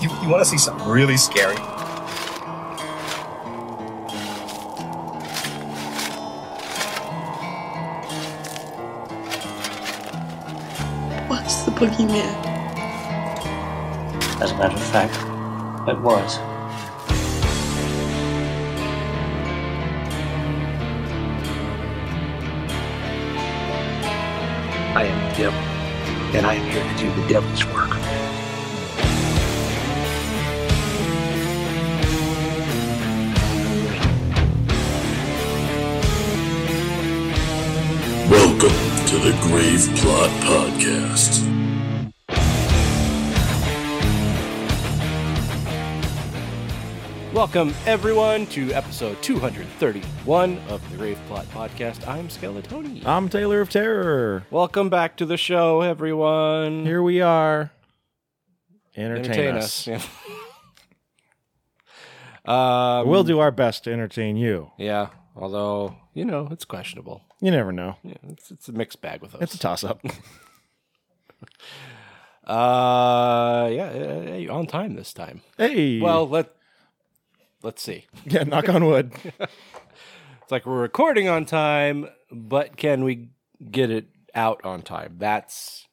You, you want to see something really scary? What's the boogeyman? As a matter of fact, it was. I am the devil, and I am here to do the devil's work. Welcome to the Grave Plot Podcast. Welcome, everyone, to episode 231 of the Grave Plot Podcast. I'm Skeletoni. I'm Taylor of Terror. Welcome back to the show, everyone. Here we are. Entertain, us. Yeah. um, We'll do our best to entertain you. Yeah, although, you know, it's questionable. You never know. Yeah, it's, it's a mixed bag with us. It's a toss up. uh, yeah, uh, hey, on time this time. hey. Well, let, let's see. yeah, knock on wood. It's like we're recording on time, but can we get it out on time? That's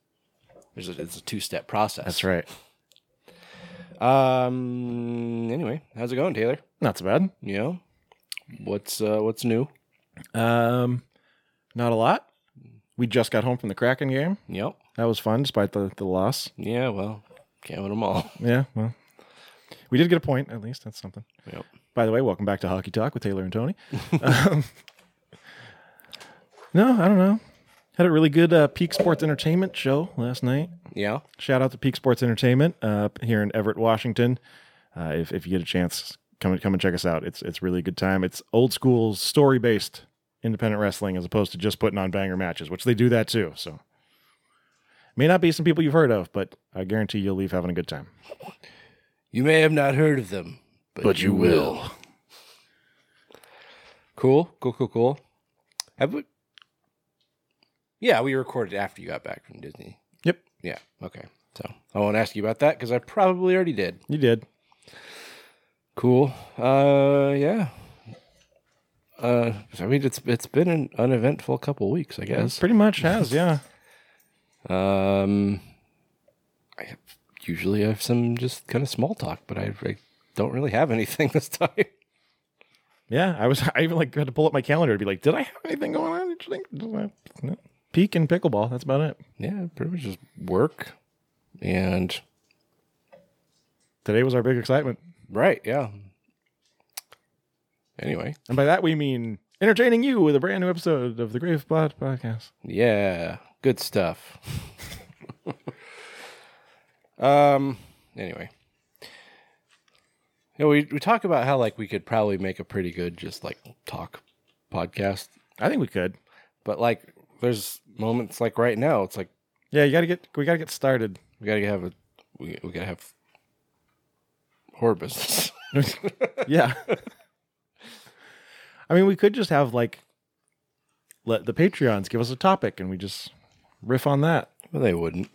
there's a, it's a two step process. That's right. Um. Anyway, how's it going, Taylor? Not so bad. You know, what's uh, what's new? Um, not a lot. We just got home from the Kraken game. Yep. That was fun, despite the, the loss. Yeah. Well, can't win them all. Yeah, well, we did get a point, at least. That's something. Yep. By the way, welcome back to Hockey Talk with Taylor and Tony. um, no, I don't know. Had a really good uh, Peak Sports Entertainment show last night. Yeah. Shout out to Peak Sports Entertainment uh, up here in Everett, Washington. Uh, if, if you get a chance, come and come and check us out. It's it's really a good time. It's old school story based independent wrestling as opposed to just putting on banger matches, which they do that too. So may not be some people you've heard of, but I guarantee you'll leave having a good time. You may have not heard of them, but, you, will. Cool. Cool. Cool. Cool. Have we? Yeah, we recorded after you got back from Disney. Yep, Yeah. Okay. So I won't ask you about that because I probably already did. you did. Cool. Uh, yeah. Uh, I mean, it's it's been an uneventful couple weeks, I guess. Pretty much has, yeah. Um, I have, usually have some just kind of small talk, but I, I don't really have anything this time. Yeah, I was. I even like had to pull up my calendar to be like, did I have anything going on? Interesting. No. Peak and pickleball. That's about it. yeah, pretty much just work and Today was our big excitement, right. Yeah. Anyway, and by that we mean entertaining you with a brand new episode of the Grave Plot Podcast. Yeah, good stuff. um. Anyway, you know, we we talk about how like we could probably make a pretty good just like talk podcast, I think we could. but like there's moments like right now, it's like Yeah, you gotta get. We gotta get started. we gotta have a we we gotta have horror business. Yeah. I mean, we could just have like let the Patreons give us a topic, and we just riff on that. well, they wouldn't.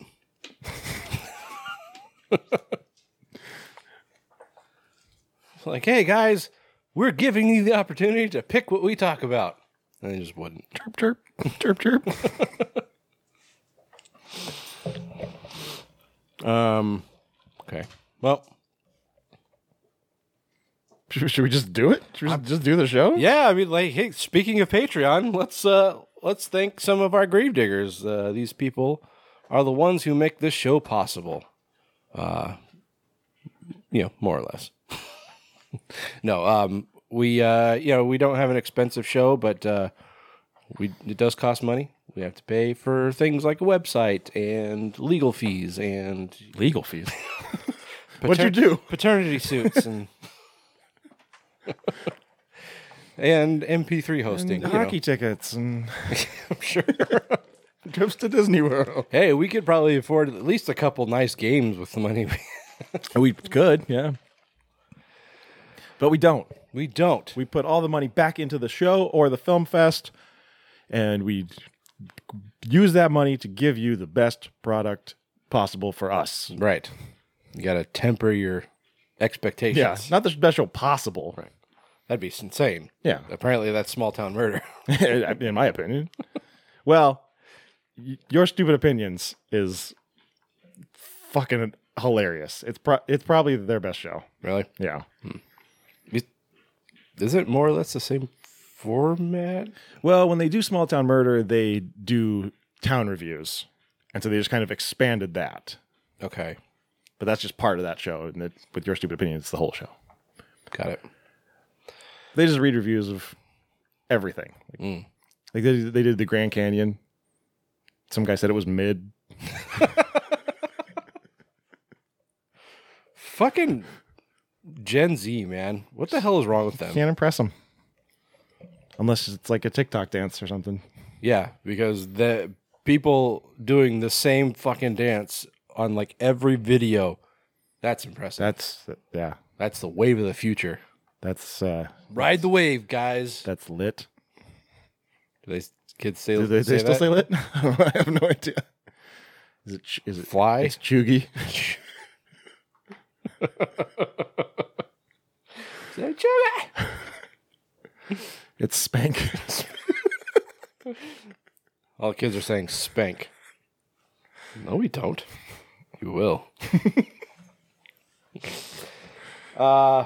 like, hey guys, we're giving you the opportunity to pick what we talk about. And they just wouldn't. Chirp chirp chirp chirp. Um, okay. Well, Should should we just do it? Should we just- just do the show? yeah. I mean, like, hey, speaking of Patreon, let's uh, let's thank some of our gravediggers. Uh, these people are the ones who make this show possible. Uh, you know, more or less. no, um, we uh, you know, we don't have an expensive show, but uh, we it does cost money. We have to pay for things like a website and legal fees and Legal fees. What'd you do? Paternity suits and and MP3 hosting. you know. hockey tickets and I'm sure. trips to Disney World. hey, we could probably afford at least a couple nice games with the money. Oh, We, We could, yeah. But we don't. we don't. We put all the money back into the show or the film fest, and we use that money to give you the best product possible for us. Right. You got to temper your expectations. Yeah, not the special possible. Right. That'd be insane. Yeah, Apparently, that's small town murder. in my opinion. Well, y- your stupid opinions is fucking hilarious. It's pro- it's probably their best show. really? Yeah. Is it more or less the same format? Well, when they do small town murder, they do town reviews, and so they just kind of expanded that. Okay. But that's just part of that show, and it, with your stupid opinion, it's the whole show. Got it. They just read reviews of everything. Like, Mm. like they they did the Grand Canyon. Some guy said it was mid. Fucking Gen Z, man. What the hell is wrong with them? Can't impress them, unless it's like a TikTok dance or something. Yeah, because the people doing the same fucking dance on like every video. That's impressive. That's yeah. That's the wave of the future. That's uh, Ride the wave, guys. that's lit. Do they kids say, Do they, say they still that? say lit? I have no idea. Is it ch- is it fly? it's chuggy? Say, "Chugga!" It's spank. All the kids are saying spank. No, we don't. You will. uh,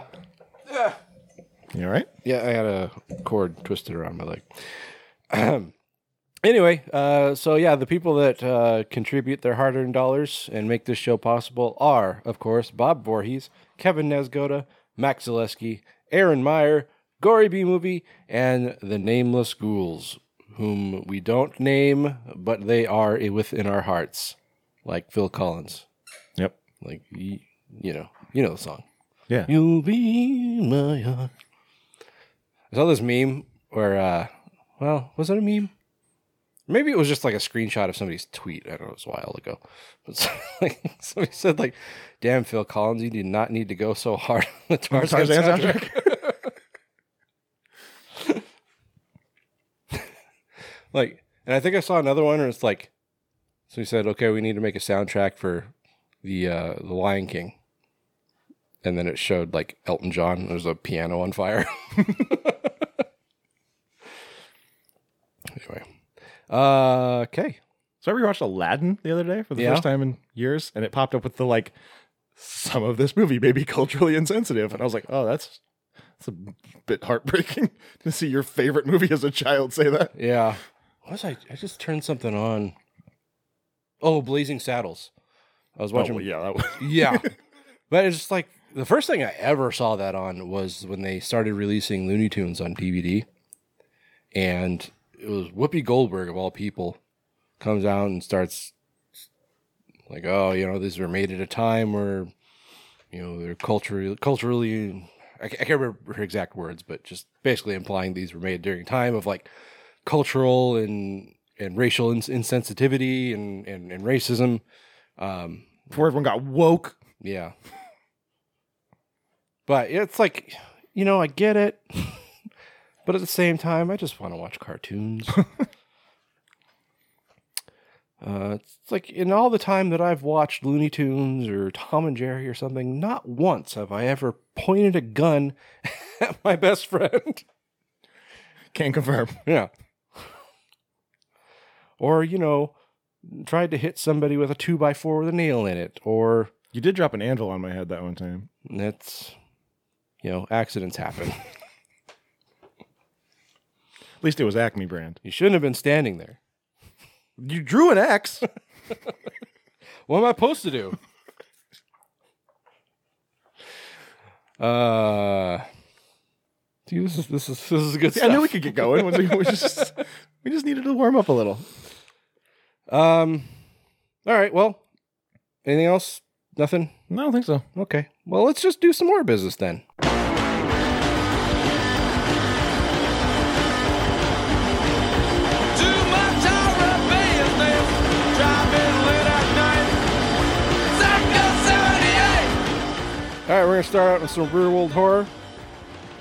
you all right? yeah, I had a cord twisted around my leg. anyway, uh, so yeah, the people that uh, contribute their hard earned dollars and make this show possible are, of course, Bob Voorhees, Kevin Nesgoda, Max Zaleski, Aaron Meyer, Gory B Movie, and the Nameless Ghouls, whom we don't name, but they are eh, within our hearts, like Phil Collins. Yep. Like, y- you know, you know the song. Yeah. You'll be my heart. I saw this meme where, uh, well, was it a meme? Maybe it was just like a screenshot of somebody's tweet. I don't know, it was a while ago. But so- like, somebody said, like, damn, Phil Collins, you did not need to go so hard on the Tarzan, Tarzan soundtrack. like, and I think I saw another one where it's like, so he said, okay, we need to make a soundtrack for the uh, the Lion King and then it showed like Elton John. There's a piano on fire. anyway, uh, okay, So I rewatched Aladdin the other day for the Yeah. first time in years, and it popped up with the like, some of this movie may be culturally insensitive, and I was like, oh, that's that's a bit heartbreaking to see your favorite movie as a child say that. yeah. What was I? I just turned something on. Oh, Blazing Saddles. I was watching. Oh, well, yeah, that was yeah. But it's just like the first thing I ever saw that on was when they started releasing Looney Tunes on DVD. And it was Whoopi Goldberg, of all people, comes out and starts like, oh, you know, these were made at a time where, you know, they're culturally, culturally, I ca- I can't remember her exact words, but just basically implying these were made during a time of like cultural and, and racial ins- insensitivity and, and, and racism. Um, before everyone got woke. yeah. But it's like, you know, I get it. but at the same time, I just want to watch cartoons. uh, it's like in all the time that I've watched Looney Tunes or Tom and Jerry or something, not once have I ever pointed a gun at my best friend. Can't confirm. yeah. Or, you know, tried to hit somebody with a two by four with a nail in it, or You did drop an anvil on my head that one time. That's, you know, accidents happen. At least it was Acme brand. you shouldn't have been standing there. You drew an X. What am I supposed to do? uh, dude, this is this is this is good See, I knew we stuff. could get going. We we just we just needed to warm up a little. um, all right. Well, anything else? Nothing. No, I don't think so. Okay. Well, let's just do some more business then. Too much Arabian driving late at night. Circle 78. All right, we're gonna start out with some real world horror.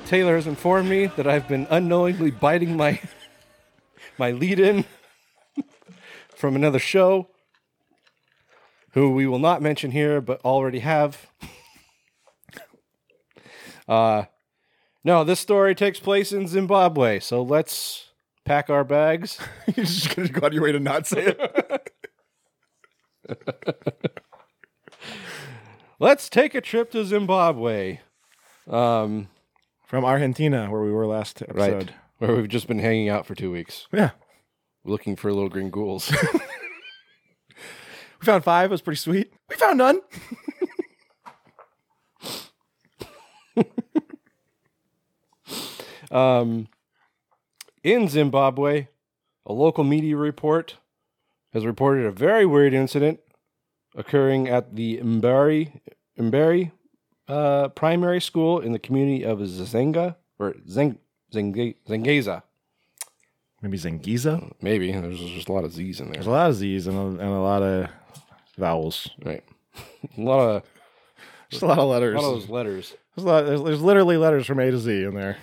Taylor has informed me that I've been unknowingly biting my my lead in from another show. who we will not mention here, but already have. Uh, no, this story takes place in Zimbabwe, so let's pack our bags. You're just gonna go out of your way to not say it. Let's take a trip to Zimbabwe. Um, From Argentina, where we were last right, episode. where we've just been hanging out for two weeks Yeah, looking for little green ghouls. we found five. It was pretty sweet. We found none. Um, in Zimbabwe, a local media report has reported a very weird incident occurring at the Mbari Mbari uh, primary school in the community of Zenga or Zeng, Zenge, Zengeza. Maybe Zengiza. Maybe there's just a lot of Z's in there, There's a lot of Z's and a, and a lot of vowels. right? a lot of Just a lot of a letters. lot of those letters. There's, a lot, there's, there's literally letters from A to Z in there.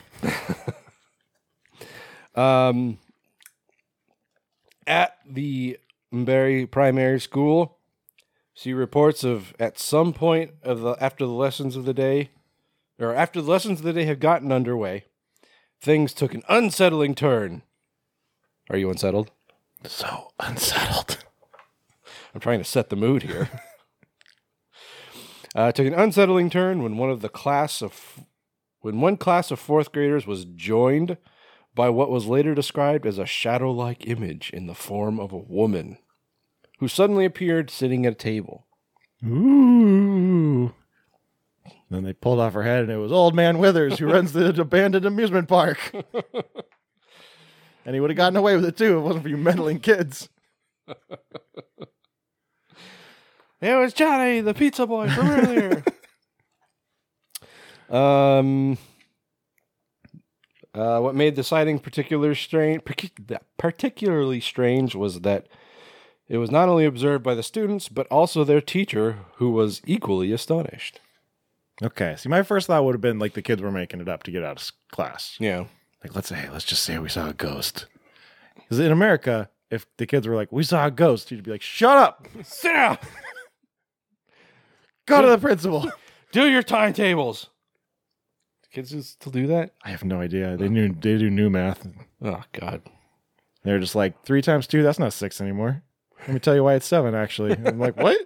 Um, at the Mberry Primary School, she reports of at some point of the after the lessons of the day, or after the lessons of the day have gotten underway, things took an unsettling turn. Are you unsettled? So unsettled. I'm trying to set the mood here. uh, it took an unsettling turn when one of the class of when one class of fourth graders was joined by what was later described as a shadow-like image in the form of a woman who suddenly appeared sitting at a table. Ooh. Then they pulled off her head, and it was Old Man Withers who runs the abandoned amusement park. and he would have gotten away with it too if it wasn't for you meddling kids. It was Johnny, the pizza boy from earlier. um, uh, what made the sighting particular strain, partic- particularly strange was that it was not only observed by the students, but also their teacher, who was equally astonished. Okay, see, my first thought would have been like the kids were making it up to get out of s- class. Yeah. Like, let's say, hey, let's just say we saw a ghost. Because in America, if the kids were like, we saw a ghost, you'd be like, shut up, Sit down. go to the principal. Do your timetables. Kids do- still do that? I have no idea. They knew they do new math. Oh, God. They're just like three times two. That's not six anymore. Let me tell you why it's seven. Actually, I'm like, what?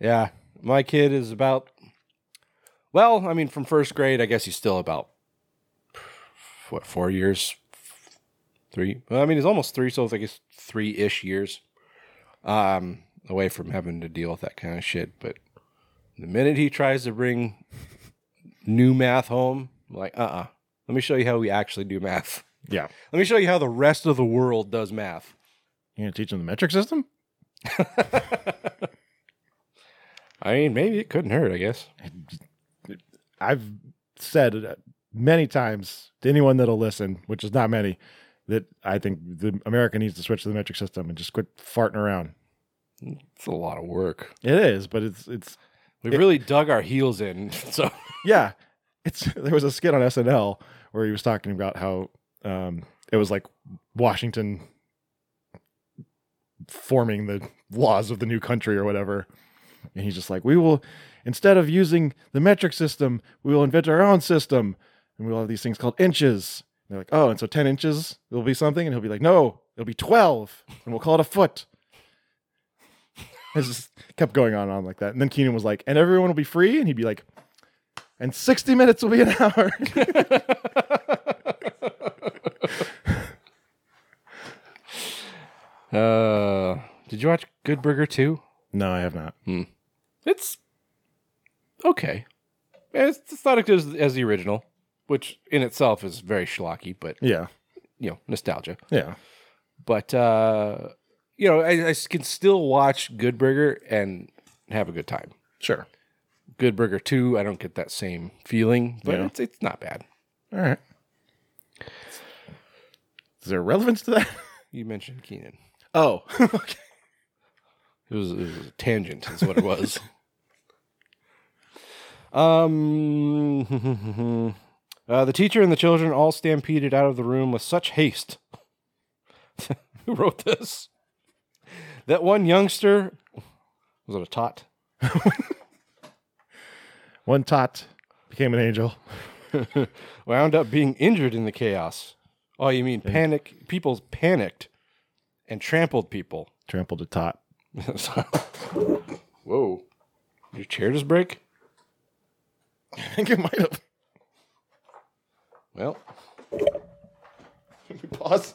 Yeah. My kid is about, well, I mean, from first grade, I guess he's still about, what, four years? Three? Well, I mean, he's almost three, so I guess three ish years um, away from having to deal with that kind of shit. But the minute he tries to bring new math home, I'm like, uh uh Let me show you how we actually do math. Yeah, Let me show you how the rest of the world does math. you gonna teach them the metric system? I mean, maybe it couldn't hurt, I guess. I've said it many times to anyone that'll listen, which is not many, that I think the America needs to switch to the metric system and just quit farting around. It's a lot of work. It is, but it's it's We really dug our heels in. So yeah, it's there was a skit on SNL where he was talking about how um, it was like Washington forming the laws of the new country or whatever, and he's just like, we will instead of using the metric system, we will invent our own system, and we'll have these things called inches. And they're like, oh, and so ten inches will be something, and he'll be like, no, it'll be twelve, and we'll call it a foot. It just kept going on and on like that. And then Keenan was like, and everyone will be free. And he'd be like, and 60 minutes will be an hour. Uh, did you watch Good Burger 2? no, I have not. It's okay. It's, it's not as good as, as the original, which in itself is very schlocky, but Yeah. you know, nostalgia. Yeah. But uh, you know, I, I can still watch Good Burger and have a good time. Sure. Good Burger 2, I don't get that same feeling, but Yeah. it's it's not bad. All right. Is there relevance to that? You mentioned Keenan. Oh. okay. It was, it was a tangent, is what it was. um, uh, the teacher and the children all stampeded out of the room with such haste. Who wrote this? That one youngster Was it a tot? One tot became an angel. Wound up being injured in the chaos. Oh, you mean panic? People panicked and trampled people. Trampled a tot. Whoa! Your chair just break? I think it might have. Well, Pause.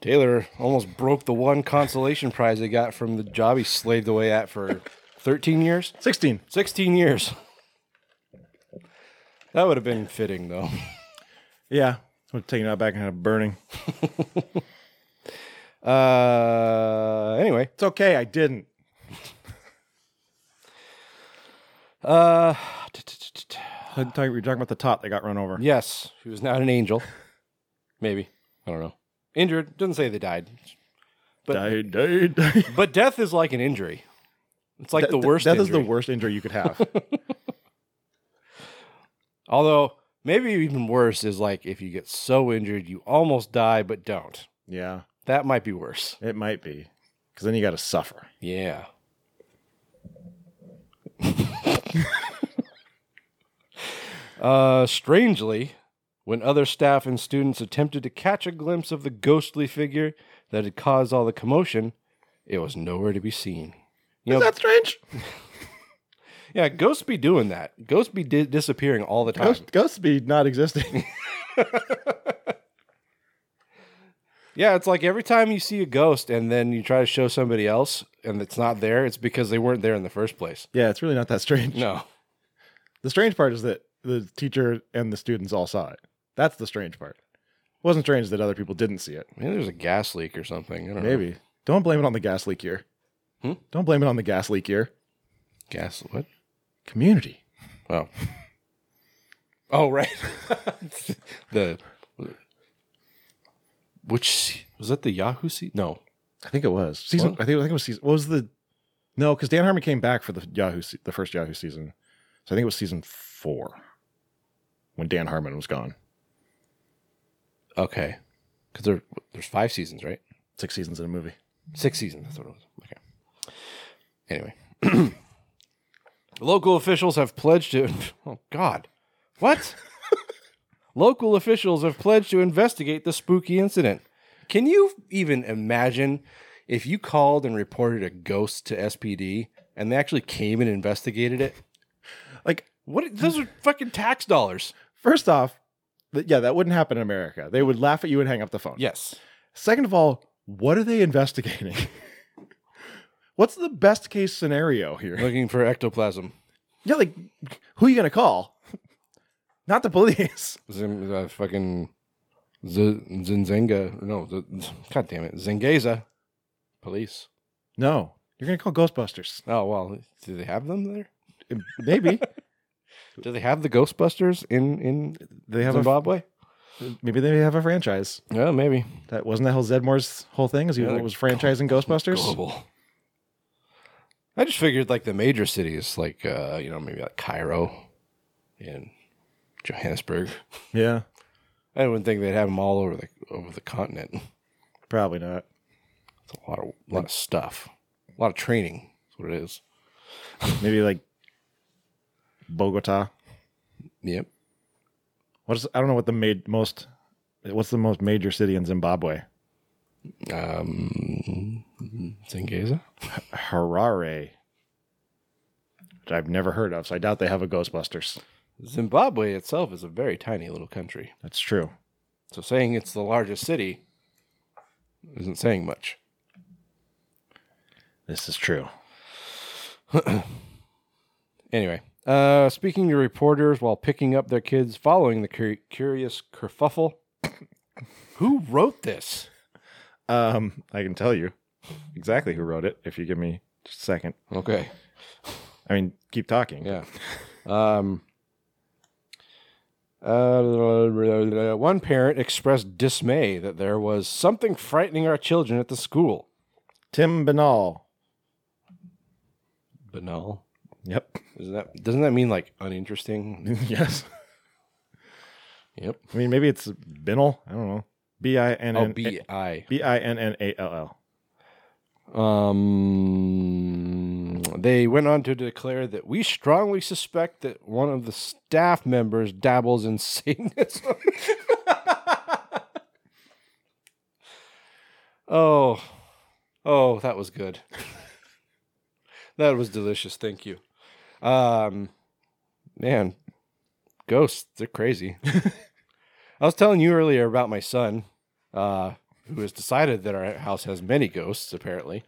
Taylor almost broke the one consolation prize they got from the job he slaved away at for 13 years. 16. 16 years. That would have been fitting, though. Yeah. Would have taken it out back and had it burning. Uh, anyway, It's okay. I didn't. uh, I thought you were talking about the tot that got run over. yes, he was not an angel. Maybe I don't know. Injured doesn't say they died, but Died, died, died. but death is like an injury. It's like the That- worst. That injury. is the worst injury you could have. Although maybe even worse is like if you get so injured you almost die but don't. yeah. That might be worse. It might be. Because then you got to suffer. Yeah. uh, strangely, when other staff and students attempted to catch a glimpse of the ghostly figure that had caused all the commotion, it was nowhere to be seen. You know, Is that strange? yeah, ghosts be doing that. Ghosts be di- disappearing all the time. Ghost, ghosts be not existing. Yeah, it's like every time you see a ghost and then you try to show somebody else and it's not there, it's because they weren't there in the first place. yeah, it's really not that strange. No. The strange part is that the teacher and the students all saw it. That's the strange part. It wasn't strange that other people didn't see it. Maybe there's a gas leak or something. I don't know. Maybe. Don't blame it on the gas leak here. Hmm? Don't blame it on the gas leak here. Gas what? Community. Oh. Oh right. the which se- was that the Yahoo seat? No. I think it was season. What? I think I think it was season. What was the? No, because Dan Harmon came back for the Yahoo, se- the first Yahoo season. So I think it was season four when Dan Harmon was gone. Okay. Cuz there there's 5 seasons, right? Six seasons in a movie. 6 seasons, that's what it was. Okay. Anyway. Local officials have pledged to Oh god. What? Local officials have pledged to investigate the spooky incident. Can you even imagine if you called and reported a ghost to SPD and they actually came and investigated it? Like What? Those are fucking tax dollars. first off, th- yeah, that wouldn't happen in America. They would laugh at you and hang up the phone. Yes. Second of all, what are they investigating? What's the best case scenario here? Looking for ectoplasm. yeah, like who are you gonna call? Not the police. Zim, uh, fucking Z- Zinzenga. No, the, God damn it. Zengeza. Police. No, you're gonna call Ghostbusters. Oh, well, do they have them there? Maybe Do they have the Ghostbusters in, in they have a, Zimbabwe? maybe they have a franchise. Yeah, maybe. That wasn't that whole Zedmore's whole thing. Is he Yeah, oh, was franchising Ghostbusters? Global. I just figured like the major cities, like, uh, you know, maybe like Cairo and Johannesburg. Yeah, I wouldn't think they'd have them all over the over the continent. probably not. a lot of lot of stuff, a lot of training. That's what it is. Maybe like Bogota. Yep. What is? I don't know what the made most. What's the most major city in Zimbabwe? Um, Zingeza. Harare, which I've never heard of. So I doubt they have a Ghostbusters. Zimbabwe itself is a very tiny little country, That's true. so saying it's the largest city isn't saying much. This is true. Anyway, uh, speaking to reporters while picking up their kids following the cur- curious kerfuffle. Who wrote this? Um, I can tell you exactly who wrote it if you give me just a second. Okay. I mean, keep talking. Yeah. Um, uh, one parent expressed dismay that there was something frightening our children at the school. Tim Banal. Banal. Yep. Isn't that, doesn't that mean like uninteresting? yes. Yep. I mean, maybe it's Binnell. I don't know. B I N Oh, N B I. B I N N A L L. Um, they went on to declare that we strongly suspect that one of the staff members dabbles in Satanism. oh, oh, that was good. that was delicious. Thank you. Um, man, ghosts, they're crazy. I was telling you earlier about my son. Uh, who has decided that our house has many ghosts, apparently,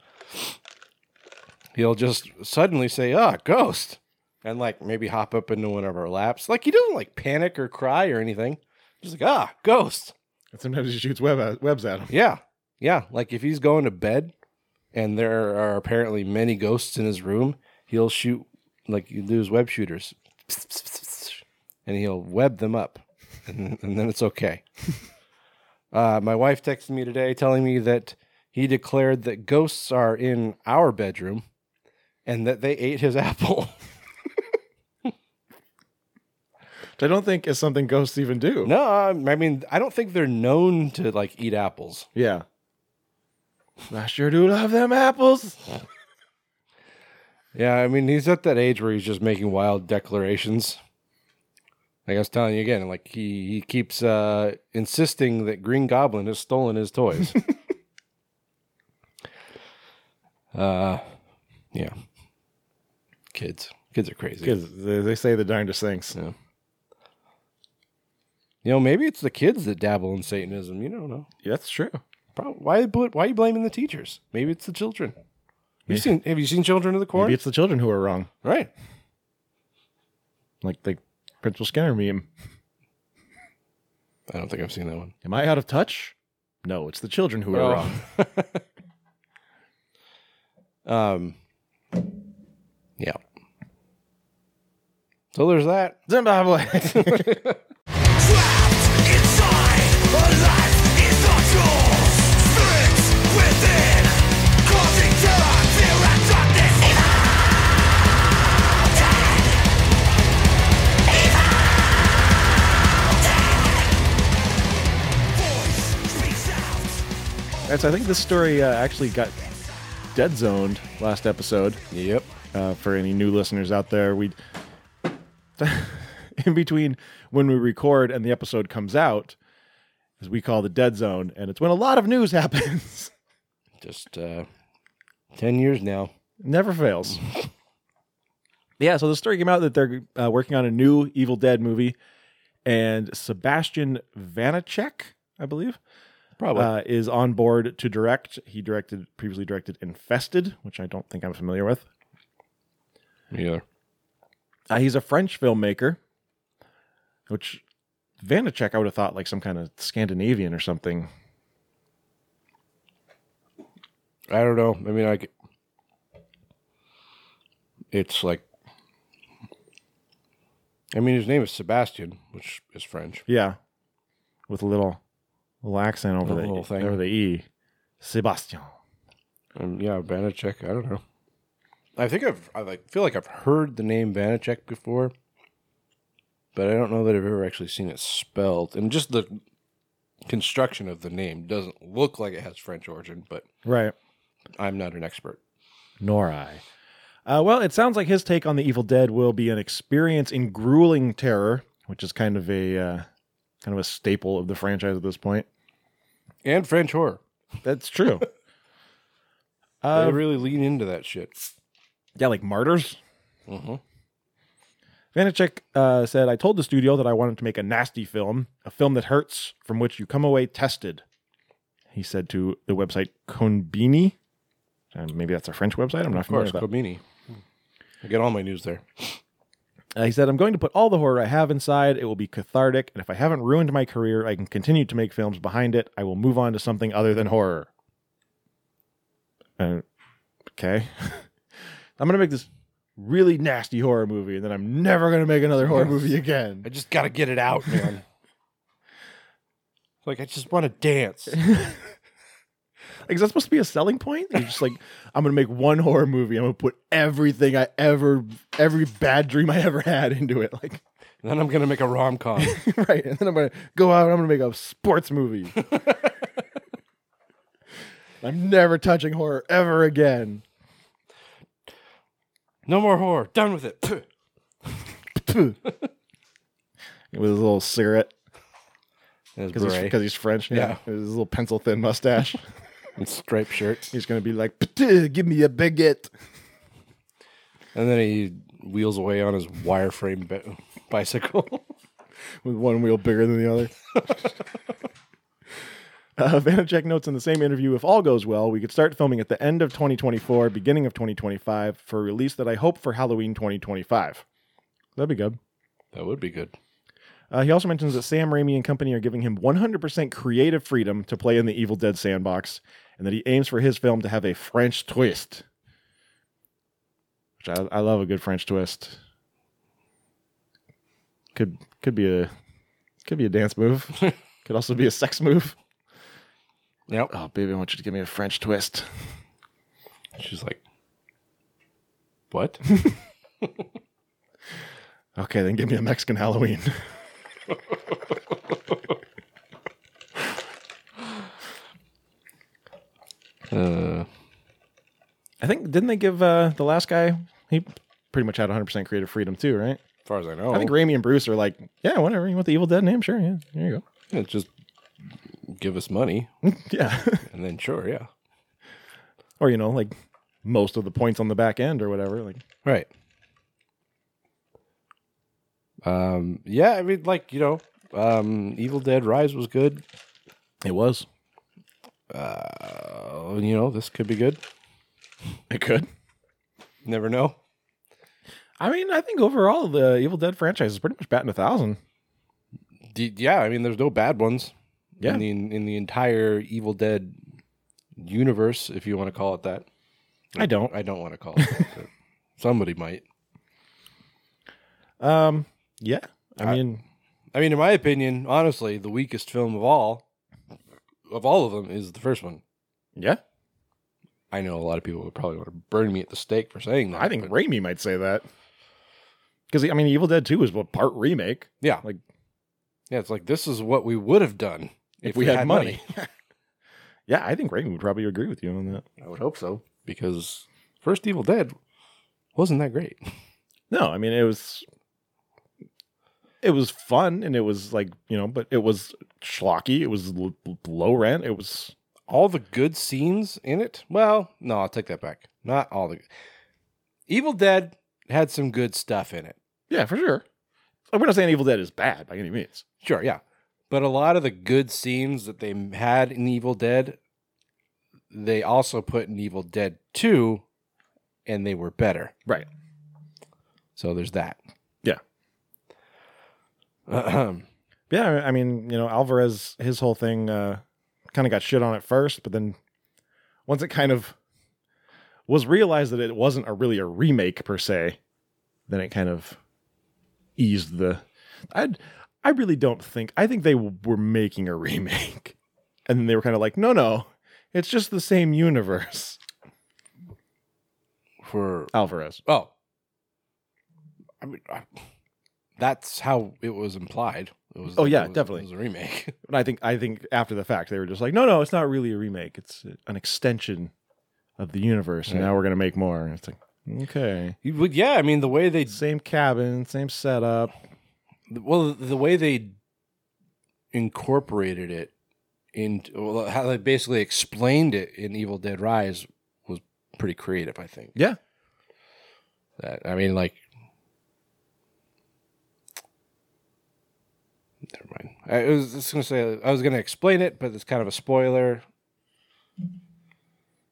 he'll just suddenly say, ah, ghost. And like maybe hop up into one of our laps. Like he doesn't like panic or cry or anything. He's like, ah, ghost. And sometimes he shoots web, webs at him. Yeah. Yeah. Like if he's going to bed and there are apparently many ghosts in his room, he'll shoot like you do his web shooters. And he'll web them up. And, and then it's okay. uh, my wife texted me today telling me that he declared that ghosts are in our bedroom and that they ate his apple. Which I don't think is something ghosts even do. no, I'm- I mean, I don't think they're known to like eat apples. Yeah. I sure do love them apples. Yeah, I mean, he's at that age where he's just making wild declarations. Like I was telling you again, like he he keeps uh, insisting that Green Goblin has stolen his toys. uh, yeah, kids, kids are crazy. Because they they say the darndest things. Yeah. You know, maybe it's the kids that dabble in Satanism. You don't know. That's true. Prob- why bl- why are you blaming the teachers? Maybe it's the children. Maybe- You've seen have you seen Children of the Corn? Maybe it's the children who are wrong. right. Like the Principal Skinner meme. I don't think I've seen that one. Am I out of touch? No, it's the children who are Oh. wrong. um, yeah. So there's that. Zimbabwe. Trapped inside a life is not yours. Spirits within, causing terror, fear, and darkness. Evil, voice speaks out. That's, I think this story uh, actually got dead zoned last episode. Yep. uh, for any new listeners out there. We, in between when we record and the episode comes out, as we call the dead zone, and it's when a lot of news happens. Just uh, ten years now. Never fails. yeah, so the story came out that they're uh, working on a new Evil Dead movie, and Sebastian Vanacek, I believe, Probably. uh, is on board to direct. He directed previously directed Infested, which I don't think I'm familiar with. yeah. Uh, he's a French filmmaker, which Vanacek I would have thought like some kind of Scandinavian or something. I don't know. I mean, like, it's like. I mean, his name is Sebastian, which is French. Yeah, with a little little accent over A the little thing. over the e. Sebastian. Um, yeah, Vanacek. I don't know. I think I've I like feel like I've heard the name Vanacek before, but I don't know that I've ever actually seen it spelled. And just the construction of the name doesn't look like it has French origin, but Right. I'm not an expert. Nor I. Uh, well, it sounds like his take on the Evil Dead will be an experience in grueling terror, which is kind of a uh, kind of a staple of the franchise at this point. And French horror. That's true. They uh, really lean into that shit. yeah, like martyrs. Mhm. Vanacek uh, said, I told the studio that I wanted to make a nasty film, a film that hurts, from which you come away tested. He said to the website Konbini. And maybe that's a French website. I'm not Of course, familiar with that. Kobini. I get all my news there. Uh, he said, I'm going to put all the horror I have inside. It will be cathartic. And if I haven't ruined my career, I can continue to make films behind it. I will move on to something other than horror. Uh, okay. I'm going to make this really nasty horror movie, and then I'm never going to make another horror movie again. I just gotta get it out, man. like I just want to dance. Like, is that supposed to be a selling point? You're just like, I'm gonna make one horror movie. I'm gonna put everything I ever, every bad dream I ever had into it. Like, Then I'm gonna make a rom com. right. And then I'm going to go out and I'm going to make a sports movie. I'm never touching horror ever again. no more horror. Done with it. With his little cigarette And his because he's, beret 'cause he's French. Yeah. Yeah. With his little pencil thin mustache. and striped shirt. he's going to be like, "P'tit, give me a baguette. And then he wheels away on his wireframe bi- bicycle. with one wheel bigger than the other. uh, Vanacek notes in the same interview if all goes well, we could start filming at the end of 2024, beginning of 2025 for a release that I hope for Halloween 2025. That'd be good. that would be good. Uh, he also mentions that Sam Raimi and company are giving him 100% creative freedom to play in the Evil Dead sandbox and that he aims for his film to have a French twist. Which I, I love a good French twist. Could could be a could be a dance move. could also be a sex move. Yep. Oh baby, I want you to give me a French twist. She's like, what? Okay, then give me a Mexican Halloween. uh, I think didn't they give uh, the last guy he pretty much had 100% creative freedom too, right? as far as I know, I think Raimi and Bruce are like, yeah, whatever. You want the Evil Dead name? Sure, yeah. There you yeah, just give us money, go. yeah. and then sure, yeah, or, you know, like most of the points on the back end or whatever. Like, right. Um, yeah, I mean, like you know, um, Evil Dead Rise was good. it was. Uh, you know, this could be good. It could. Never know. I mean, I think overall, the Evil Dead franchise is pretty much batting a thousand. D- yeah, I mean, there's no bad ones. Yeah. In the, in the entire Evil Dead universe, if you want to call it that. Oh, I don't. I don't want to call it that. but somebody might. Um, yeah. I, mean, I mean, in my opinion, honestly, the weakest film of all, of all of them, is the first one. yeah. I know a lot of people would probably want to burn me at the stake for saying that. I think but- Raimi might say that. Because, I mean, Evil Dead 2 is what part remake. yeah, like- yeah, it's like this is what we would have done If, we, had, money. yeah, I think Raimi would probably agree with you on that. I would hope so because first Evil Dead wasn't that great. No, I mean it was it was fun and it was like, you know, but it was schlocky, it was l- l- low rent, it was all the good scenes in it. Well, no, I'll take that back. Not all the Evil Dead had some good stuff in it. yeah, for sure. Like, We're not saying Evil Dead is bad by any means. Sure, yeah. But a lot of the good scenes that they had in Evil Dead, they also put in Evil Dead 2 and they were better. Right. So there's that. Yeah. Ahem. Yeah, I- I mean, you know, Alvarez his whole thing uh kind of got shit on at first, but then once it kind of was realized that it wasn't a really a remake per se, then it kind of eased the I I really don't think I think they w- were making a remake. And then they were kind of like, "No, no. It's just the same universe." For Alvarez. oh. I mean I, that's how it was implied. It was Oh, like yeah, it was- definitely. It was a remake. And I think I think after the fact they were just like, "No, no, it's not really a remake. It's an extension of the universe, and Right. now we're going to make more." And it's like, "Okay." You would- yeah, I mean the way they same cabin, same setup. well the way they incorporated it into well, how they basically explained it in Evil Dead Rise was pretty creative, I think. Yeah. That I mean like Never mind. I was just gonna say I was gonna explain it, but it's kind of a spoiler.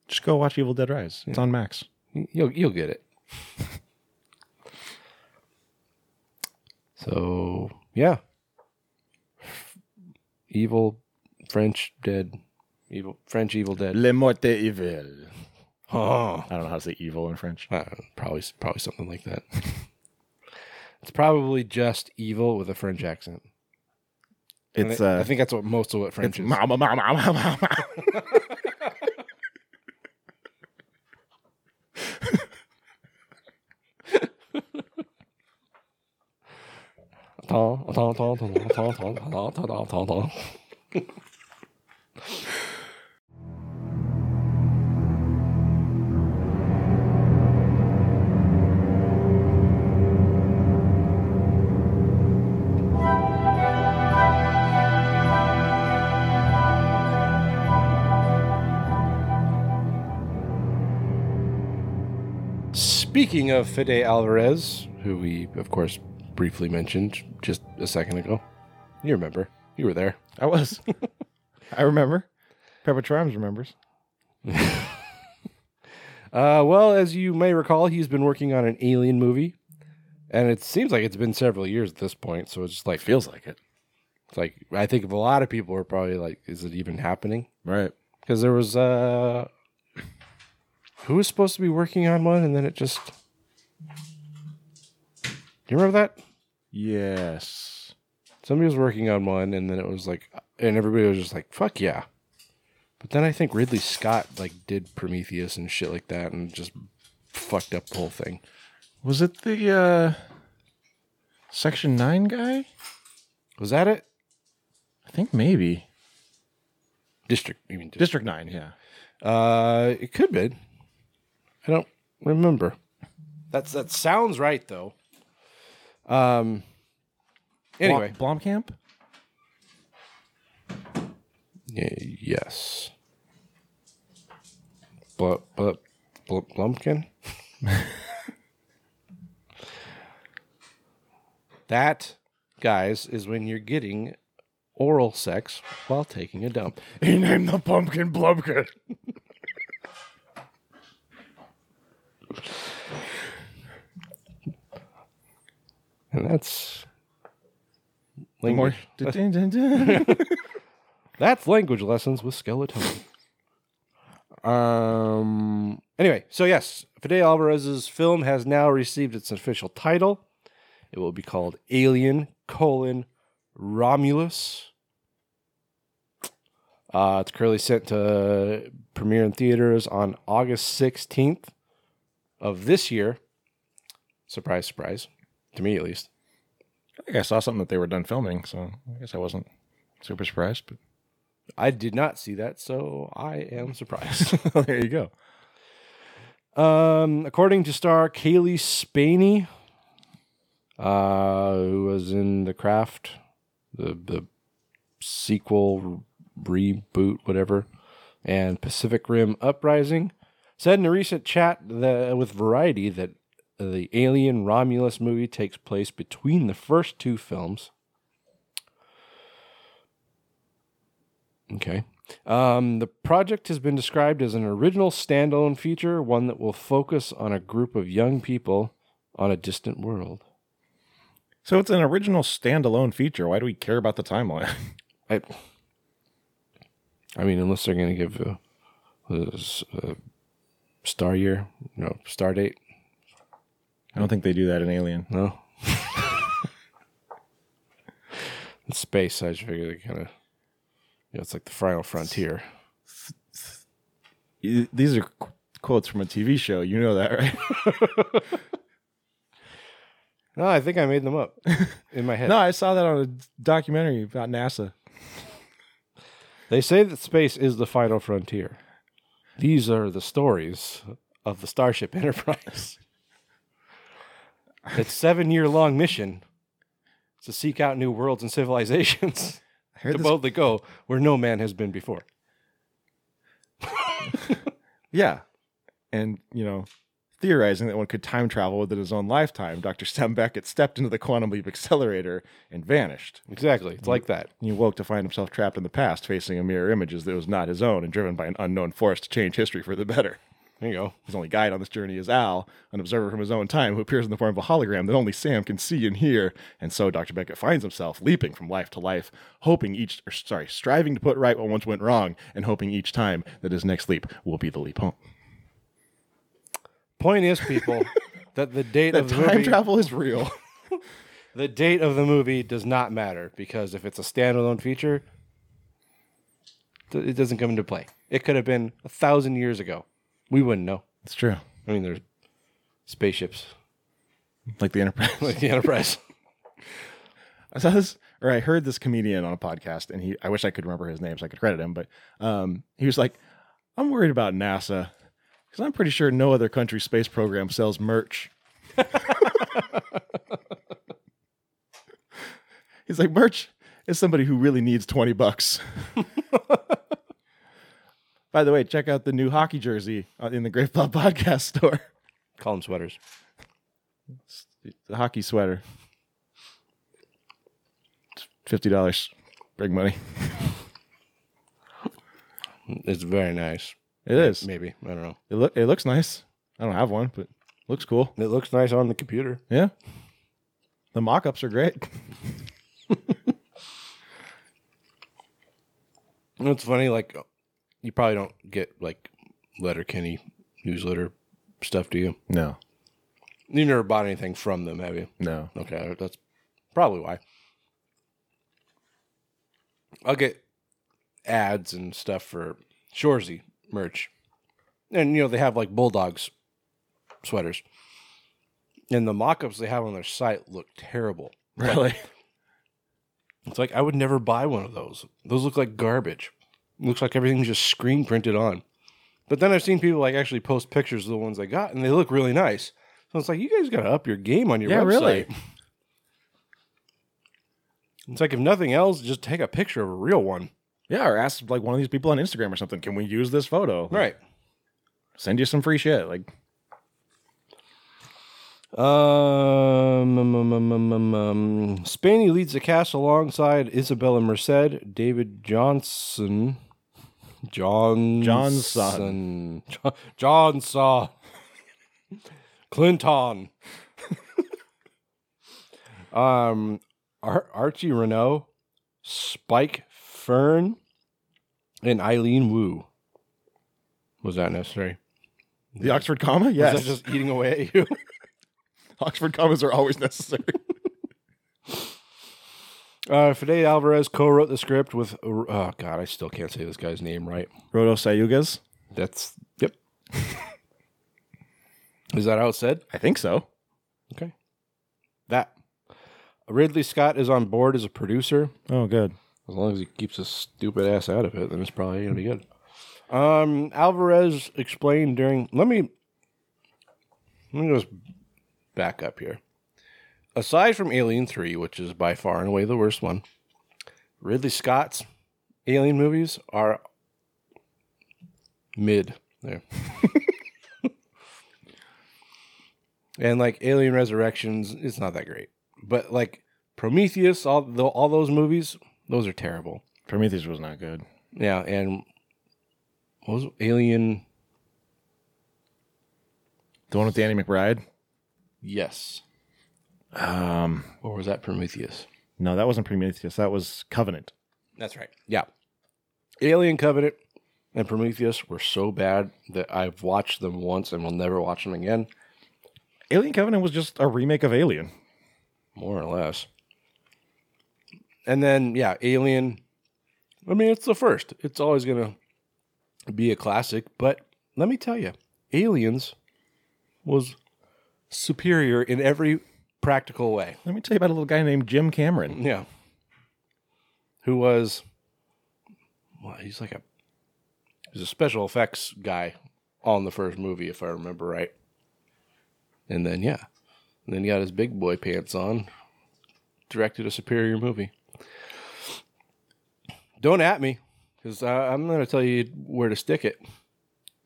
Just go watch Evil Dead Rise. It's on Max. You'll you'll get it. so yeah, evil French dead, evil French evil dead. Le Morte Evil. Oh, I don't know how to say evil in French. I don't know, probably probably something like that. it's probably just evil with a French accent. And It's I, uh, I think that's what most of what French it's is. mama, mama, mama, mama. Speaking of Fede Alvarez, who we, of course, briefly mentioned just a second ago, you remember. You were there. I was. I remember. Pepper Trimes remembers. Uh, well, as you may recall, he's been working on an alien movie, and it seems like it's been several years at this point. So it's just like feels like it. It's like I think of a lot of people are probably like, "Is it even happening?" Right. Because there was uh, who was supposed to be working on one, and then it just. You remember that? Yes. somebody was working on one and then it was like and everybody was just like fuck yeah but then i think ridley scott like did prometheus and shit like that and just fucked up the whole thing Was it the uh Section 9 guy? was that it I think maybe. district you mean district District 9, yeah. uh it could be i don't remember that's that sounds right though um anyway Blom- Blomkamp? Y- yes. But but bl- Blumpkin. that, guys, is when you're getting oral sex while taking a dump. He named the pumpkin Blumpkin. And that's language. More. That's language lessons with Skeleton. um. Anyway, so yes, Fede Alvarez's film has now received its official title. It will be called Alien: colon, Romulus. Uh, it's currently set to premiere in theaters on August sixteenth of this year. Surprise, surprise, to me at least. I think I saw something that they were done filming, so I guess I wasn't super surprised, but I did not see that, so I am surprised. there you go. Um, according to star Kaylee Spaney, uh, who was in The Craft, the the sequel reboot, whatever, and Pacific Rim Uprising, said in a recent chat that, with Variety that the Alien Romulus movie takes place between the first two films. Okay. Um, the project has been described as an original standalone feature, one that will focus on a group of young people on a distant world. So it's an original standalone feature. Why do we care about the timeline? I, I mean, unless they're going to give a, a s- a star year, you know, star date. I don't think they do that in Alien. No. In space, I just figure they kind of, you know, it's like the final frontier. Y- These are qu- quotes from a TV show. You know that, right? No, I think I made them up in my head. no, I saw that on a documentary about NASA. They say that space is the final frontier. These are the stories of the Starship Enterprise. its seven year long mission is to seek out new worlds and civilizations I heard to this- boldly go where no man has been before. Yeah. And, you know, theorizing that one could time travel within his own lifetime, Dr. Stem Beckett stepped into the quantum leap accelerator and vanished. Exactly. It's like that. And he woke to find himself trapped in the past, facing a mirror image that was not his own and driven by an unknown force to change history for the better. There you go. His only guide on this journey is Al, an observer from his own time who appears in the form of a hologram that only Sam can see and hear. And so Dr. Beckett finds himself leaping from life to life, hoping each, or sorry, striving to put right what once went wrong, and hoping each time that his next leap will be the leap home. Point is, people, that the date That of the time movie, travel is real. the date of the movie does not matter because if it's a standalone feature, th- it doesn't come into play. It could have been a thousand years ago. We wouldn't know. It's true. I mean, there's spaceships Like the Enterprise. like the Enterprise. I saw this or I heard this comedian on a podcast, and he I wish I could remember his name so I could credit him, but um, he was like, "I'm worried about NASA because I'm pretty sure no other country's space program sells merch." He's like, "Merch is somebody who really needs twenty bucks." By the way, check out the new hockey jersey uh, in the Great Pop Podcast store. Call them sweaters. The hockey sweater. Fifty dollars. Big money. It's very nice. It is. It Maybe I don't know. look. It looks nice. I don't have one, but looks cool. It looks nice on the computer. Yeah. The mock-ups are great. You know, It's funny, like you probably don't get like Letterkenny newsletter stuff, do you? No, You never bought anything from them, have you? no. Okay, that's probably why. I'll get ads and stuff for Shorzy merch. And, you know, they have like Bulldogs sweaters. And the mock ups they have on their site look terrible. Really? It's like, I would never buy one of those. Those look like garbage. Looks like everything's just screen printed on. But then I've seen people like actually post pictures of the ones they got and they look really nice. So it's like, you guys got to up your game on your Yeah, website. really. It's like, if nothing else, just take a picture of a real one. Yeah, or ask like one of these people on Instagram or something. Can we use this photo? Like, Send you some free shit. Like Um, um, um, um, um, um, um, Spaney leads the cast alongside Isabella Merced, David Johnson, Johnson, Johnson. Jo- Johnson, Clinton, um, Ar- Archie Renault, Spike Fern, and Eileen Wu. Was that necessary? the Oxford comma. Was Yes. that just eating away at you? Oxford commas are always necessary. Uh, Fede Alvarez co-wrote the script with. Oh God, I still can't say this guy's name right. Rodo Sayugas. That's yep. is that how it's said? I think so. Okay. That Ridley Scott is on board as a producer. Oh, good. As long as he keeps his stupid ass out of it, then it's probably gonna be good. Um, Alvarez explained during. Let me. Let me just back up here. Aside from Alien Three, which is by far and away the worst one, Ridley Scott's Alien movies are mid there. and like Alien Resurrections, it's not that great. But like Prometheus, all tho- all those movies, those are terrible. Prometheus was not good. Yeah, and what was it? Alien? The one with Danny McBride. Yes, Um, or was that Prometheus? no, that wasn't Prometheus. That was Covenant. That's right. Yeah, Alien Covenant and Prometheus were so bad that I've watched them once and will never watch them again, Alien Covenant was just a remake of Alien. more or less. And then yeah, Alien. I mean, it's the first. It's always gonna be a classic, but let me tell you, Aliens was superior in every practical way. Let me tell you about a little guy named Jim Cameron. Yeah. Who was well, he's like a he's a special effects guy on the first movie, if I remember right. And then yeah. And then he got his big boy pants on, directed a superior movie. Don't at me, because I'm going to tell you where to stick it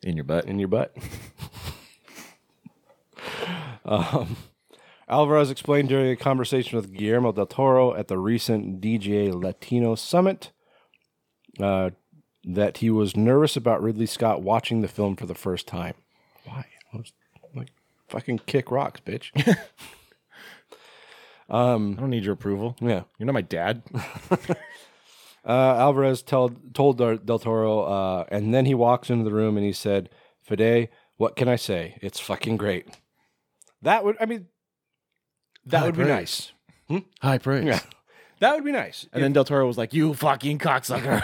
In your butt. in your butt. um, Alvarez explained during a conversation with Guillermo del Toro at the recent DGA Latino Summit uh, that he was nervous about Ridley Scott watching the film for the first time. Why? I was like, fucking kick rocks, bitch. I don't need your approval. yeah. You're not my dad. Uh, Alvarez told told Del Del Toro, uh, and then he walks into the room and he said, "Fede, what can I say? It's fucking great." That would, I mean, that High would be praise. nice. Hmm? High praise. Yeah, that would be nice. And then Del Toro was like, "You fucking cocksucker."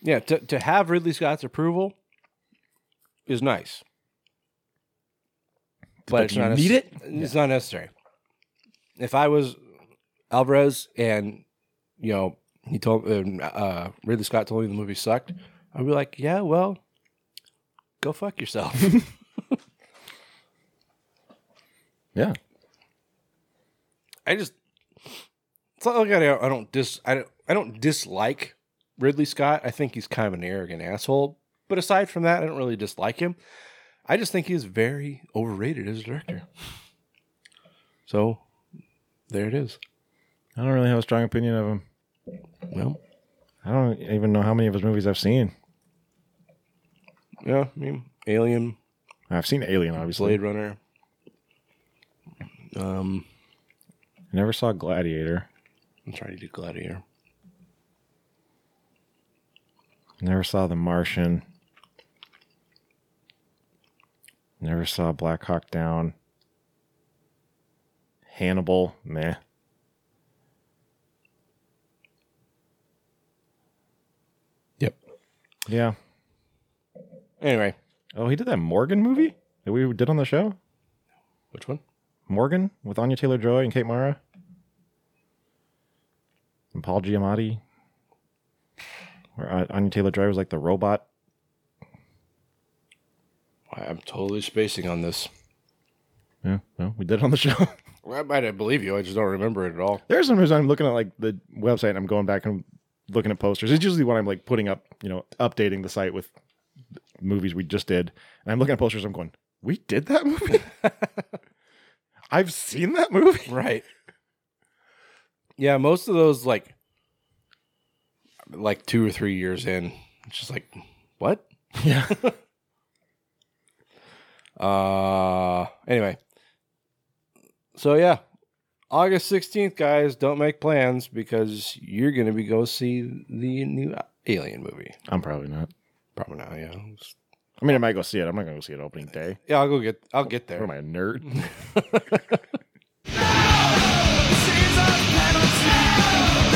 Yeah, to to have Ridley Scott's approval is nice, but, it's do you not need nece- It's not necessary. if I was Alvarez and you know he told and, uh, Ridley Scott told me the movie sucked, I'd be like, yeah, well, go fuck yourself. Yeah. I just it's not like I don't, I don't dis I don't I don't dislike Ridley Scott. I think he's kind of an arrogant asshole. But aside from that, I don't really dislike him. I just think he's very overrated as a director. So there it is. I don't really have a strong opinion of him. Well, I don't even know how many of his movies I've seen. yeah, I mean, Alien, I've seen Alien, obviously. Blade Runner. Um, I never saw Gladiator. I'm trying to do Gladiator. Never saw The Martian. Never saw Black Hawk Down. Hannibal, meh. Yep. Yeah. Anyway, Oh, he did that Morgan movie that we did on the show? which one? Morgan with Anya Taylor Joy and Kate Mara. And Paul Giamatti. Where uh, Anya Taylor Joy was like the robot. I'm totally spacing on this. Yeah, no, we did it on the show. Well, I might believe you. I just don't remember it at all. There's some times I'm looking at like the website and I'm going back and looking at posters. It's usually when I'm like putting up, you know, updating the site with movies we just did. And I'm looking at posters, I'm going, We did that movie? I've seen that movie. Right. Yeah, most of those like like two or three years in, it's just like what? Yeah. Uh anyway. So yeah. August 16th, guys, don't make plans because you're going to be go see the new Alien movie. I'm probably not. Probably not, yeah. It's- I mean, I might go see it. I'm not going to go see it opening day. Yeah, I'll go get I'll get What there. am I, a nerd?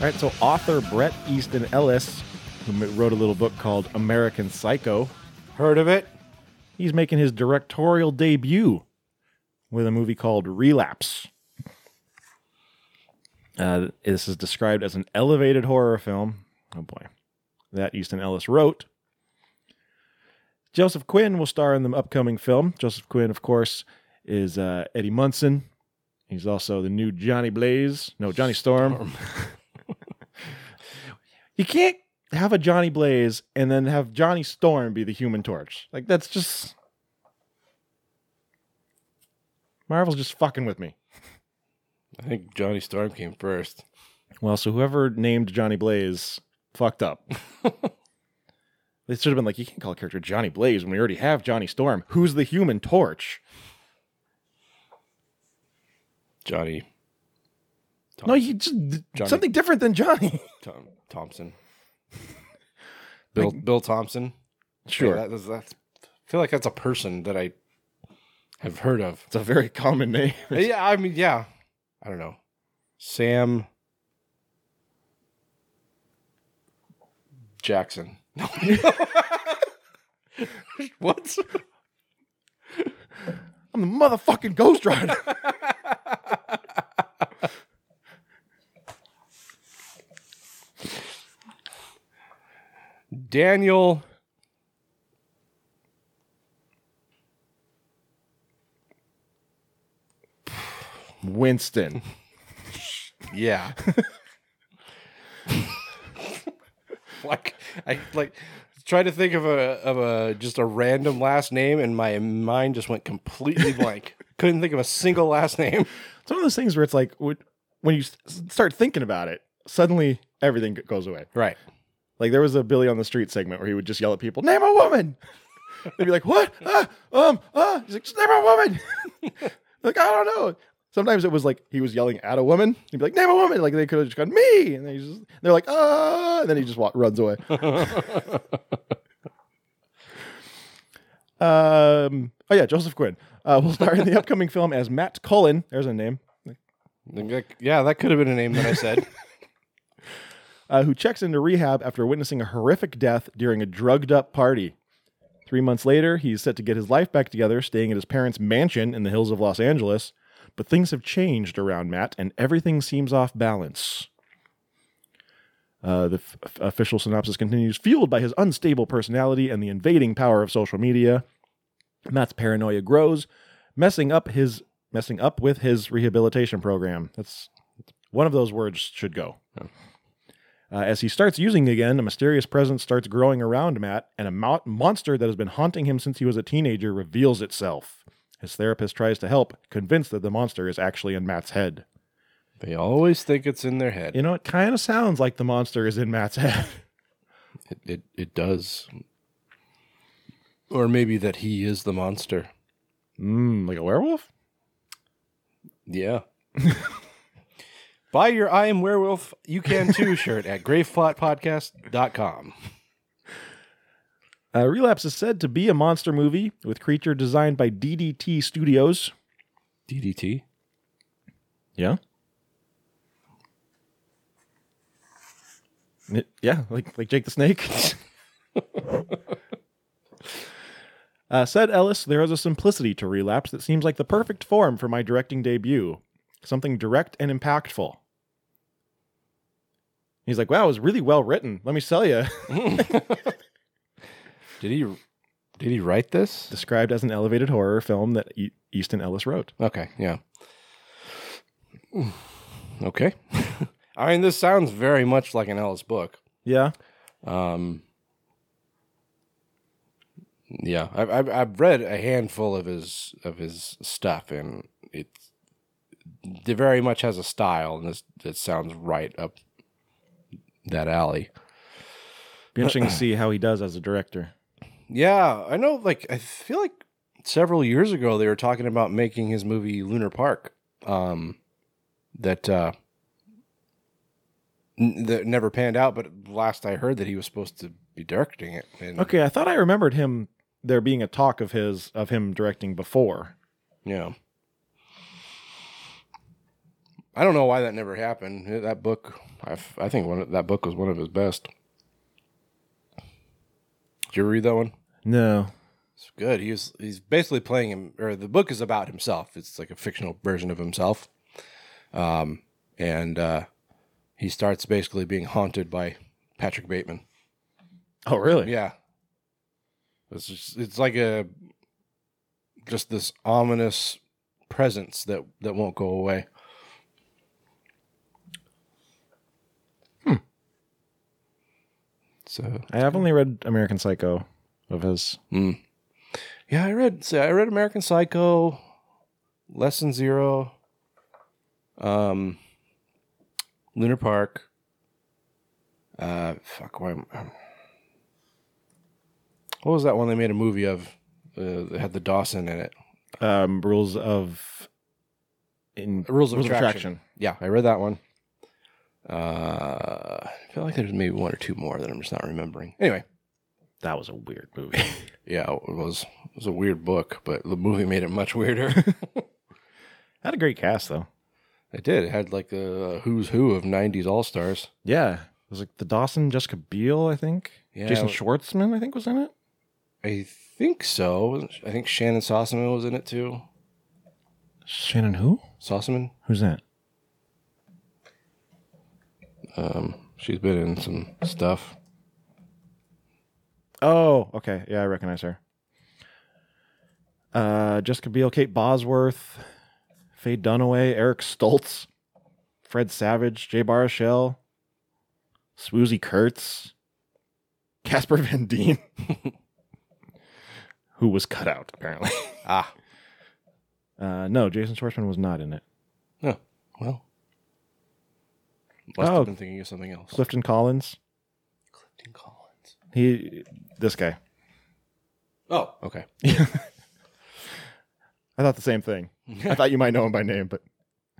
All right, so author Brett Easton Ellis, who m- wrote a little book called American Psycho, Heard of it? he's making his directorial debut with a movie called Relapse. Uh, this is described as an elevated horror film. Oh boy, that Easton Ellis wrote. Joseph Quinn will star in the upcoming film. Joseph Quinn, of course, is uh, Eddie Munson. He's also the new Johnny Blaze. No, Johnny Storm. you can't have a Johnny Blaze and then have Johnny Storm be the Human Torch. Like that's just Marvel's just fucking with me. I think Johnny Storm came first. Well, so whoever named Johnny Blaze fucked up. they should have been like, you can't call a character Johnny Blaze when we already have Johnny Storm, who's the Human Torch. Johnny No, you just Johnny- something different than Johnny. Tom, Thompson. Bill Bill Thompson. Yeah, that- that's, that's- I feel like that's a person that I have heard of. it's a very common name. yeah, I mean, yeah. I don't know. Sam Jackson. what? I'm the motherfucking Ghost Rider. Daniel. Winston. Yeah. like I like try to think of a of a just a random last name and my mind just went completely blank. Couldn't think of a single last name. It's one of those things where it's like when when you s- start thinking about it, suddenly everything g- goes away. Right. Like there was a Billy on the Street segment where he would just yell at people, "Name a woman." They'd be like, "What? Ah, um, ah." He's like, "Just name a woman." like I don't know. Sometimes it was like he was yelling at a woman. He'd be like, "Name a woman." Like they could have just gone me, and then he's just they're like, "Ah," and then he just walk, runs away. Um, oh yeah, Joseph Quinn uh, will star in the upcoming film as Matt Cullen. There's a name. Yeah, that could have been a name that I said. uh, who checks into rehab after witnessing a horrific death during a drugged up party. Three months later, he's set to get his life back together, staying at his parents' mansion in the hills of Los Angeles. But things have changed around Matt, and everything seems off balance. Uh, the f- f- official synopsis continues Fueled by his unstable personality and the invading power of social media, Matt's paranoia grows, messing up his messing up with his rehabilitation program. That's one of those words should go. Uh, as he starts using again, a mysterious presence starts growing around Matt, and a mo- monster that has been haunting him since he was a teenager reveals itself. His therapist tries to help, convinced that the monster is actually in Matt's head. They always think it's in their head. You know, it kind of sounds like the monster is in Matt's head. It, it it does. Or maybe that he is the monster. Mmm, like a werewolf? Yeah. Buy your I Am Werewolf You Can Too shirt at graveflotpodcast.com. Uh, Relapse is said to be a monster movie with creature designed by DDT Studios. DDT? Yeah. yeah, like like Jake the Snake. uh, said Ellis, there is a simplicity to relapse that seems like the perfect form for my directing debut. Something direct and impactful. He's like, wow, it was really well written. Let me sell you. Did he did he write this? Described as an elevated horror film that e- Easton Ellis wrote. Okay, yeah. Okay. I mean this sounds very much like an Ellis book. Yeah. Um, yeah, I've, I've I've read a handful of his of his stuff, and it's it very much has a style, and this it sounds right up that alley. Be interesting to see how he does as a director. Yeah, I know. Like I feel like several years ago they were talking about making his movie Lunar Park, um, that uh, n- that never panned out. But last I heard that he was supposed to be directing it. And, Okay, I thought I remembered him there being a talk of his of him directing before. Yeah. I don't know why that never happened. That book, I, f- I think one of, that book was one of his best. Did you read that one? No. It's good. He was he's basically playing him, or the book is about himself. It's like a fictional version of himself, um, and uh, he starts basically being haunted by Patrick Bateman. Oh, really? Yeah. It's just, it's like a just this ominous presence that that won't go away. So I have only read American Psycho of his. Mm. yeah, I read. See, I read American Psycho, Lesson Zero, um, Lunar Park. Uh, fuck. Why? am- um, What was that one they made a movie of? Uh, that had the Dawson in it. Um, rules of in Rules of Attraction. Yeah, I read that one. Uh, I feel like there's maybe one or two more that I'm just not remembering. Anyway, That was a weird movie. yeah, it was it was a weird book, but the movie made it much weirder. had a great cast though. it did. It had like a who's who of '90s all stars. Yeah. It was like the Dawson, Jessica Biel, I think. Yeah. Jason Schwartzman, I think, was in it. I think so. Wasn't sh- I think Shannon Sossaman was in it too. Shannon who? Sossaman. Who's that? Um, She's been in some stuff. Oh, okay. Yeah, I recognize her. Uh, Jessica Biel, Kate Bosworth, Faye Dunaway, Eric Stoltz, Fred Savage, Jay Baruchel, Swoozy Kurtz, Casper Van Dien, who was cut out apparently. Ah. Uh, no, Jason Schwartzman was not in it. No. Well. Must Oh. have been thinking of something else. Clifton Collins, Clifton Collins. he, this guy. Oh. Okay. I thought the same thing. I thought you might know him by name, but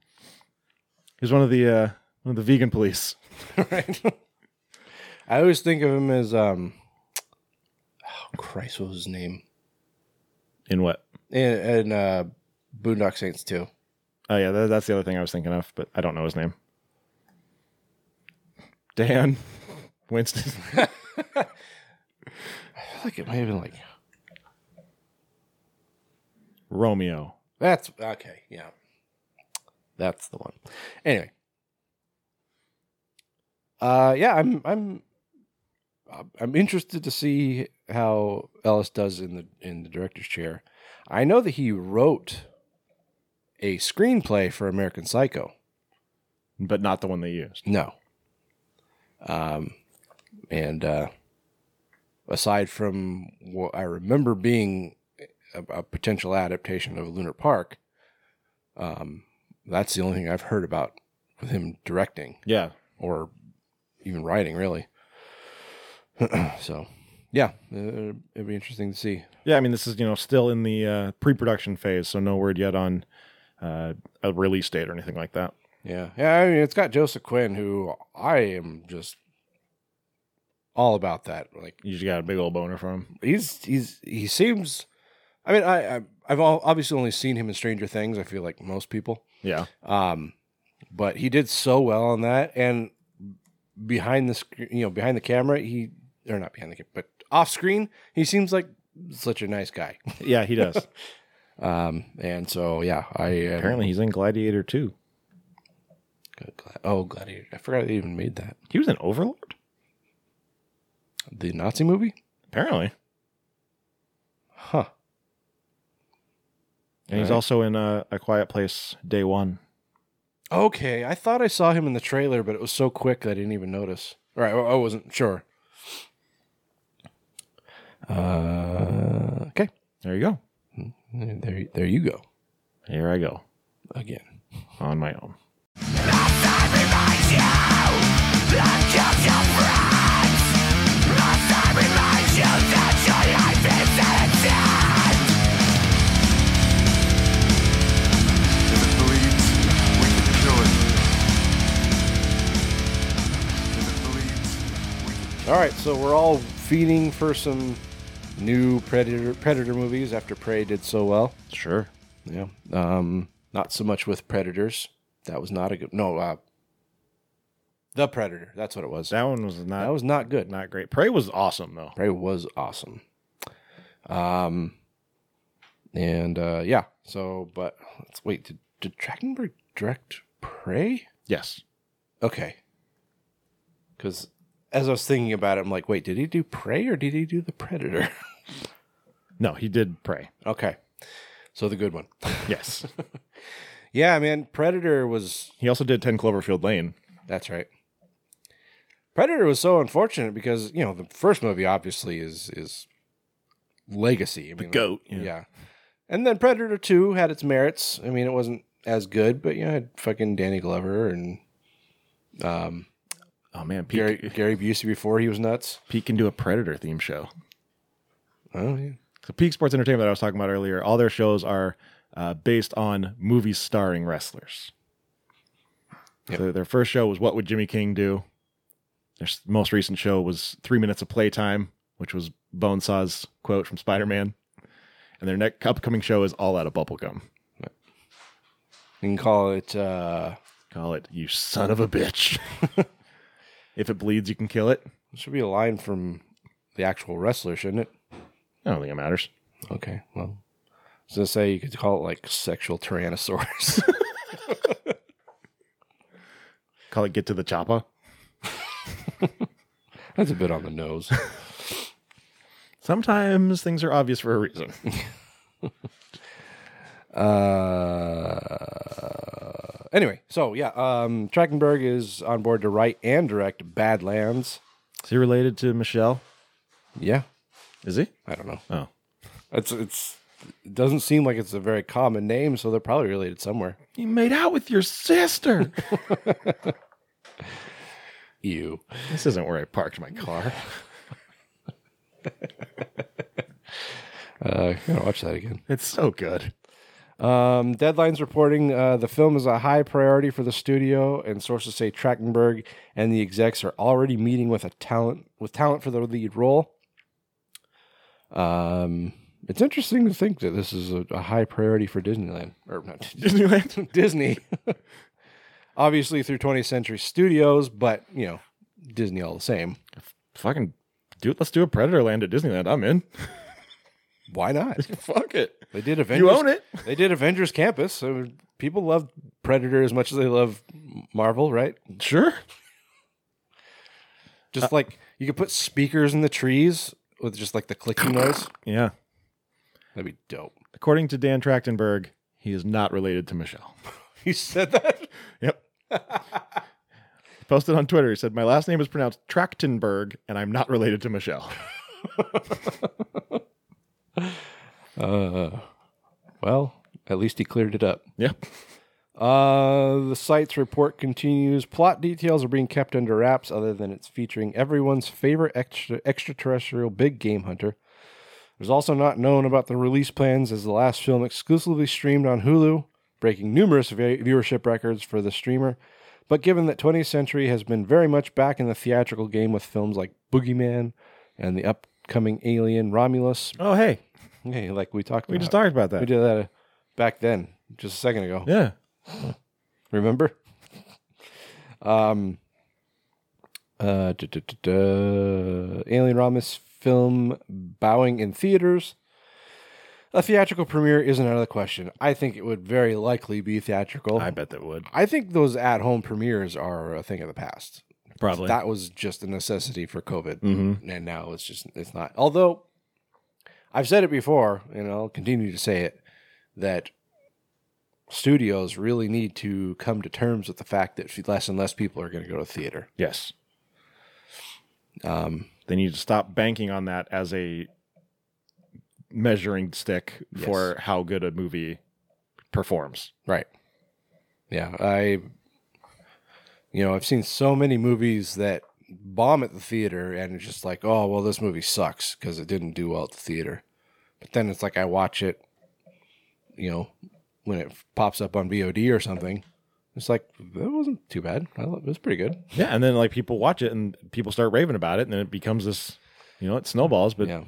he was one of the uh, one of the vegan police. right? I always think of him as um oh Christ, what was his name? In what? and, and uh, Boondock Saints too. Oh yeah, that, that's the other thing I was thinking of, but I don't know his name. Dan Winston. I feel like it might have been like Romeo. that's okay. Yeah, that's the one. Anyway, uh, yeah, I'm I'm uh, I'm interested to see how Ellis does in the in the director's chair. I know that he wrote a screenplay for American Psycho. But not the one they used. No. Um, and uh, aside from what I remember being a, a potential adaptation of Lunar Park, um, that's the only thing I've heard about with him directing Yeah. or even writing, really. so, yeah, uh, it'd be interesting to see. Yeah, I mean this is, you know, still in the uh, pre production phase, so no word yet on uh, a release date or anything like that. Yeah, yeah. I mean, it's got Joseph Quinn, who I am just all about that. Like, You just got a big old boner for him. he's he's he seems i mean i, I i've al- obviously only seen him in stranger things i feel like most people Yeah. um but he did so well on that and behind the screen you know behind the camera he or not behind the camera but off screen he seems like such a nice guy Yeah, he does. um and so yeah i uh, am- Apparently he's in Gladiator too. Gla- oh gladiator i forgot they even made that He was an overlord? the nazi movie Apparently. huh And he's also in uh, a quiet place day one. okay i thought i saw him in the trailer but it was so quick that i didn't even notice all right i, I wasn't sure uh, okay There you go. There, there you go Here I go. again. On my own. If it bleeds, we can kill it. If it bleeds, we can All right, so we're all feeding for some new predator predator movies after Prey did so well. Sure. Yeah. Um, not so much with Predators. That was not a good. No. Uh, the Predator. That's what it was. That one was not that was not good. not great. Prey was awesome though. Prey was awesome. Um, and uh, yeah, so but let's wait. Did, did Trachtenberg direct Prey? Yes. Okay, because as I was thinking about it, I'm like, wait, did he do Prey or did he do the Predator? No, he did Prey. okay, so the good one. Yes. yeah, man, Predator was he also did Ten Cloverfield Lane. That's right. Predator was so unfortunate because you know the first movie obviously is is legacy. I mean, goat, Yeah. yeah. and then Predator Two had its merits. I mean, it wasn't as good, but you know, it had fucking Danny Glover and um, Oh man, Pete, Gary Gary Busey before he was nuts. Pete can do a Predator theme show. Oh yeah, So Peak Sports Entertainment that I was talking about earlier, all their shows are uh, based on movies starring wrestlers. Yep. So their first show was What Would Jimmy King Do? Their s- most recent show was Three Minutes of Playtime, which was Bonesaw's quote from Spider Man. And their next upcoming show is All Out of Bubblegum. you can call it. uh Call it You Son of a Bitch. if it bleeds, you can kill it. it Should be a line from the actual wrestler, shouldn't it? I don't think it matters. Okay, well, I was gonna say you could call it like sexual tyrannosaurus. Call it Get to the Choppa. That's a bit on the nose. Sometimes things are obvious for a reason. Uh, anyway, so yeah, um, Trachtenberg is on board to write and direct Badlands. Is he related to Michelle? Yeah, Is he? I don't know. Oh. It's it's it doesn't seem like it's a very common name, so they're probably related somewhere. You made out with your sister. Ew. this isn't where I parked my car. Uh, I gotta watch that again. It's so good. Um, Deadline's reporting uh, the film is a high priority for the studio, and sources say Trachtenberg and the execs are already meeting with a talent with talent for the lead role. Um, It's interesting to think that this is a, a high priority for Disneyland or not Disneyland. Disney. Obviously through 20th Century Studios, but you know, Disney all the same. Fucking do it. Let's do a Predator Land at Disneyland. I'm in. Why not? Fuck it. They did Avengers. You own it. They did Avengers Campus. So people love Predator as much as they love Marvel, right? Sure. Just like you could put speakers in the trees with just like the clicking noise. Yeah. That'd be dope. According to Dan Trachtenberg, he is not related to Michelle. You said that? Yep. He Posted on Twitter, he said, My last name is pronounced Trachtenberg, and I'm not related to Michelle. Uh, well, at least he cleared it up. Yep. Uh, the site's report continues. Plot details are being kept under wraps, other than it's featuring everyone's favorite extra, extraterrestrial big game hunter. There's also not known about the release plans, as the last film exclusively streamed on Hulu, breaking numerous va- viewership records for the streamer. But given that 20th Century has been very much back in the theatrical game with films like Boogeyman and the upcoming Alien Romulus, Oh, hey. hey, like we talked Uh, We about. just talked about that. We did that uh, back then, just a second ago. Yeah. Remember? um, uh, duh, duh, duh, duh. Alien Ramus film bowing in theaters. A theatrical premiere isn't out of the question. I think it would very likely be theatrical. I bet that would. I think those at home premieres are a thing of the past. Probably. That was just a necessity for COVID. hmm And now it's just, it's not. Although I've said it before, and I'll continue to say it, that studios really need to come to terms with the fact that less and less people are going to go to theater. Yes. Um, They need to stop banking on that as a measuring stick Yes. for how good a movie performs. Right. Yeah, I you know, I've seen so many movies that bomb at the theater and it's just like, "Oh, well this movie sucks because it didn't do well at the theater." But then it's like I watch it you know, when it pops up on VOD or something. It's like that wasn't too bad. I lo- it was pretty good. Yeah. And then, like, people watch it and people start raving about it, and then it becomes this, you know, it snowballs, but yeah.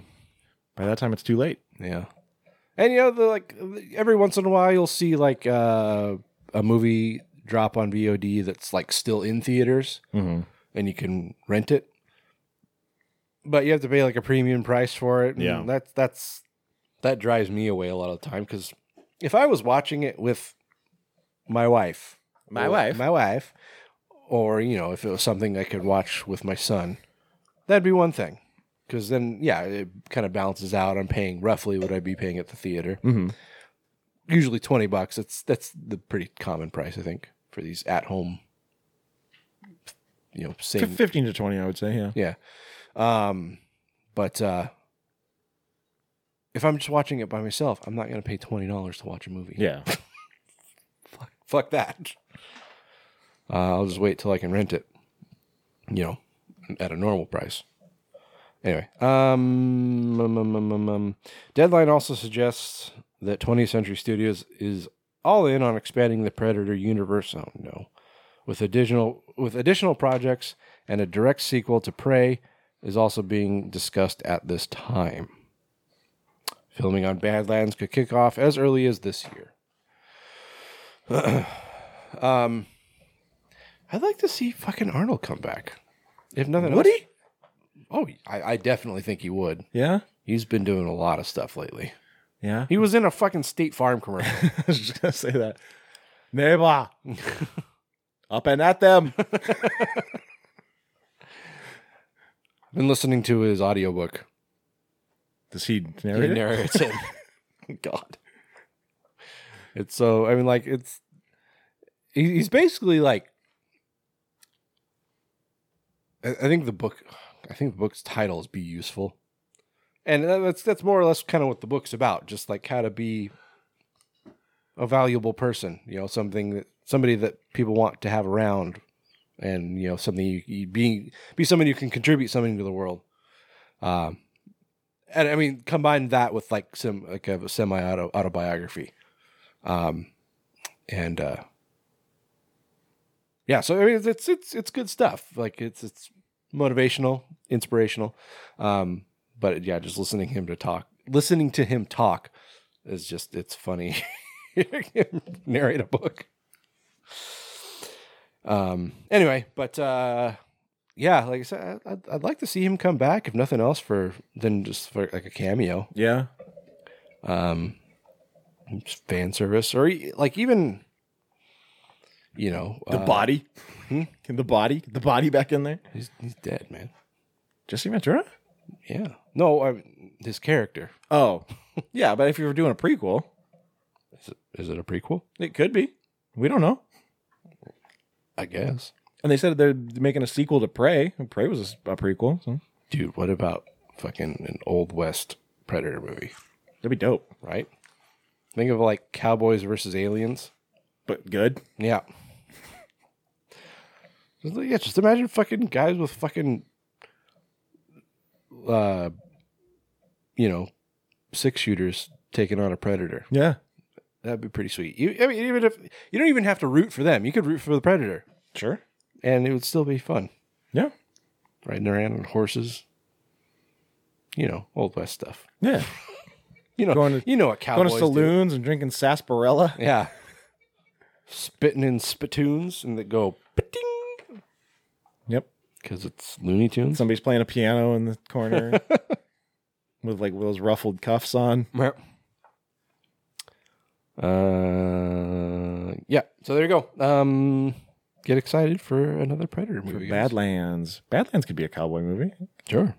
by that time it's too late. Yeah. And you know, the, like every once in a while, you'll see like uh, a movie drop on VOD that's like still in theaters, Mhm. and you can rent it. But you have to pay like a premium price for it. and Yeah. that's that's that drives me away a lot of the time because if I was watching it with my wife, My or- wife. my wife, or you know, if it was something I could watch with my son, that'd be one thing because then yeah it kind of balances out i'm paying roughly what i'd be paying at the theater Mm-hmm. usually 20 bucks it's that's the pretty common price i think for these at home you know Fif- same 15 to 20 i would say yeah yeah um but uh if i'm just watching it by myself i'm not going to pay $20 to watch a movie yeah fuck, fuck that uh, i'll just wait till i can rent it you know at a normal price Anyway, um, um, um, um, um, um, Deadline also suggests that 20th Century Studios is all in on expanding the Predator universe. Oh no, with additional with additional projects and a direct sequel to Prey is also being discussed at this time. Filming on Badlands could kick off as early as this year. um, I'd like to see fucking Arnold come back. If nothing, Would else- he? Oh, I, I definitely think he would. yeah He's been doing a lot of stuff lately. yeah He was in a fucking State Farm commercial. i was just gonna say that neighbor up and at them I've been listening to his audiobook. does he He narrate it? narrates it. God. It's so, I mean, like, it's, he- he's basically like, I I think the book, I think the book's title is Be Useful. And that- that's, that's more or less kind of what the book's about, just like how to be a valuable person, you know, something that, somebody that people want to have around and, you know, something you, you be, be somebody who can contribute something to the world. Um, and I mean, combine that with like some like a semi auto autobiography, um, and uh, yeah. So I mean, it's- it's it's it's good stuff. Like it's it's motivational, inspirational, um, but yeah, just listening to him to talk listening to him talk is just it's funny. Narrate a book. Um. Anyway, but uh, yeah, like I said, I- I'd, I'd like to see him come back if nothing else for than just for like a cameo, Yeah. um, just fan service or e- like even, you know, The uh, body. hmm? Can the body, the body back in there? He's, he's dead, man. Jesse Ventura? Yeah. No, I, his character Oh, yeah. But if you were doing a prequel, is it, is it a prequel? it could be. We don't know. I guess. And they said they're making a sequel to Prey. And Prey was a s- a, prequel. So Dude, what about fucking an old west predator movie? that'd be dope. Right. Think of like cowboys versus aliens. But good. Yeah. Just- Yeah, just imagine fucking guys with fucking, uh, you know, six shooters taking on a predator. Yeah. That'd be pretty sweet. You, I mean, even if you don't even have to root for them, you could root for the predator, Sure. and it would still be fun. Yeah. Riding around on horses, you know, old west stuff. Yeah. You know, Going to- you know what cowboys Going to do. saloons and drinking sarsaparilla. Yeah. Spitting in spittoons and they go Yep. because it's Looney Tunes. Somebody's playing a piano in the corner with like those ruffled cuffs on. Uh, yeah. So there you go. Um, get excited for another Predator movie. guys. Badlands. Badlands could be a cowboy movie. Sure.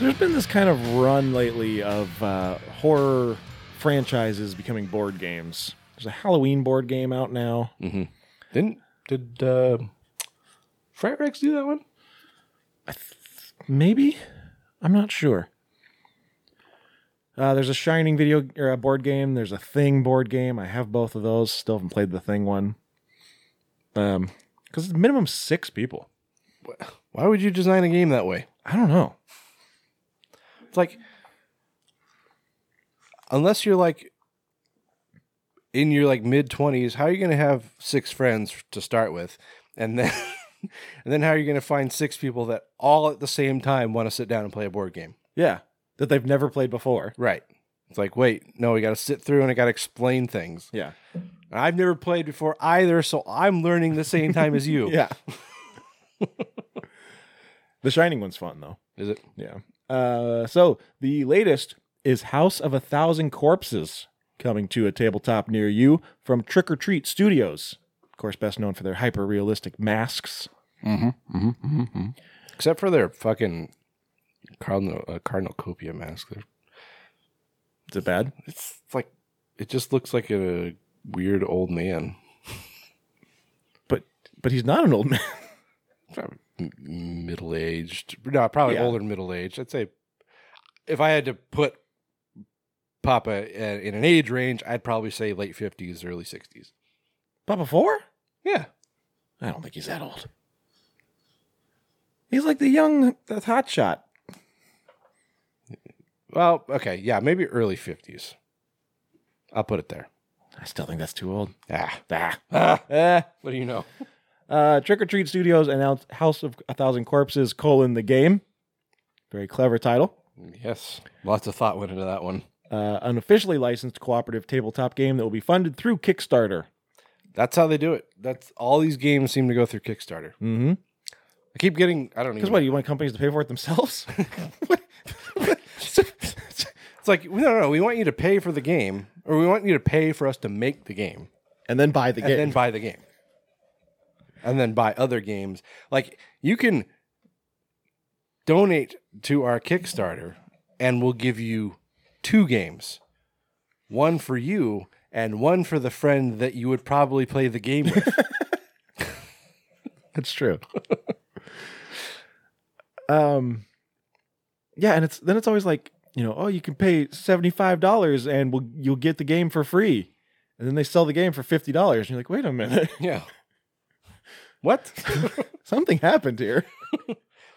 There's been this kind of run lately of uh, horror franchises becoming board games. There's a Halloween board game out now. Didn't did uh, Fright Rex do that one? Maybe? I'm not sure. Uh, there's a Shining video or a board game. There's a Thing board game. I have both of those. Still haven't played the Thing one. Um, because it's minimum six people. Why would you design a game that way? I don't know. It's like unless you're like in your like mid twenties, how are you gonna have six friends to start with? And then and then how are you gonna find six people that all at the same time want to sit down and play a board game? Yeah, that they've never played before. Right. It's like, wait, no, we gotta sit through and I gotta explain things. Yeah, I've never played before either, so I'm learning the same time as you. yeah. the Shining one's fun though. Is it? Yeah. Uh, so the latest is House of a Thousand Corpses coming to a tabletop near you from Trick or Treat Studios. Of course, best known for their hyper realistic masks. Except for their fucking Cardinal uh, Cardinal Copia mask. They're Is it bad? It's like it just looks like a weird old man. But but he's not an old man. Middle aged. No, probably Yeah. older than middle aged. I'd say if I had to put Papa uh, in an age range, I'd probably say late fifties, early sixties. Papa Four? Yeah. I don't think he's that old. He's like the young the hot shot. Well, okay, yeah, maybe early fifties. I'll put it there. I still think that's too old. Ah. Ah. ah. Eh. What do you know? Uh, Trick or Treat Studios announced House of a Thousand Corpses: colon the game. Very clever title. Yes. Lots of thought went into that one. Uh, an officially licensed cooperative tabletop game that will be funded through Kickstarter. That's how they do it. That's all these games seem to go through Kickstarter. Mm-hmm. I keep getting I don't even Because what? You want companies to pay for it themselves? It's like no, no, no. We want you to pay for the game, or we want you to pay for us to make the game, and then buy the and game. then buy the game, and then buy other games. Like you can donate to our Kickstarter, and we'll give you two games, one for you and one for the friend that you would probably play the game with. That's true. um, yeah, and it's then it's always like you know, oh, you can pay seventy five dollars and we'll, you'll get the game for free, and then they sell the game for fifty dollars, and you're like, wait a minute, yeah, What? Something happened here.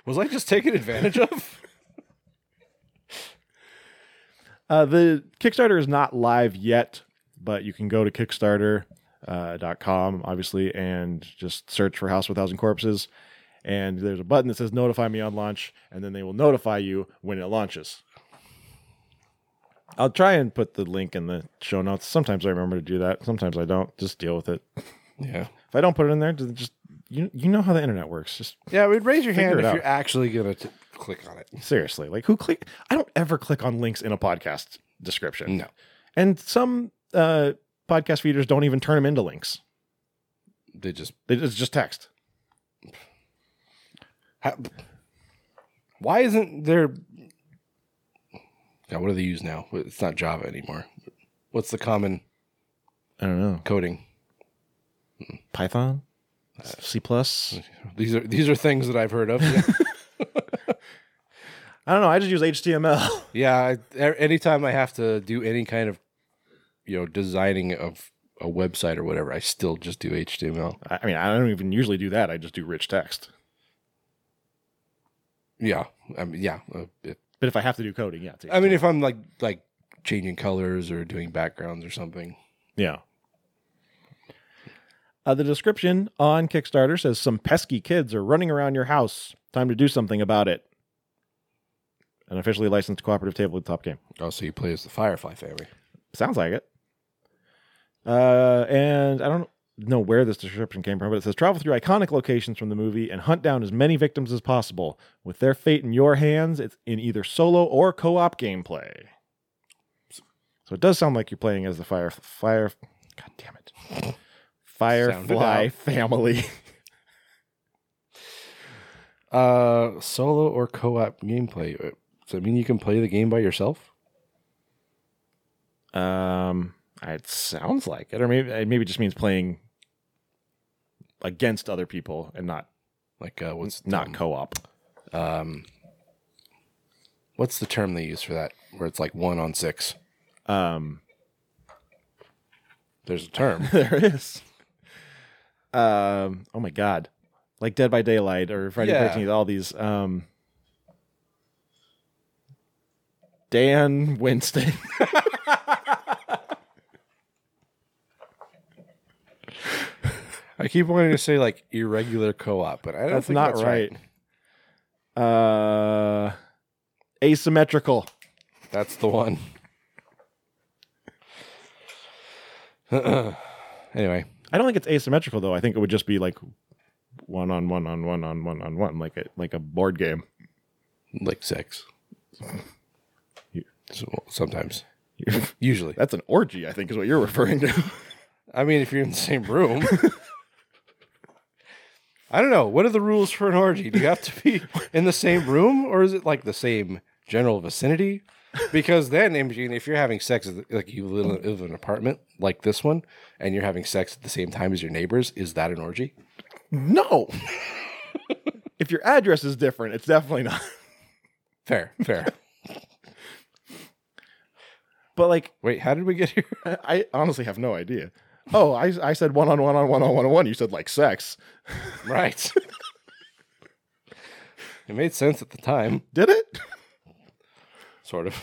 Was I just taken advantage of? Uh, the Kickstarter is not live yet, but you can go to Kickstarter uh, dot .com obviously and just search for House with Thousand Corpses, and there's a button that says "Notify me on launch," and then they will notify you when it launches. I'll try and put the link in the show notes. Sometimes I remember to do that. Sometimes I don't. Just deal with it. Yeah. If I don't put it in there, just you you know how the internet works. Just Yeah, we'd raise your Figure hand it if out. you're actually going to click on it. Seriously, like who click? I don't ever click on links in a podcast description. No. and some uh, podcast feeders don't even turn them into links. They just. They- It's just text. Ha- why isn't there. God, what do they use now? It's not Java anymore. What's the common I don't know coding? Python, C plus. These are these are things that I've heard of. Yeah, I don't know. I just use HTML. yeah I, a- anytime I have to do any kind of, you know, designing of a website or whatever, I still just do HTML. I I mean, I don't even usually do that. I just do rich text. Yeah, I mean, yeah. uh, it- But if I have to do coding, yeah. it's I mean, if I'm like like changing colors or doing backgrounds or something, Yeah. Uh, the description on Kickstarter says some pesky kids are running around your house. Time to do something about it. An officially licensed cooperative tabletop game. Oh, so you play as the Firefly family. Sounds like it. Uh, and I don't know where this description came from, but it says travel through iconic locations from the movie and hunt down as many victims as possible. With their fate in your hands, it's in either solo or co op gameplay. So it does sound like you're playing as the fire, fire, god damn it, firefly out. family. Uh, solo or co-op gameplay? Uh, Does that mean you can play the game by yourself? Um, it sounds like it, or maybe it maybe just means playing against other people and not Like, uh, what's not um, co op. um, what's the term they use for that? Where it's like one on six. Um, There's a term. There is. Um. Oh my God. Like Dead by Daylight or Friday the Yeah. Thirteenth. All these. Um. Dan Winston. I keep wanting to say like irregular co-op, but I don't that's think not that's right. Uh. Asymmetrical. That's the one. anyway, I don't think it's asymmetrical though. I think it would just be like one on one on one on one on one, like a like a board game. like sex. You- So- sometimes, usually. That's an orgy. I think is what you're referring to. I mean, if you're in the same room. I don't know. What are the rules for an orgy? Do you have to be in the same room or is it like the same general vicinity? Because then, Imogen, if you're having sex, at the- like you live in- live in an apartment like this one and you're having sex at the same time as your neighbors, is that an orgy? no. if your address is different, it's definitely not. Fair, fair. But like Wait, how did we get here? I honestly have no idea. Oh, I, I said one on one on one on one on one. You said like sex. Right. it made sense at the time, Did it? sort of.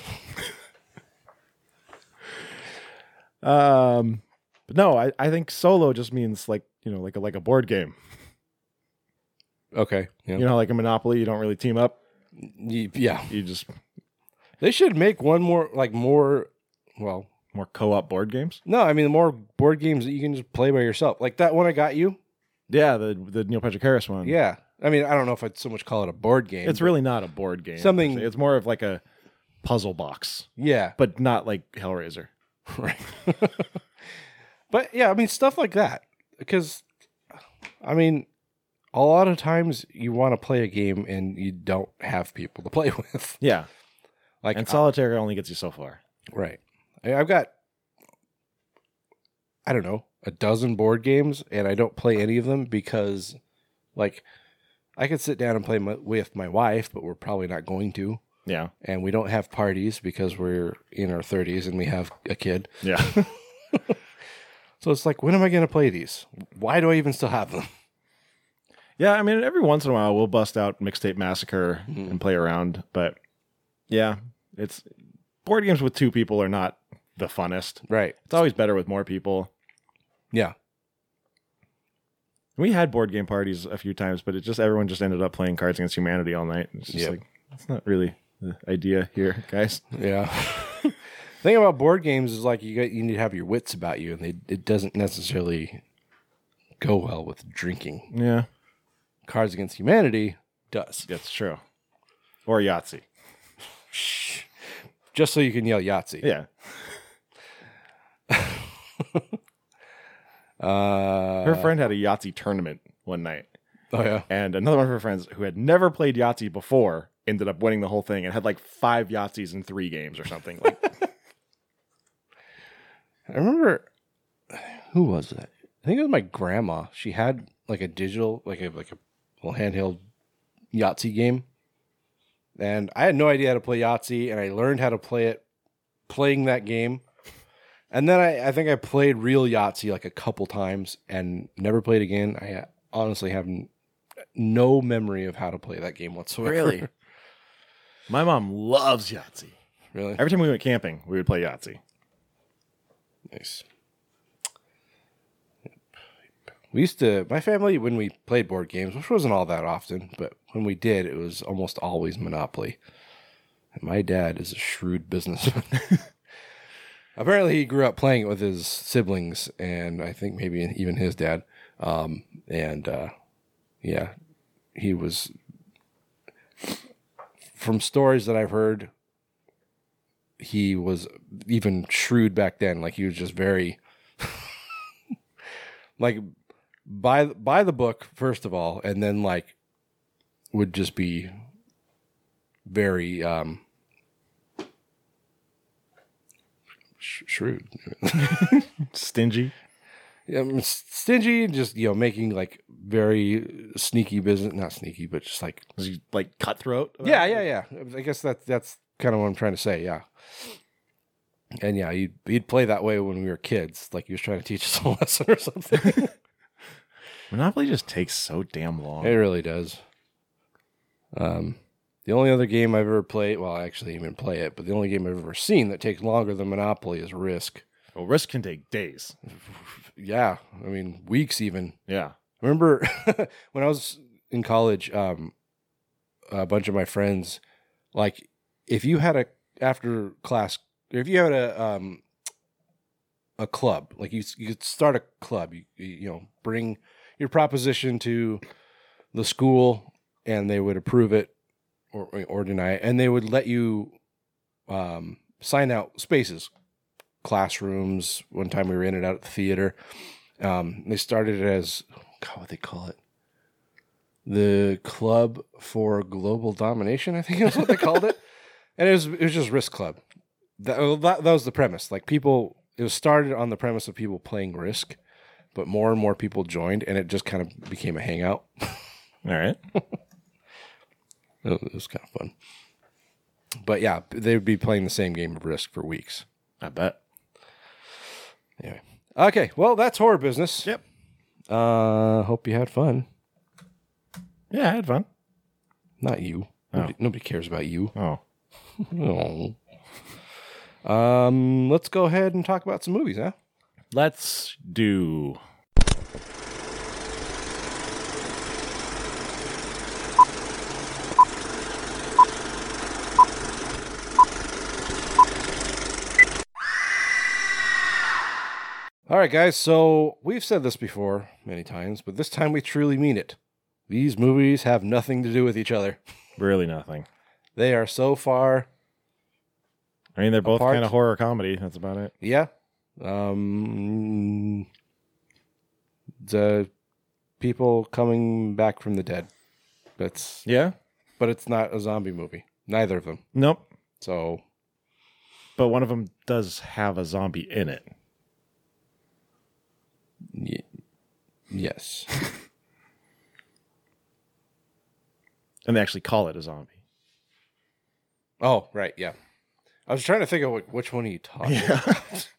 Um, but no, I, I think solo just means like you know like a like a board game. Okay. Yeah. You know, like a Monopoly. You don't really team up. Y- yeah. You just They should make one more, like more, well, more co op board games. No, I mean the more board games that you can just play by yourself, like that one I got you. Yeah, the the Neil Patrick Harris one. Yeah, I mean I don't know if I'd so much call it a board game. Mm. it's really not a board game. Something- It's more of like a puzzle box, yeah, but not like Hellraiser. right. but yeah, I mean stuff like that because, I mean, a lot of times you want to play a game and you don't have people to play with. Yeah, Like and solitaire only gets you so far. Right. I- I've got, I don't know, a dozen board games, and I don't play any of them because, like, I could sit down and play my, with my wife, but we're probably not going to. Yeah, And we don't have parties because we're in our 30s and we have a kid. yeah. So it's like, when am I going to play these? Why do I even still have them? Yeah, I mean, every once in a while we'll bust out mixtape massacre and play around, but yeah, it's board games with two people are not the funnest. Right. It's always better with more people. Yeah. We had board game parties a few times, but it just everyone just ended up playing Cards Against Humanity all night. It's just Yep. like that's not really the idea here, guys. Yeah. thing about board games is like you got you need to have your wits about you, and they, it doesn't necessarily go well with drinking. Yeah, Cards Against Humanity does. that's true. Or Yahtzee. Just so you can yell Yahtzee. Yeah, Uh, her friend had a Yahtzee tournament one night, oh yeah. and another one of her friends who had never played Yahtzee before ended up winning the whole thing and had like five Yahtzees in three games or something. Like I remember who was that? I think it was my grandma. She had like a digital, like a like a little handheld Yahtzee game, and I had no idea how to play Yahtzee, and I learned how to play it playing that game. And then I, I think I played real Yahtzee like a couple times and never played again. I honestly have n- no memory of how to play that game whatsoever. Really? my mom loves Yahtzee. really? Every time we went camping, we would play Yahtzee. Nice. We used to, my family, when we played board games, which wasn't all that often, but when we did, it was almost always Monopoly. And my dad is a shrewd businessman. Apparently, he grew up playing it with his siblings, and I think maybe even his dad. Um, and uh, yeah, he was, from stories that I've heard, he was even shrewd back then. Like he was just very like by by the book first of all, and then like would just be very um sh- shrewd. Stingy. Yeah, I mean, s- stingy, and just you know, making like very sneaky business. Not sneaky, but just like Was he like cutthroat? about Yeah, it? yeah, yeah. I guess that that's kind of what I'm trying to say. Yeah. And yeah, he'd, he'd play that way when we were kids, like he was trying to teach us a lesson or something. Monopoly just takes so damn long. it really does. Um, the only other game I've ever played, well, I actually didn't even play it, but the only game I've ever seen that takes longer than Monopoly is Risk. Well, risk can take days. Yeah, I mean weeks even. Yeah. I remember when I was in college, um, a bunch of my friends, like if you had a after class, if you had a um, a club, like you you could start a club, you you you know bring your proposition to the school, and they would approve it or or deny it, and they would let you um, sign out spaces, classrooms. One time we rented out at the theater. Um, they started it as God, what they call it? The Club for Global Domination, I think is what they called it. And it was it was just Risk Club. That, well, that that was the premise. Like people, it was started on the premise of people playing Risk, but more and more people joined, and it just kind of became a hangout. All right. It was kind of fun. But yeah, they would be playing the same game of Risk for weeks. I bet. Anyway, okay, well that's horror business. Yep. Uh, hope you had fun. Yeah, I had fun. Not you. Nobody, nobody cares about you. Oh. Oh. Um, let's go ahead and talk about some movies, huh? Let's do. All right, guys. So we've said this before many times, but this time we truly mean it. These movies have nothing to do with each other. Really nothing. They are so far, I mean, they're both Apart- kind of horror comedy. That's about it. yeah. Um, the people coming back from the dead. That's Yeah. but it's not a zombie movie. Neither of them. Nope. So But one of them does have a zombie in it. y- yes. And they actually call it a zombie. Oh, right, yeah. I was trying to think of wh- which one are you talking. about.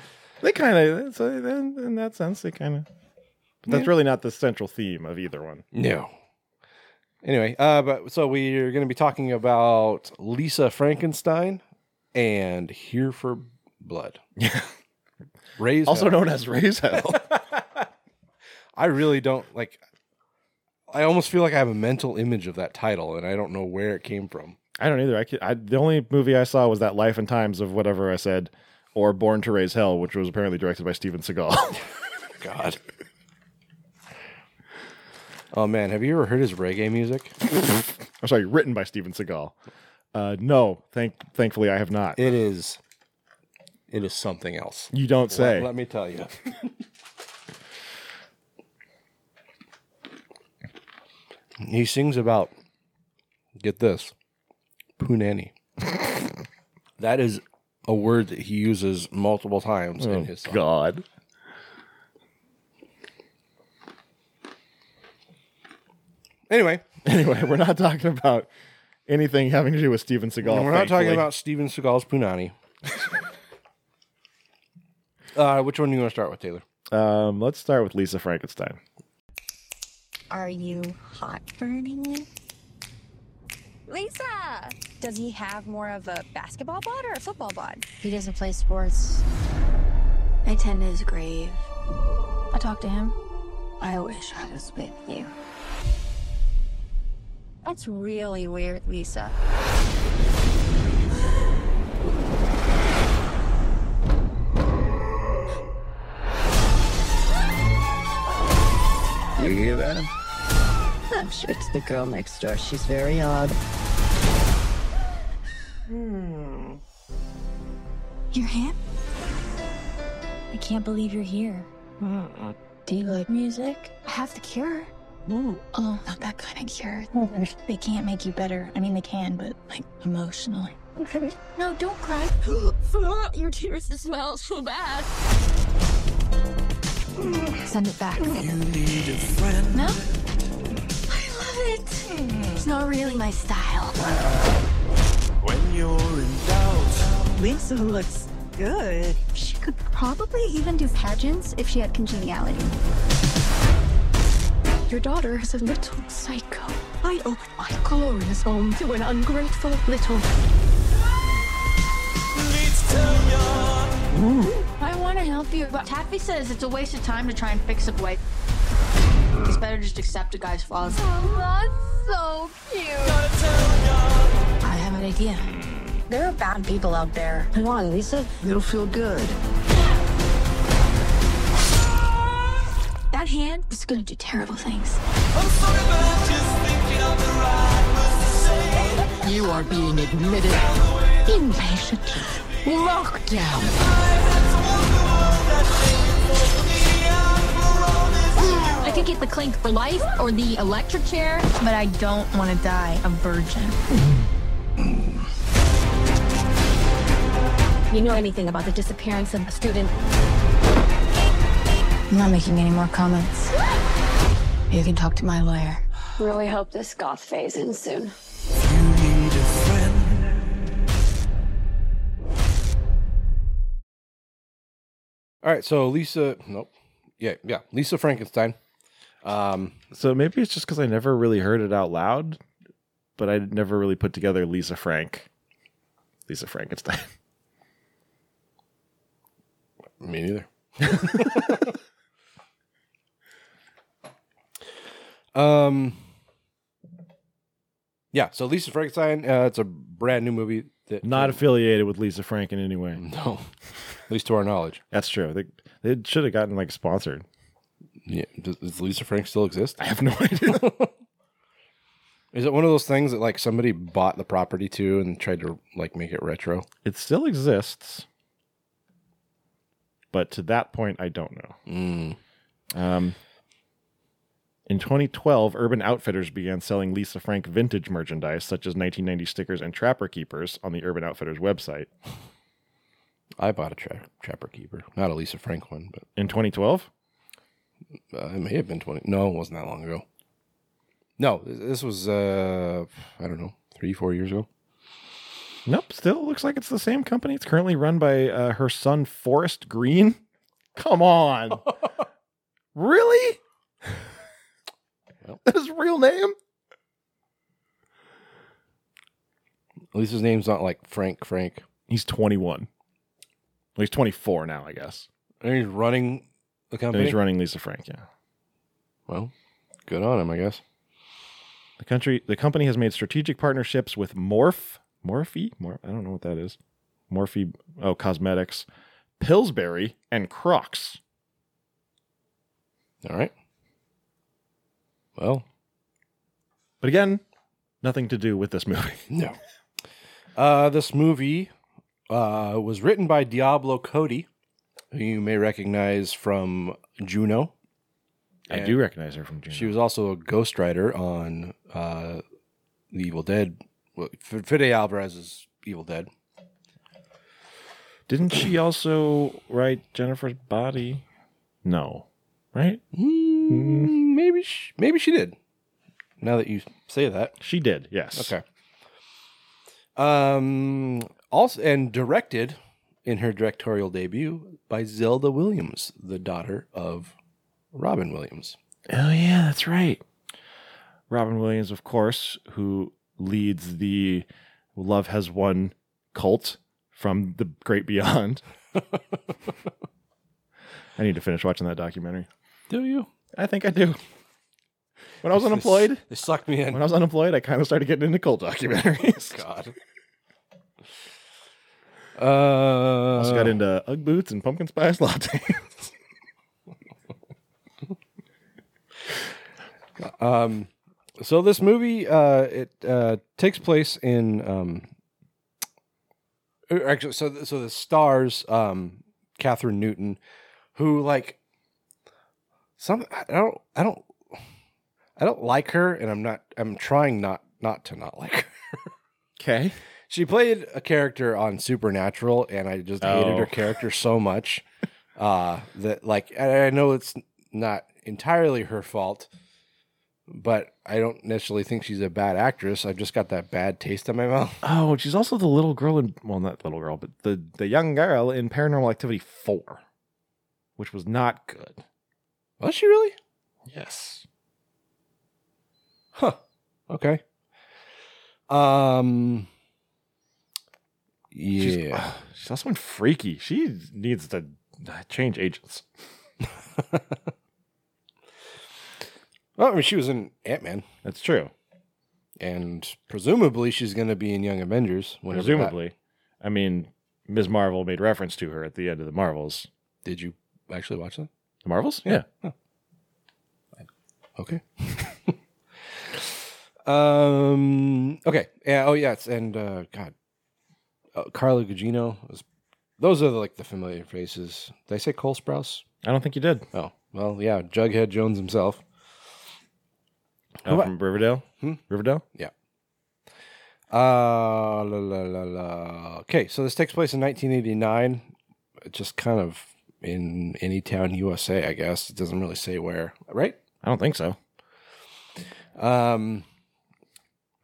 they kind of, so in, in that sense, they kind of But that's really not the central theme of either one. No. Anyway, uh, but so we're going to be talking about Lisa Frankenstein and Here for Blood. Yeah. Raised Also Hell. known as Raise Hell. I really don't like. I almost feel like I have a mental image of that title, and I don't know where it came from. I don't either. I, could, I the only movie I saw was that Life and Times of whatever I said, or Born to Raise Hell, which was apparently directed by Steven Seagal. God. Oh man, have you ever heard his reggae music? I'm sorry, written by Steven Seagal. Uh, no, thank thankfully I have not. It is. It is something else. you don't say. Let, let me tell you. he sings about get this punani. that is a word that he uses multiple times in his song. Oh, God. Anyway, Anyway, we're not talking about anything having to do with Steven Seagal. we're not talking thankfully. about Steven Seagal's punani. uh, which one do you want to start with, Taylor? Um, let's start with Lisa Frankenstein. Are you hot burning? Lisa! Does he have more of a basketball bod or a football bod? He doesn't play sports. I tend to his grave. I talk to him. I wish I was with you. That's really weird, Lisa. You hear that? I'm sure it's the girl next door. She's very odd. Hmm. You're him? I can't believe you're here. Do you like music? I have the cure. Oh, not that kind of cure. They can't make you better. I mean, they can, but like emotionally. No, don't cry. Your tears smell so bad. Send it back. No? I love it. It's not really my style. Lisa looks good. She could probably even do pageants if she had congeniality. Your daughter is a little psycho. I open my glorious home to an ungrateful little. I want to help you, but Taffy says it's a waste of time to try and fix a boy. It's better just accept a guy's flaws. Oh, that's so cute. I have an idea. There are bad people out there. Come on, Lisa. It'll feel good. That hand is gonna do terrible things. You are being admitted. Inpatient. Lockdown. I could get the clink for life or the electric chair, but I don't want to die a virgin. You know anything about the disappearance of a student? I'm not making any more comments. You can talk to my lawyer. Really hope this goth phase ends soon. All right, so Lisa, nope, yeah, yeah, Lisa Frankenstein. Um, So maybe it's just because I never really heard it out loud, but I never really put together Lisa Frank, Lisa Frankenstein. me neither. um, yeah. So Lisa Frankenstein. Uh, it's a brand new movie that Not affiliated with Lisa Frank in any way. no, at least to our knowledge. That's true. They, they should have gotten like sponsored. Yeah, does, does Lisa Frank still exist? I have no idea. Is it one of those things that like somebody bought the property to and tried to like make it retro? it still exists, but to that point, I don't know. Mm. Um, in 2012, Urban Outfitters began selling Lisa Frank vintage merchandise, such as 1990 stickers and trapper keepers, on the Urban Outfitters website. I bought a tra- Trapper Keeper, not a Lisa Frank one, but In 2012, uh, it may have been 20 no it wasn't that long ago no th- this was uh i don't know three four years ago nope, still looks like it's the same company. It's currently run by uh, her son, Forrest Green. Come on, really? real name? At least his name's not like Frank Frank. He's 21. Well, he's 24 now, I guess. And he's running the No, company. he's running Lisa Frank. Yeah. well, good on him, I guess. The country, the company has made strategic partnerships with Morph, Morphe, Mor- I don't know what that is. Morphe, oh, cosmetics, Pillsbury, and Crocs. All right. Well, But again, nothing to do with this movie. no. Uh, this movie uh, was written by Diablo Cody, who you may recognize from Juno. I do recognize her from Juno. She was also a ghostwriter on uh, the Evil Dead, well, F- Fede Alvarez's Evil Dead. Didn't she also write Jennifer's Body? No, right? Mm, maybe she, maybe she did. Now that you say that, She did. Yes. okay. Um, also and directed in her directorial debut by Zelda Williams, the daughter of Robin Williams. Oh yeah, that's right. Robin Williams, of course, who leads the Love Has Won cult from the Great Beyond. I need to finish watching that documentary. Do you? I think I do. When I was unemployed, They sucked me in. when I was unemployed, I kind of started getting into cult documentaries. God. Uh, also got into Ugg boots and pumpkin spice latte. Um, So this movie uh, it uh, takes place in um, er, actually so th- so the stars um, Catherine Newton, who like some I don't I don't I don't like her, and I'm not I'm trying not not to not like her. okay. She played a character on Supernatural, and I just hated Oh. her character so much uh, that, like, I I know it's not entirely her fault, but I don't necessarily think she's a bad actress. I've just got that bad taste in my mouth. Oh, she's also the little girl in well, not little girl, but the the young girl in Paranormal Activity four, which was not good. Was she really? Yes. Huh. Okay. Um. She's, Yeah. she's also in Freaky. She needs to uh, change agents. Well, I mean, she was in Ant Man, That's true. and presumably she's going to be in Young Avengers. whenever that- Presumably, I mean, Ms. Marvel made reference to her at the end of the Marvels. Did you actually watch that? The Marvels? Yeah. Okay. um. Okay. Yeah. Oh, yes. And uh, God, uh, Carla Gugino. Was, those are the, like the familiar faces. Did I say Cole Sprouse? I don't think you did. Oh, well, yeah. Jughead Jones himself. Oh, Who I- from Riverdale. Hmm? Riverdale. Uh, la, la, la, la. Okay, so this takes place in 1989, just kind of in any town USA, I guess. It doesn't really say where, right? I don't think so. Um,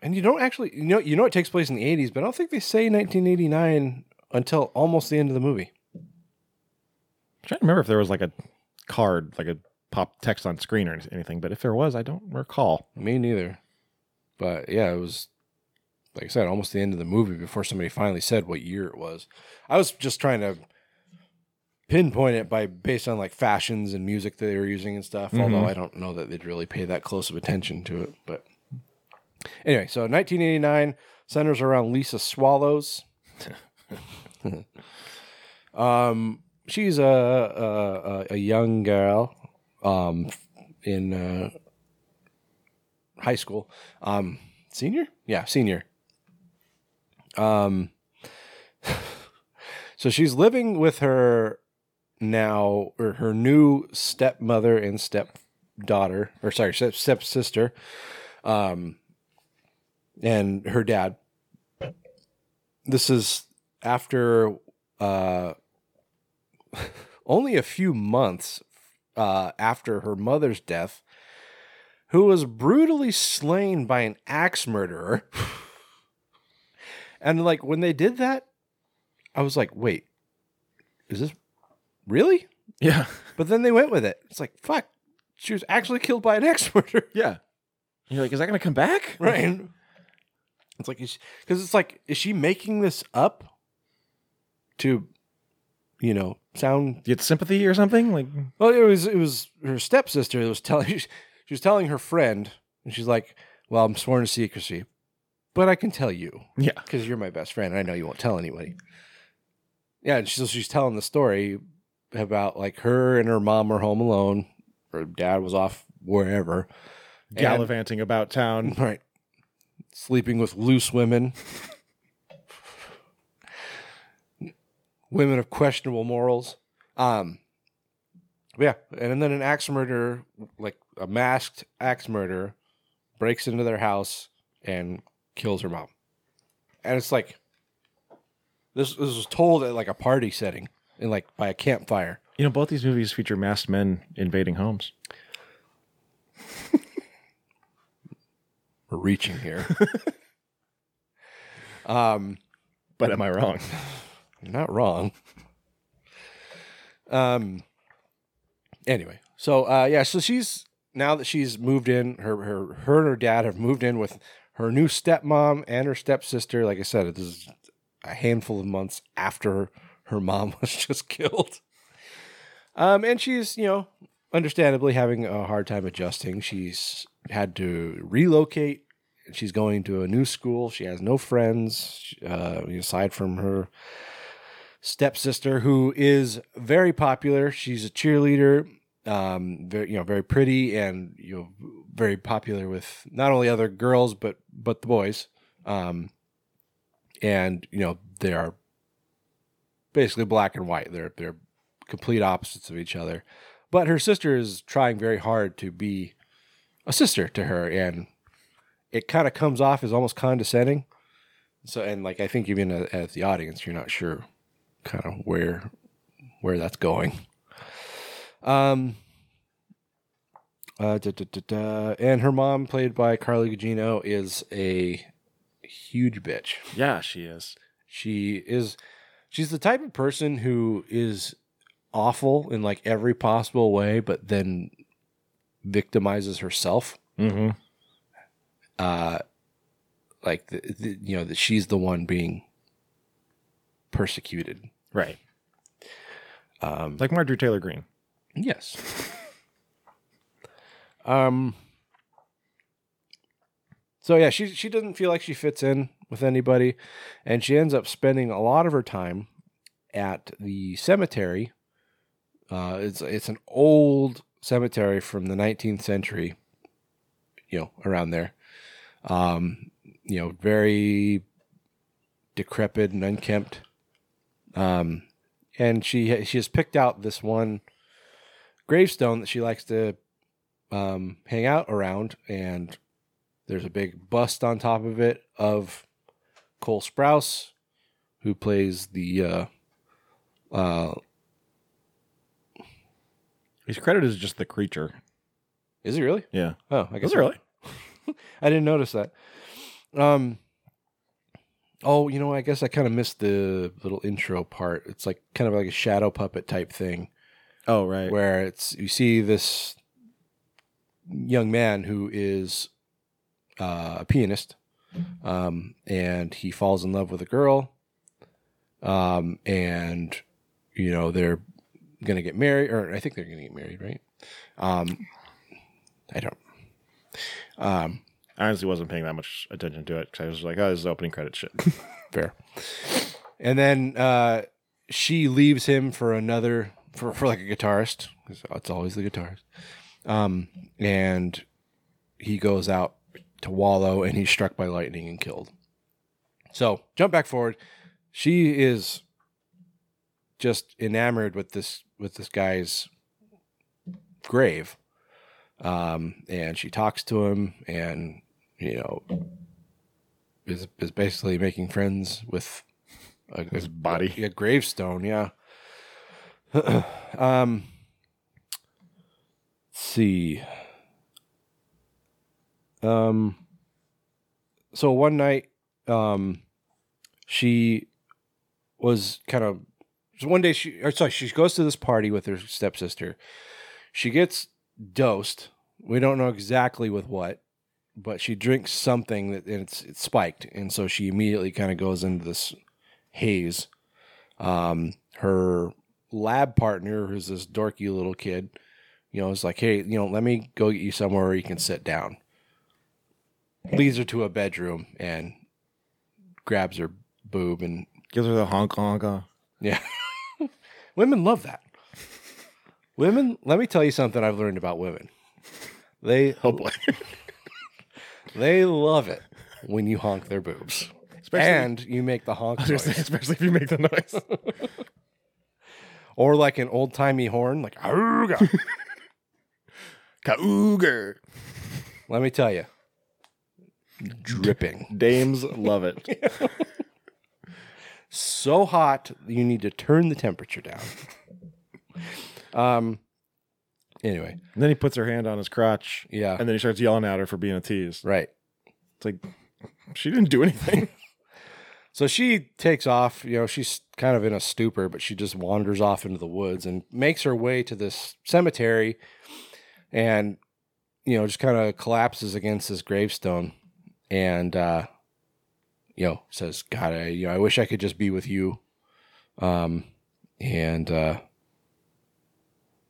and you don't actually, you know, you know, it takes place in the '80s, but I don't think they say 1989 until almost the end of the movie. I'm trying to remember if there was like a card, like a pop text on screen or anything, but if there was, I don't recall. Me neither. But yeah, it was like I said, almost the end of the movie before somebody finally said what year it was. I was just trying to pinpoint it by based on like fashions and music that they were using and stuff. Although I don't know that they'd really pay that close of attention to it. But anyway, so 1989 centers around Lisa Swallows. um, she's a a, a, a young girl um, in uh, high school. Um, senior? Yeah, senior. Um, so she's living with her now, or her new stepmother and stepdaughter, or sorry, step stepsister, um, and her dad. This is after uh, only a few months uh, after her mother's death, who was brutally slain by an axe murderer. and like when they did that, I was like, wait, is this really? Yeah. But then they went with it. It's like, fuck, she was actually killed by an axe murderer. Yeah. You're like, is that going to come back? Right. It's like, because it's like, is she making this up to, you know, sound? Do you get sympathy or something? Like, Well, it was it was her stepsister that was telling she was telling her friend, and she's like, "Well, I'm sworn to secrecy, but I can tell you yeah. because you're my best friend, and I know you won't tell anybody." Yeah, and she's she's telling the story about like her and her mom were home alone, her dad was off wherever, and- Gallivanting about town. Right. Sleeping with loose women. women of questionable morals. Um yeah, and then an axe murderer, like a masked axe murderer, breaks into their house and kills her mom. And it's like this this was told at like a party setting and like by a campfire. You know, both these movies feature masked men invading homes. We're reaching here. um But am I wrong? You're not wrong. Um. Anyway, so uh, yeah, so she's now that she's moved in, her her her and her dad have moved in with her new stepmom and her stepsister. Like I said, this is a handful of months after her mom was just killed. Um, and she's you know understandably having a hard time adjusting. She's had to relocate. She's going to a new school. She has no friends uh, aside from her stepsister who is very popular. She's a cheerleader, um, very, you know, very pretty and you know, very popular with not only other girls but but the boys. Um, and you know, they are basically black and white. They're they're complete opposites of each other. But her sister is trying very hard to be a sister to her, and it kind of comes off as almost condescending. So, and like I think even a- as the audience, you're not sure kind of where where that's going. Um, uh, da, da, da, da. and her mom, played by Carly Gugino, is a huge bitch. Yeah, she is. She is she's the type of person who is awful in like every possible way, but then victimizes herself. Mm-hmm. Uh, like the, the, you know that she's the one being persecuted. Right. Um, Like Marjorie Taylor Greene. Yes. um. So yeah, she she doesn't feel like she fits in with anybody, and she ends up spending a lot of her time at the cemetery. Uh, it's it's an old cemetery from the 19th century, you know, around there. Um, you know, very decrepit and unkempt. Um, and she she has picked out this one gravestone that she likes to um, hang out around, and there's a big bust on top of it of Cole Sprouse, who plays the uh, uh, He's credited as just the creature. is he really? Yeah. Oh, I Is guess it really? I didn't notice that. Um. Oh, you know, I guess I kind of missed the little intro part. It's like kind of like a shadow puppet type thing. Oh, right. where it's you see this young man who is uh, a pianist, um, and he falls in love with a girl, um, and you know they're gonna get married, or I think they're gonna get married, right? Um, I don't. Um, I honestly wasn't paying that much attention to it because I was like, oh, this is opening credit shit. Fair. And then uh, she leaves him for another for, for like a guitarist. 'cause It's always the guitarist. Um, and he goes out to wallow, and he's struck by lightning and killed. So jump back forward. She is just enamored with this with this guy's grave, um, and she talks to him, and you know is is basically making friends with a, His body. a gravestone. Yeah. um. Let's see. Um. So one night, um, she was kind of. So one day she, or sorry, she goes to this party with her stepsister. She gets dosed. We don't know exactly with what. but she drinks something that and it's it's spiked, and so she immediately kind of goes into this haze. Um, her lab partner, who's this dorky little kid, you know, is like, "Hey, you know, let me go get you somewhere where you can sit down." Leads her to a bedroom and grabs her boob and Gives her the uh, honk honk. honk. yeah. women love that. Women, let me tell you something I've learned about women. They Oh boy. they love it when you honk their boobs. Especially- and you make the honk noise. Especially if you make the noise. Or like an old timey horn, like "Arrgh." Kauger. let me tell you. Dripping. Dames love it. so hot you need to turn the temperature down. Um. Anyway, And then he puts her hand on his crotch. yeah, And then he starts yelling at her for being a tease. right. It's like she didn't do anything. So she takes off. You know, she's kind of in a stupor, but she just wanders off into the woods and makes her way to this cemetery, and you know, just kind of collapses against this gravestone, and uh, you know, says, "God, I, you know, I wish I could just be with you." Um, and uh,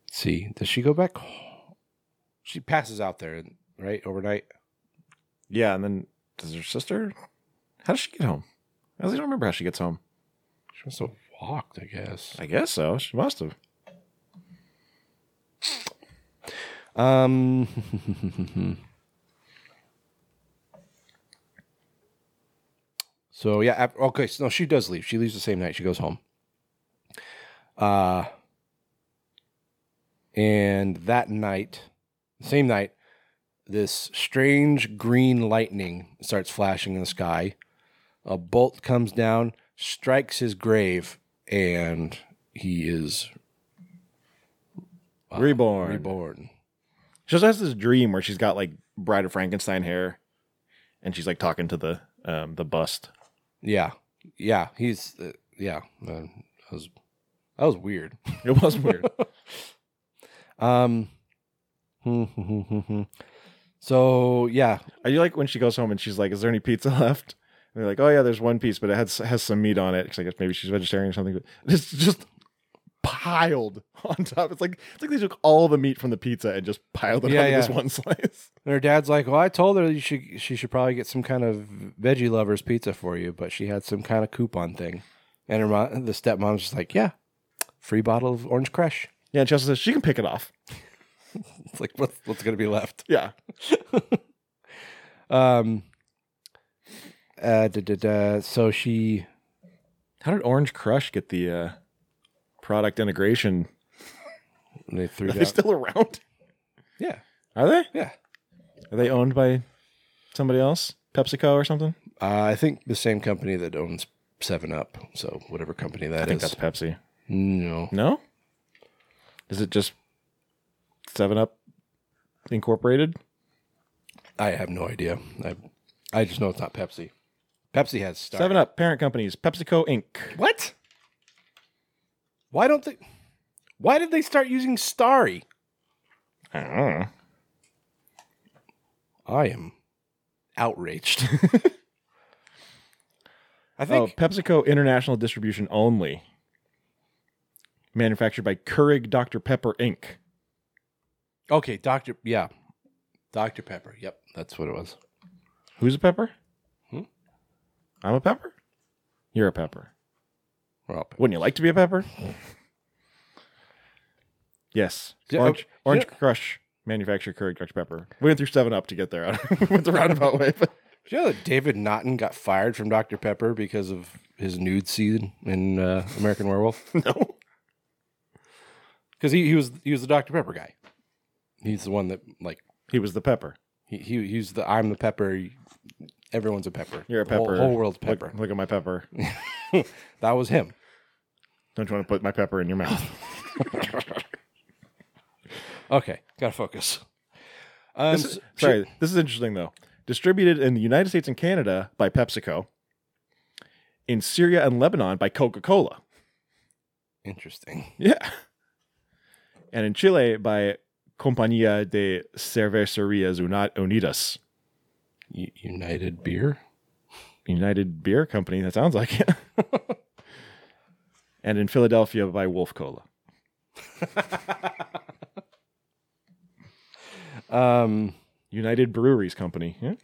let's see, does she go back? She passes out there, right, overnight. yeah, and then does her sister how does she get home? I don't remember how she gets home. She must have walked, I guess. I guess so. She must have. Um. so yeah, ap- okay. So no, she does leave. She leaves the same night. She goes home. Uh, and that night, same night, this strange green lightning starts flashing in the sky. A bolt comes down, strikes his grave, and he is uh, Reborn. Reborn. She also has this dream where she's got like Bride of Frankenstein hair and she's like talking to the um the bust. Yeah, yeah, he's uh, yeah. Uh, that was that was weird. It was weird. Um, so yeah, I do like when she goes home and she's like, "Is there any pizza left?" And they're like, "Oh yeah, there's one piece, but it has has some meat on it." Because I guess maybe she's vegetarian or something. But it's just piled on top. It's like it's like they took all the meat from the pizza and just piled it Yeah, onto this yeah. one slice. and her dad's like, "Well, I told her you should she should probably get some kind of veggie lovers pizza for you, but she had some kind of coupon thing." And her mom, the stepmom's just like, "Yeah, free bottle of orange crush." Yeah, and she also says she can pick it off. It's like what's what's gonna be left? Yeah, Um. Uh, da, da, da. So she how did Orange Crush get the uh, product integration? they threw Are that. they still around? yeah, Are they? yeah. Are they owned by somebody else? PepsiCo or something? Uh, I think the same company that owns Seven Up. So whatever company that is. I think that's Pepsi. no. No. Is it just Seven Up Incorporated? Uh, I have no idea. I I just know it's not Pepsi. Pepsi has Star. Seven Up parent companies PepsiCo Inc. What? Why don't they? Why did they start using Starry? I don't know. I am outraged. I Oh, think. PepsiCo International Distribution only. Manufactured by Keurig Dr Pepper Inc. okay, Doctor. Yeah, Doctor Pepper. Yep, that's what it was. Who's a pepper? Hmm? I'm a pepper. You're a pepper. Well, Pepsi. Wouldn't you like to be a pepper? yes. Yeah, Orange, oh, Orange yeah. Crush manufactured Keurig Dr Pepper. We went through Seven Up to get there. I don't know what the roundabout way, but Did you know that David Naughton got fired from Dr. Pepper because of his nude scene in uh, American Werewolf? no. Because he, he was he was the Dr. Pepper guy. He's the one that like He was the pepper. he, he he's the I'm the pepper. Everyone's a pepper. You're a The whole- pepper. Whole, world's Look- pepper. Look, at my pepper. that was him. Don't you want to put my pepper in your mouth? Okay, gotta focus. Um, This is- so- sorry, this is interesting though. Distributed in the United States and Canada by PepsiCo, in Syria and Lebanon by Coca Cola. Interesting. Yeah. And in Chile by Compañía de Cervecerías Una- Unidas. U- United Beer. United Beer Company. That sounds like it. and in Philadelphia by Wolf Cola. Um. United Breweries Company. Yeah.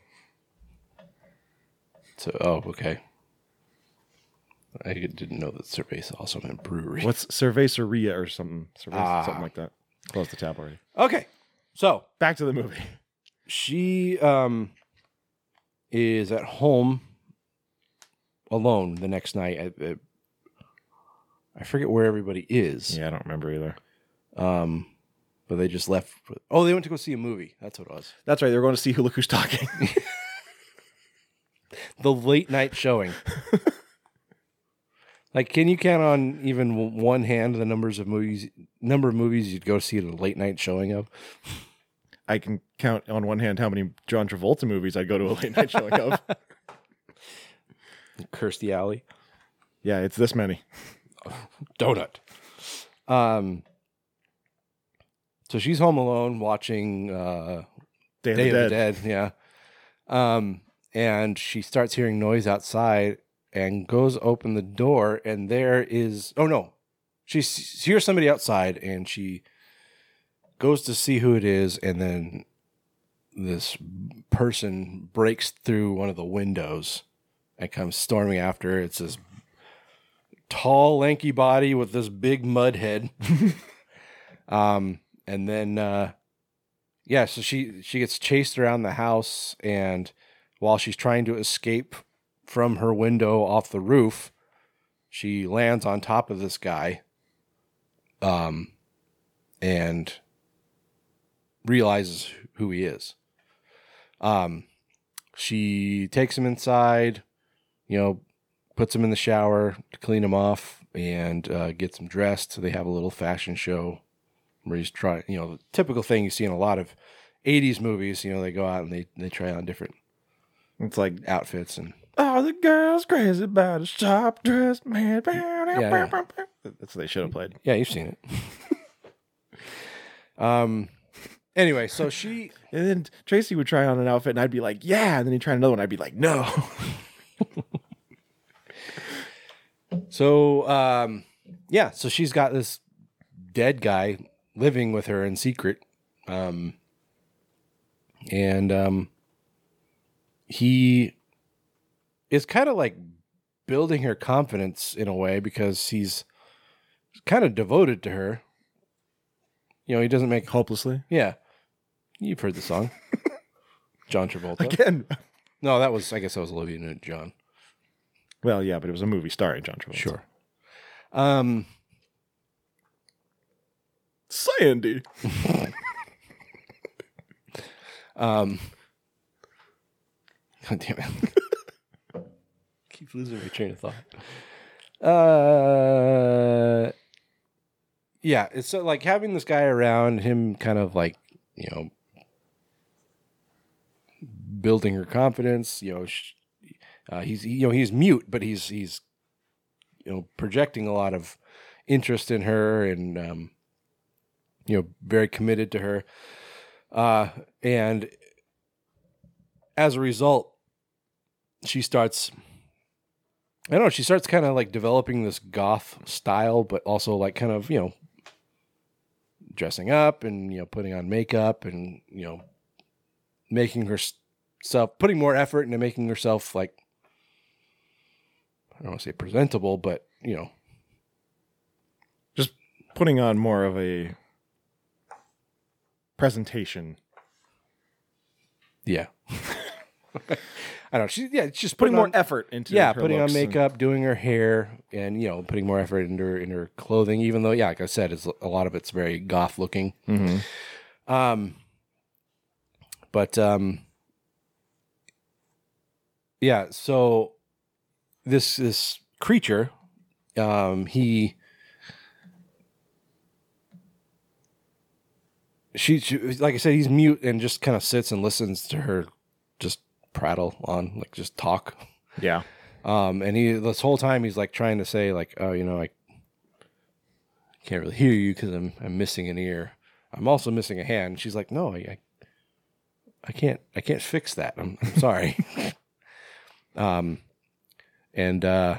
So, oh, okay. I didn't know that cerveza also meant brewery. What's Cerveceria or something? Cerveza, Ah. Something like that. Close the tab already. Okay, so Back to the movie. she um is at home alone the next night. I, I, I forget where everybody is. I don't remember either. Um, but they just left. Oh, they went to go see a movie. That's what it was. That's right. They're going to see who look who's talking. The late night showing. like, can you count on even w- one hand the numbers of movies, number of movies you'd go see at a late night showing of? I can count on one hand how many John Travolta movies I go to a late night showing of. Curse the alley. Yeah, it's this many. donut. Um, so she's home alone watching uh, Day, Day of the Dead. Dead. Yeah. Um, and she starts hearing noise outside and goes open the door, and there is oh no, she s- hears somebody outside, and she goes to see who it is, and then this person breaks through one of the windows and comes storming after her. It's this tall, lanky body with this big mud head. um, and then uh, yeah, so she she gets chased around the house, and while she's trying to escape from her window off the roof, she lands on top of this guy. Um, and realizes who he is. Um, she takes him inside, you know, puts him in the shower to clean him off and uh, gets him dressed. So they have a little fashion show where he's trying, you know, the typical thing you see in a lot of 80s movies. You know, they go out and they, they try on different It's like, outfits and oh, the girl's crazy about a sharp dressed man. yeah. That's what they should have played. yeah, you've seen it. um, anyway, so she And then Tracy would try on an outfit, and I'd be like, yeah. And then he'd try another one. I'd be like, no. So um yeah, so she's got this dead guy living with her in secret. Um and um he is kind of like building her confidence in a way because he's kind of devoted to her. You know, he doesn't make Hopelessly. yeah. You've heard the song. John Travolta. Again. No, that was I guess that was Olivia Newton John. Well, yeah, but it was a movie starring John Travolta. Sure. Um Sandy. Um, God damn it. Keep losing my train of thought. Uh, yeah, it's so like having this guy around, him kind of like, you know, building her confidence, you know, sh- uh, he's, you know, he's mute, but he's, he's, you know, projecting a lot of interest in her and, um, you know, very committed to her. Uh, and as a result, she starts. I don't know. She starts kind of like developing this goth style, but also like kind of you know dressing up and you know putting on makeup and you know making herself putting more effort into making herself like I don't want to say presentable, but you know Putting on more of a presentation. yeah. I don't. know. She yeah. She's Putting putting more on- effort into yeah, her putting on looks and- makeup, doing her hair, and you know, putting more effort into her in her clothing. Even though, yeah, like I said, it's a lot of it's very goth looking. Mhm. Um, but um, yeah. So this this creature, um, he. She, she, like I said, he's mute and just kind of sits and listens to her just prattle on, like just talk. Yeah. Um, and he this whole time he's like trying to say like, oh, you know, I can't really hear you because I'm I'm missing an ear. I'm also missing a hand. She's like, no, I, I I can't I can't fix that. I'm, I'm sorry. um, and uh,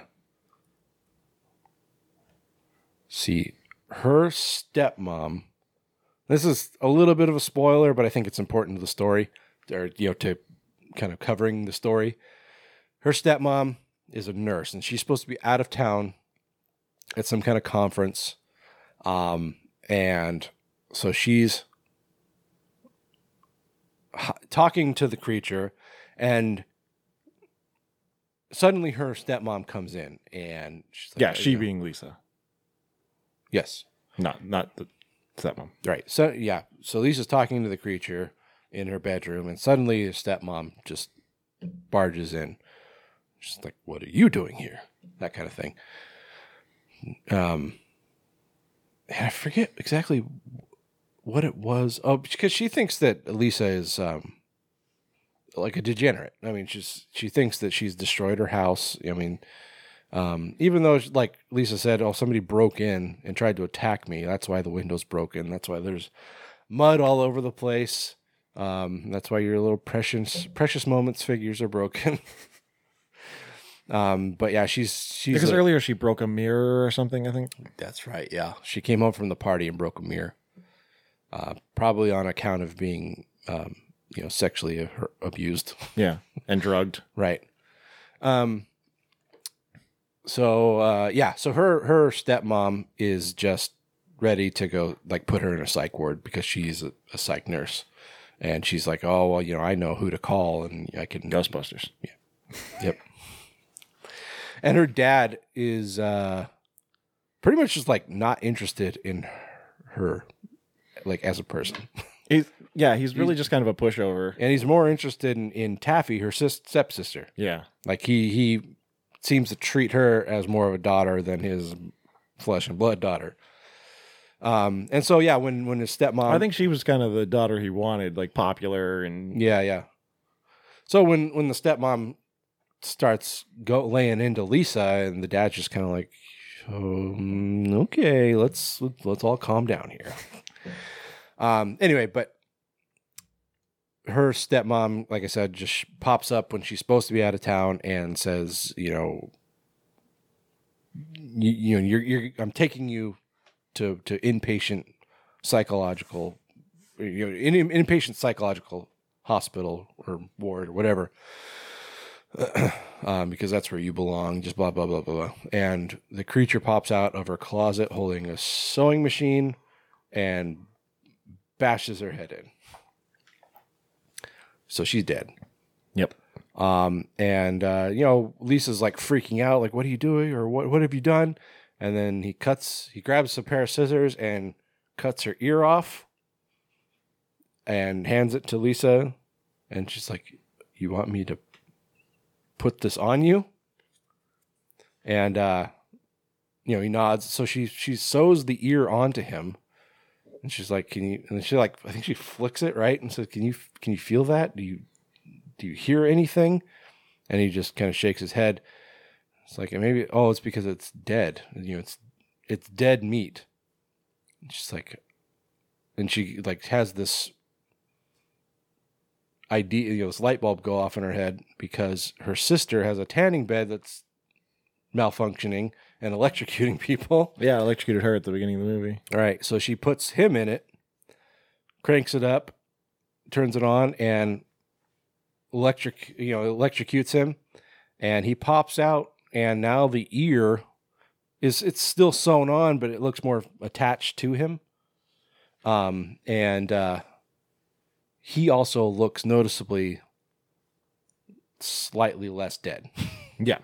see her stepmom. This is a little bit of a spoiler, but I think it's important to the story, or you know, to kind of covering the story. Her stepmom is a nurse, and she's supposed to be out of town at some kind of conference. Um, and so she's h- talking to the creature, and suddenly her stepmom comes in, and she's like, yeah, she you know, being Lisa, yes, not not the stepmom. right. So yeah, so Lisa's talking to the creature in her bedroom, and suddenly her stepmom just barges in. She's like, "What are you doing here?" That kind of thing. Um, and I forget exactly what it was. Oh, because she thinks that Lisa is um like a degenerate. I mean, she's she thinks that she's destroyed her house. I mean, um, even though like Lisa said, oh, somebody broke in and tried to attack me. That's why the window's broken. That's why there's mud all over the place. Um, that's why your little precious precious moments figures are broken. um, but yeah, she's she's Because a- earlier she broke a mirror or something. I think. that's right. Yeah, she came home from the party and broke a mirror, uh, probably on account of being, um, you know, sexually a- her- abused. Yeah, and drugged. right. Um. So uh, yeah, so her her stepmom is just ready to go, like put her in a psych ward because she's a, a psych nurse, and she's like, oh well, you know, I know who to call and I can Ghostbusters. Yep. And her dad is uh, pretty much just like not interested in her, like as a person, He's, yeah, he's really just kind of a pushover. and he's more interested in, in Taffy, her sis- stepsister. Yeah, Like he he seems to treat her as more of a daughter than his flesh and blood daughter. Um, and so yeah, when when his stepmom, I think she was kind of the daughter he wanted, like popular and Yeah, yeah. So when when the stepmom starts go laying into Lisa, and the dad's just kind of like, um, okay, let's let's all calm down here. Um. Anyway, but her stepmom, like I said, just pops up when she's supposed to be out of town and says, you know, you, you know, you're you're I'm taking you to to inpatient psychological, you know, in, inpatient psychological hospital or ward or whatever, um, because that's where you belong. Just blah blah blah blah blah. And the creature pops out of her closet holding a sewing machine, and bashes her head in. So she's dead. Yep. Um, and uh, you know, Lisa's like freaking out, like, "What are you doing? Or what? What have you done?" And then he cuts. He grabs a pair of scissors and cuts her ear off, and hands it to Lisa, and she's like, "You want me to put this on you?" And uh, you know, he nods. So she she sews the ear onto him, and she's like, "Can you?" And she like, I think she flicks it right and says, "Can you can you feel that? Do you do you hear anything? And he just kind of shakes his head. It's like maybe oh, it's because it's dead. You know, it's it's dead meat. And she's like, and she like has this idea, you know, this light bulb go off in her head because her sister has a tanning bed that's malfunctioning and electrocuting people. yeah, electrocuted her at the beginning of the movie. All right, so she puts him in it, cranks it up, turns it on, and electric you know electrocutes him, and he pops out, and now the ear is it's still sewn on, but it looks more attached to him. Um, and uh, he also looks noticeably slightly less dead. Yeah,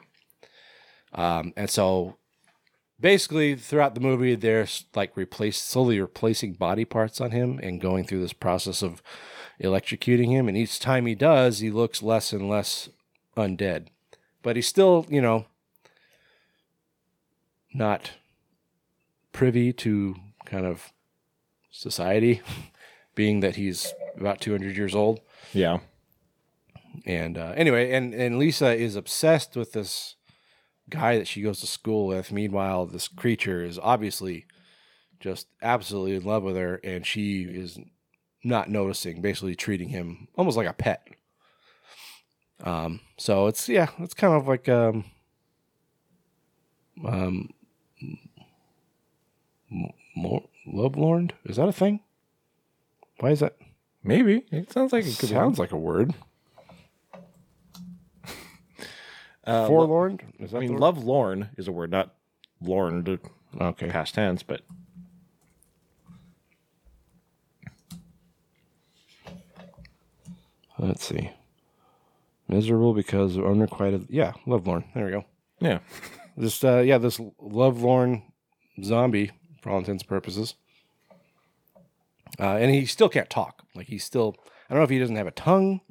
Um, and so basically throughout the movie, they're s- like replace slowly replacing body parts on him and going through this process of electrocuting him. And each time he does, he looks less and less undead, but he's still, you know, not privy to kind of society being that he's about 200 years old. yeah. And uh, anyway, and and Lisa is obsessed with this guy that she goes to school with. Meanwhile, this creature is obviously just absolutely in love with her, and she is not noticing, basically treating him almost like a pet. Um, so it's yeah, it's kind of like um, um, m- more lovelorn. Is that a thing? Why is that? Maybe it sounds like it could Sounds be. like a word. Uh, Forlorn. Is that I the mean, word? love lorn is a word, not lorn to Okay. past tense, but Let's see. Miserable because of unrequited. Yeah, lovelorn. There we go. yeah. This uh, yeah, this lovelorn zombie for all intents and purposes. Uh, and he still can't talk. Like he's still. I don't know if he doesn't have a tongue,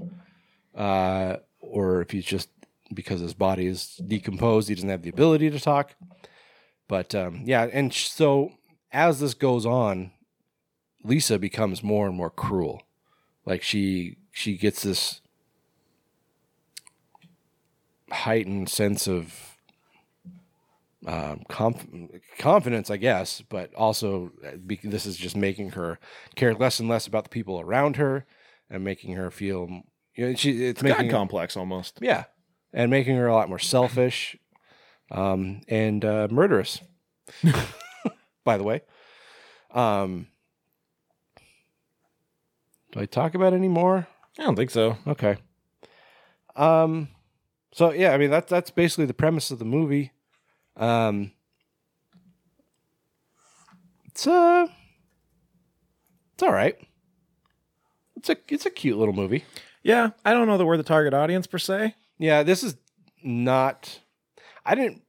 uh, or if he's just because his body is decomposed, he doesn't have the ability to talk. But um, yeah, and sh- so as this goes on, Lisa becomes more and more cruel. Like she she gets this heightened sense of um, conf- confidence, I guess, but also uh, be- this is just making her care less and less about the people around her and making her feel. You know, she, it's God making complex almost. yeah, and making her a lot more selfish, um, and uh, murderous. by the way, um, do I talk about it anymore? I don't think so. Okay. Um. So yeah, I mean that's that's basically the premise of the movie. Um. It's uh. It's all right. It's a it's a cute little movie. Yeah, I don't know that we're the target audience per se. Yeah, this is not. I didn't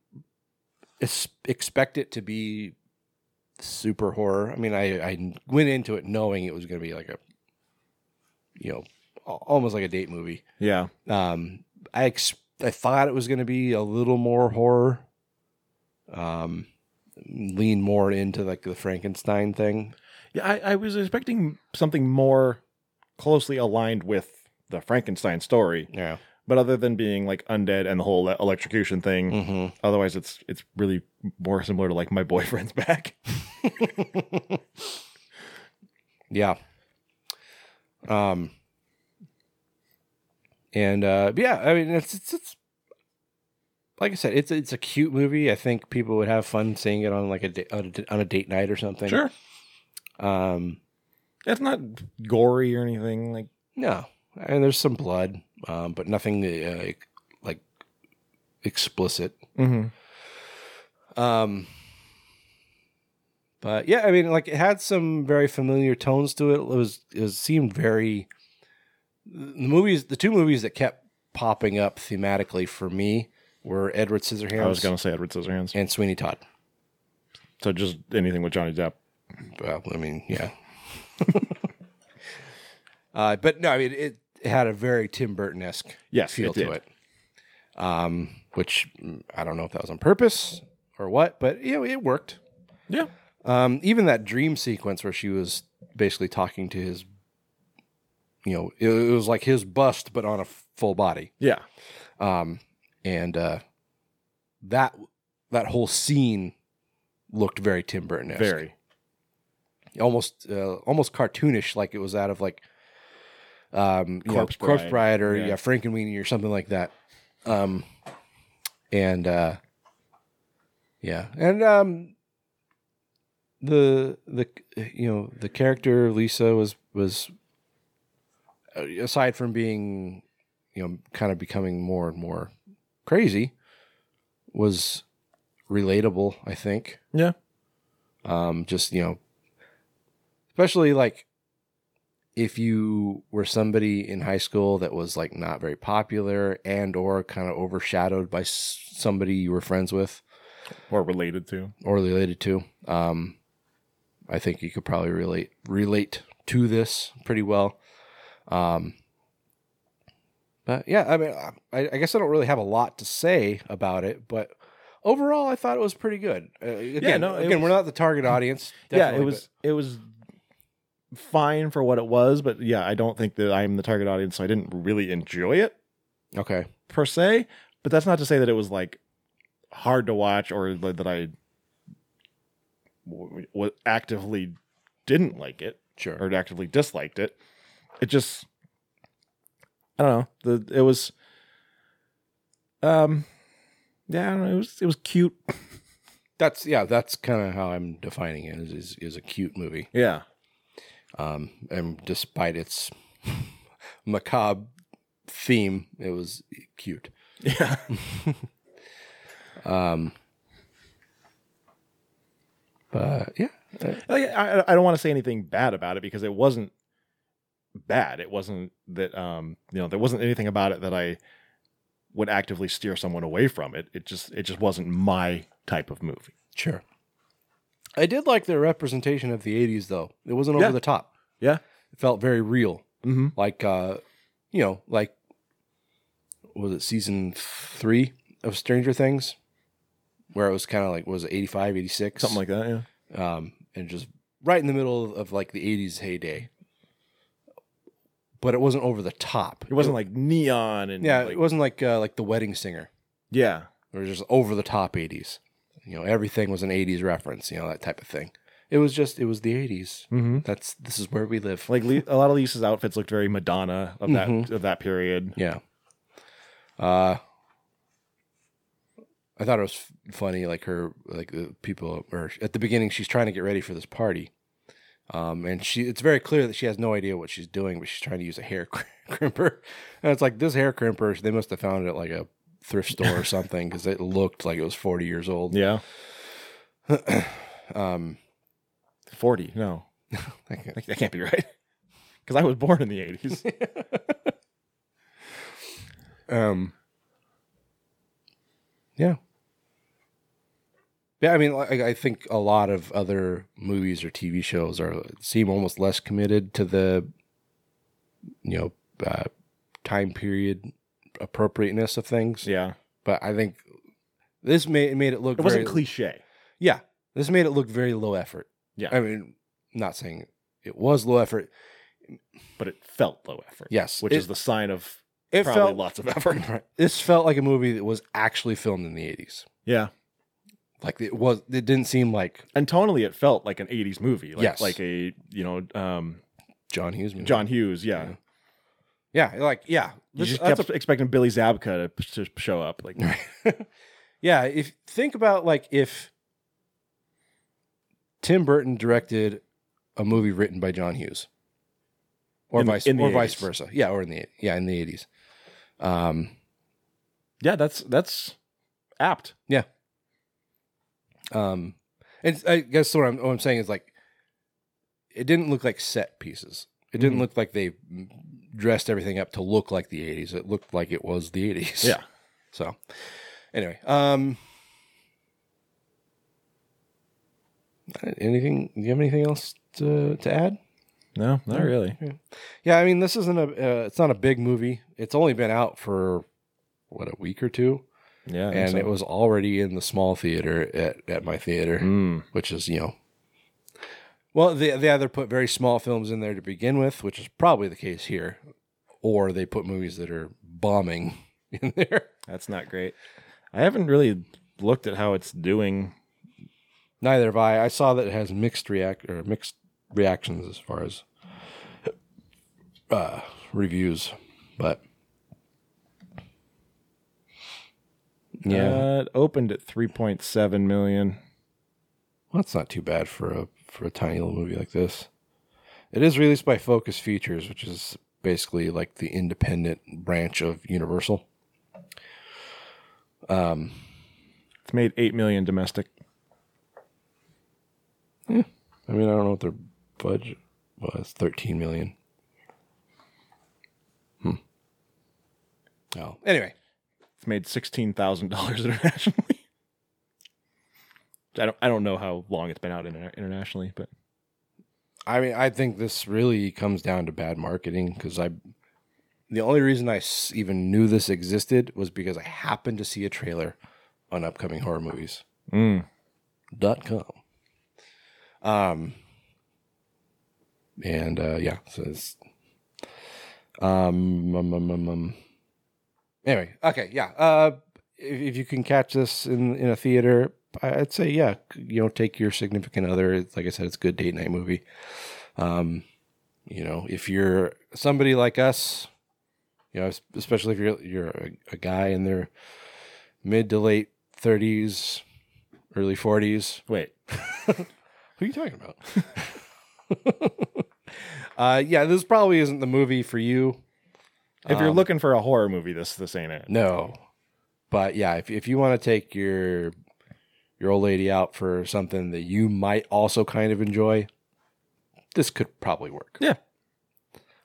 es- expect it to be super horror. I mean, I, I went into it knowing it was going to be like a, you know, al- almost like a date movie. Yeah, Um, I ex- I thought it was going to be a little more horror. Um, lean more into like the Frankenstein thing. yeah. I, I was expecting something more closely aligned with the Frankenstein story, Yeah. but other than being like undead and the whole electrocution thing, Mm-hmm. otherwise it's it's really more similar to like my boyfriend's back. Yeah. Um. And uh, but yeah, I mean, it's, it's it's like I said, it's it's a cute movie. I think people would have fun seeing it on like a da- on a, d- on a date night or something. Sure, Um. it's not gory or anything. Like No, and there's some blood, um, but nothing uh, like explicit. Mm-hmm. Um, but yeah, I mean, like it had some very familiar tones to it. It was it was, seemed very the movies, the two movies that kept popping up thematically for me were Edward Scissorhands I was gonna say Edward Scissorhands. and Sweeney Todd. So just anything with Johnny Depp. Well, I mean, yeah. uh, but no, I mean, it, it had a very Tim Burton esque Yes, feel it to did. it. Um, which mm, I don't know if that was on purpose or what, but you know, it worked. Yeah. Um, even that dream sequence where she was basically talking to his, you know, it, it was like his bust, but on a f- full body. Yeah, Um, and uh, that that whole scene looked very Tim Burton esque very. almost uh, almost cartoonish, like it was out of like um, you know, Corpse Corpse Bride. Bride or Yeah. yeah. Frankenweenie or something like that. Um, and uh, yeah, and um, the the you know the character Lisa was was uh, aside from being you know kind of becoming more and more crazy was relatable. I think Yeah, um just you know especially like if you were somebody in high school that was like not very popular and or kind of overshadowed by s- somebody you were friends with or related to. or related to um i think you could probably relate relate to this pretty well um but yeah i mean i, I guess i don't really have a lot to say about it but overall i thought it was pretty good uh, again, no, it again was- we're not the target audience yeah, definitely, it was it was fine for what it was, but yeah, I don't think that I'm the target audience, so I didn't really enjoy it but- okay per se. But that's not to say that it was like hard to watch or that I w- w- actively didn't like it. Sure. or actively disliked it. It just I don't know. The it was um yeah, I don't know. It was it was cute. That's yeah. That's kind of how I'm defining it. Is, is is a cute movie. Yeah. Um, and despite its macabre theme, it was cute. Yeah. Um, but yeah, I, I, I don't want to say anything bad about it because it wasn't bad. It wasn't that um you know there wasn't anything about it that I would actively steer someone away from it. It just it just wasn't my type of movie. sure. I did like their representation of the '80s, though. It wasn't over Yeah. the top. Yeah. It felt very real. Mm-hmm. Like, uh, you know, like was it season three of Stranger Things, where it was kind of like was it 85, 86? Something like that. Yeah. um, and just right in the middle of, of, like the 80s heyday. But it wasn't over the top. It wasn't like neon and yeah, like- it wasn't like uh, like the wedding singer. yeah. It was just over the top 80s. You know, everything was an 80s reference, you know, that type of thing. It was just it was the 80s. Mm-hmm. That's this is where we live. Like Le- a lot of Lisa's outfits looked very Madonna of that Mhm. of that period. yeah. Uh I thought it was f- funny like her like the people or at the beginning she's trying to get ready for this party. Um, and she, it's very clear that she has no idea what she's doing, but she's trying to use a hair cr- crimper. And it's like this hair crimper, they must have found it at like a thrift store or something because it looked like it was 40 years old. Yeah. Um, Forty. No, like, that that can't be right. Because I was born in the eighties. Um. Yeah. Yeah, I mean, like, I think a lot of other movies or TV shows are seem almost less committed to the, you know, uh, time period appropriateness of things. yeah. But I think this made made it look. It wasn't very- cliche. Yeah, this made it look very low effort. Yeah. I mean, not saying it was low effort. but it felt low effort. Yes, which it- is the sign of It probably felt lots of effort. this felt like a movie that was actually filmed in the eighties. Yeah, Like it was, it didn't seem like and tonally, it felt like an '80s movie. Like, Yes. like a you know um, John Hughes. Movie. John Hughes. Yeah, yeah, like yeah, you this- just that's kept expecting Billy Zabka to, to show up. Like, a- yeah. If think about like if Tim Burton directed a movie written by John Hughes, or In the- vice in the or vice 80s. versa, yeah, or in the yeah in the eighties. Um, yeah, that's that's apt. um, and I guess what I'm what I'm saying is like it didn't look like set pieces. It didn't Mhm. look like they dressed everything up to look like the '80s. It looked like it was the '80s. Yeah, So, anyway, um, anything? Do you have anything else to to add? no, not really. Yeah, I mean, this isn't a. Uh, it's not a big movie. It's only been out for what a week or two, Yeah, I think and so. it was already in the small theater at at my theater, Mm, which is you know. Well, they they either put very small films in there to begin with, which is probably the case here, or they put movies that are bombing in there. that's not great. I haven't really looked at how it's doing. Neither have I. I saw that it has mixed react or mixed reactions as far as uh, reviews, but yeah, uh, it opened at 3.7 million. well, that's not too bad for a for a tiny little movie like this. It is released by Focus Features, which is basically like the independent branch of Universal. Um, It's made eight million domestic. I mean, I don't know what their budget was. Thirteen million. Hmm. Oh, anyway, It's made sixteen thousand dollars internationally. I don't. I don't know how long it's been out interna- internationally, but I mean, I think this really comes down to bad marketing because I, the only reason I s- even knew this existed was because I happened to see a trailer on upcoming horror movies hmm. dot com. Um, and uh, yeah, so it's um, um, um, um, um. anyway, okay, yeah. Uh, if, if you can catch this in in a theater, I- I'd say yeah, you know, take your significant other. It's, like I said, it's a good date night movie. Um, you know, if you're somebody like us, you know, especially if you're you're a, a guy in their mid to late thirties, early forties. Wait, Who are you talking about? uh, yeah, this probably isn't the movie for you. if you're Um, looking for a horror movie, this this ain't it. No, but yeah, if if you want to take your your old lady out for something that you might also kind of enjoy, this could probably work. Yeah.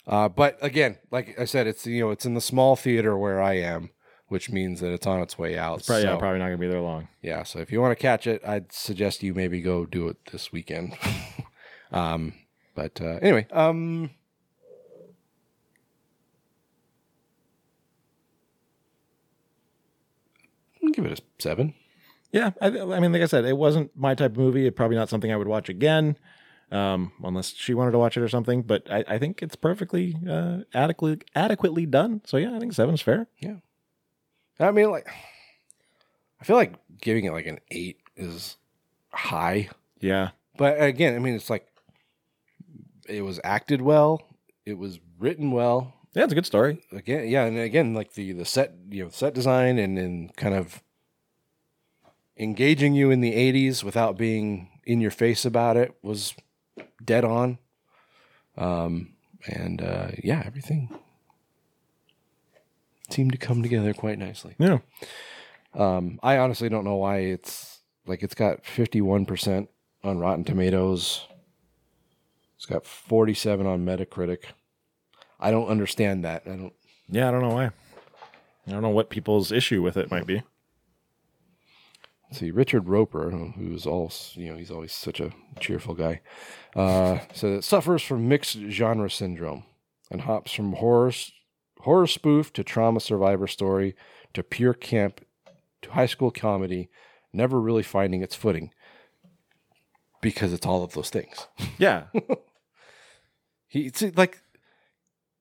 Uh, but again, like I said, it's you know it's in the small theater where I am, which means that it's on its way out. It's probably, yeah, so- probably not gonna be there long. yeah, so if you want to catch it, I'd suggest you maybe go do it this weekend. um, but uh, anyway, um, I'll give it a seven. Yeah, I, I mean, like I said, it wasn't my type of movie. It probably not something I would watch again, um, unless she wanted to watch it or something. But I, I think it's perfectly uh, adequately adequately done. So yeah, I think seven's fair. I mean, like, I feel like giving it like an eight is high. Yeah, But again, I mean, it's like it was acted well, it was written well, yeah, it's a good story. again yeah and again like the the set you know set design and and kind of engaging you in the 80s without being in your face about it was dead on um and uh yeah everything seemed to come together quite nicely Yeah, um i honestly don't know why it's like it's got 51% on rotten tomatoes it's got 47 on metacritic i don't understand that i don't yeah, I don't know why. I don't know what people's issue with it might be. see Richard Roper, who's all you know, he's always such a cheerful guy. Uh, so that suffers from mixed genre syndrome and hops from horror s- horror spoof to trauma survivor story to pure camp to high school comedy, never really finding its footing because it's all of those things. Yeah, He see, like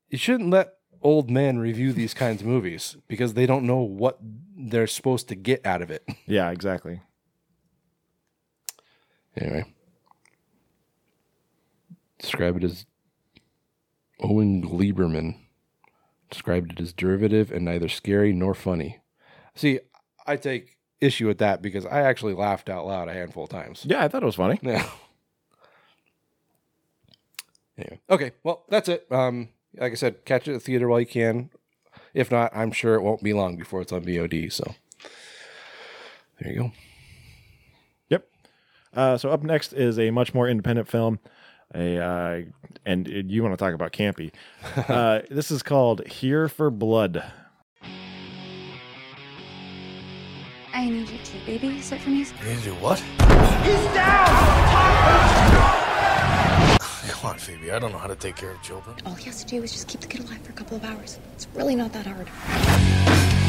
you shouldn't let old men review these kinds of movies because they don't know what they're supposed to get out of it. yeah, exactly. Anyway, describe it as Owen Gleiberman described it as derivative and neither scary nor funny. See, I take issue with that because I actually laughed out loud a handful of times. Yeah, I thought it was funny. Yeah. Anyway, okay, well that's it. Um, like I said, catch it at the theater while you can. If not, I'm sure it won't be long before it's on VOD. So there you go. Yep. Uh, so up next is a much more independent film. A uh, and it- you want to talk about campy? Uh, this is called Here for Blood. I need you to babysit for me. You need to do what? He's down! Come on, Phoebe. I don't know how to take care of children. All he has to do is just keep the kid alive for a couple of hours. It's really not that hard.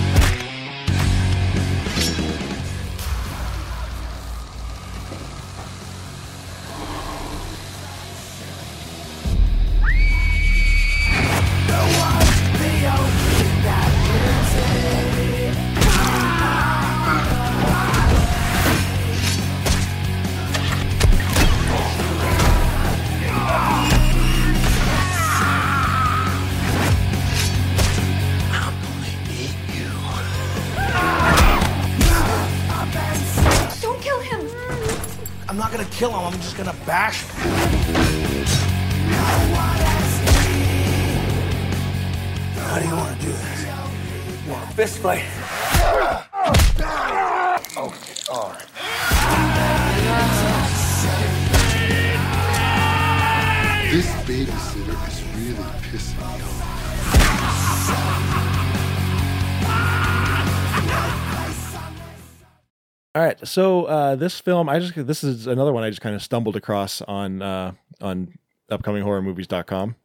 Don't kill him! I'm not gonna kill him. I'm just gonna bash him. How do you want to do this? Want a fist fight? Okay, all right. This babysitter is really pissing me off. All right, so uh, this film, I just this is another one I just kind of stumbled across on uh, on upcominghorrormovies.com.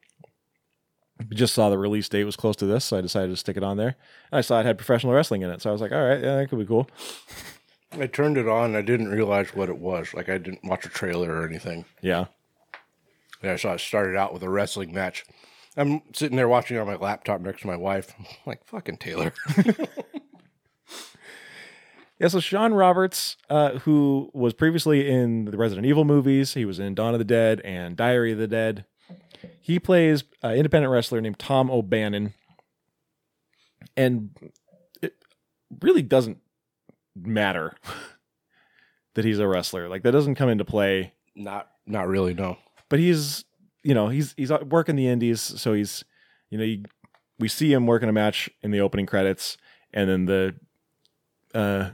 Just saw the release date was close to this, so I decided to stick it on there. And I saw it had professional wrestling in it, so I was like, all right, yeah, that could be cool. I turned it on. I didn't realize what it was. Like I didn't watch a trailer or anything. Yeah, And I saw it started out with a wrestling match. I'm sitting there watching it on my laptop next to my wife. I'm like fucking Taylor. Yeah, so Sean Roberts, uh, who was previously in the Resident Evil movies, he was in Dawn of the Dead and Diary of the Dead. He plays an independent wrestler named Tom O'Bannon, and it really doesn't matter that he's a wrestler. Like that doesn't come into play. Not not really. No. But he's, you know, he's he's out working the indies, so he's, you know, you, we see him working a match in the opening credits, and then the uh,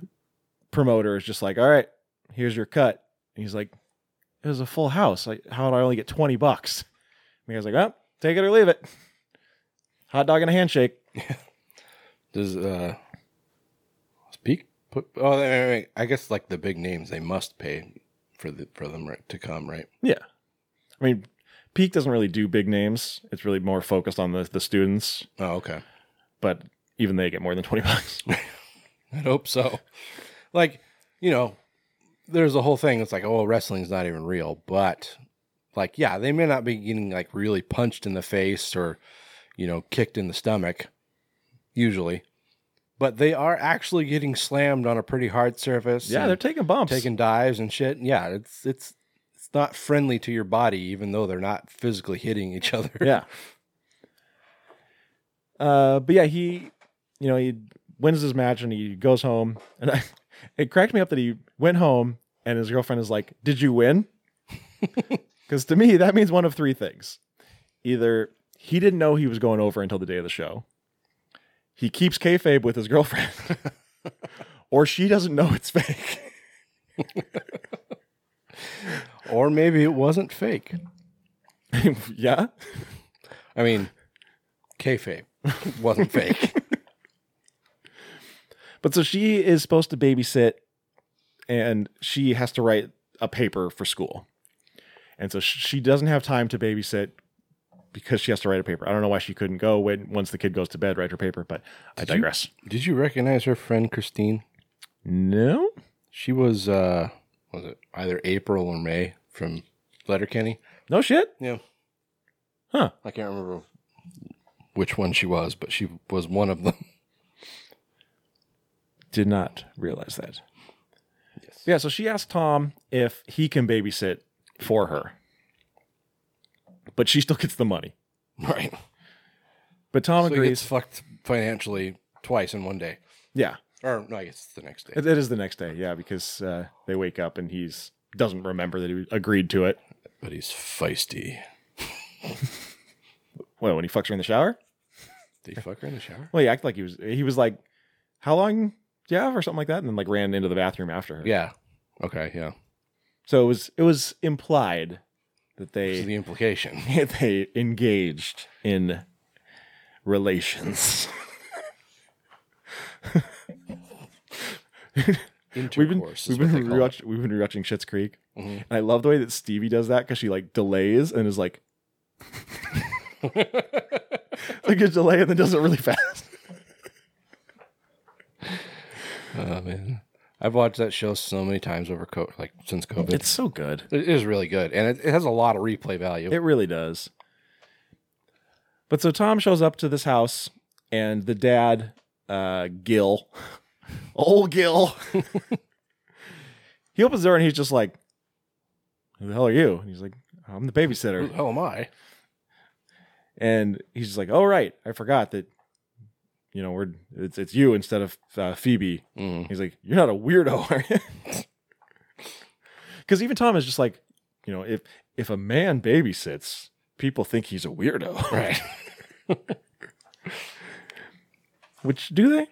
promoter is just like, "All right, here's your cut." And he's like, "It was a full house. Like, how did I only get twenty bucks?" And the guy's like, "Well, take it or leave it. Hot dog and a handshake." Does uh speak? Put, oh, wait, wait, wait. I guess like the big names, they must pay for the for them right, to come, right? Yeah, I mean, Peak doesn't really do big names. It's really more focused on the the students, Oh, okay. but even they get more than twenty bucks. I hope so. Like, you know, there's a whole thing. It's like, oh, wrestling's not even real, but like, yeah, they may not be getting like really punched in the face or, you know, kicked in the stomach, usually, but they are actually getting slammed on a pretty hard surface. yeah, and they're taking bumps. taking dives and shit. Yeah, it's it's it's not friendly to your body, even though they're not physically hitting each other. yeah. Uh, but yeah, he, you know, he wins his match and he goes home, and I, it cracked me up that he went home and his girlfriend is like, "Did you win?" Because to me, that means one of three things: either he didn't know he was going over until the day of the show, he keeps kayfabe with his girlfriend, or she doesn't know it's fake. Or maybe it wasn't fake. yeah, I mean, kayfabe wasn't fake. But so she is supposed to babysit and she has to write a paper for school. And so sh- she doesn't have time to babysit because she has to write a paper. I don't know why she couldn't go when once the kid goes to bed, write her paper, but I Did you- digress. Did you recognize her friend Christine? No? She was uh was it either April or May from Letterkenny? No shit? Yeah. Huh. I can't remember which one she was, but she was one of them. Did not realize that. Yeah, so she asked Tom if he can babysit for her. But she still gets the money. Right. But Tom So he agrees. gets fucked financially twice in one day. yeah. Or no, I guess it's the next day. It, it is the next day, yeah, because uh, they wake up and he's doesn't remember that he agreed to it. But he's feisty. Well, when he fucks her in the shower, Did he fuck her in the shower? well, he acted like he was he was like, "How long do you have?" or something like that, and then like ran into the bathroom after her. Yeah. Okay, yeah. So it was it was implied that This is the they implication. they engaged in relations. We've been Intercourse we've is what they been call it. rewatch, we've been rewatching Schitt's Creek, Mhm. and I love the way that Stevie does that because she like delays and is like like a delay and then does it really fast. Oh man, I've watched that show so many times over co- like since COVID. It's, so good. it is really good, and it, it has a lot of replay value. It really does. But so Tom shows up to this house, and the dad, uh, Gil, old Gil, he opens the door and he's just like, "Who the hell are you?" And he's like, "I'm the Who babysitter." the hell am I? and he's just like, "Oh right, I forgot that." You know, we're it's it's you instead of uh, Phoebe. Mm. He's like, "You're not a weirdo, are you?" Because even Tom is just like, you know, if if a man babysits, people think he's a weirdo, Right. Which do they?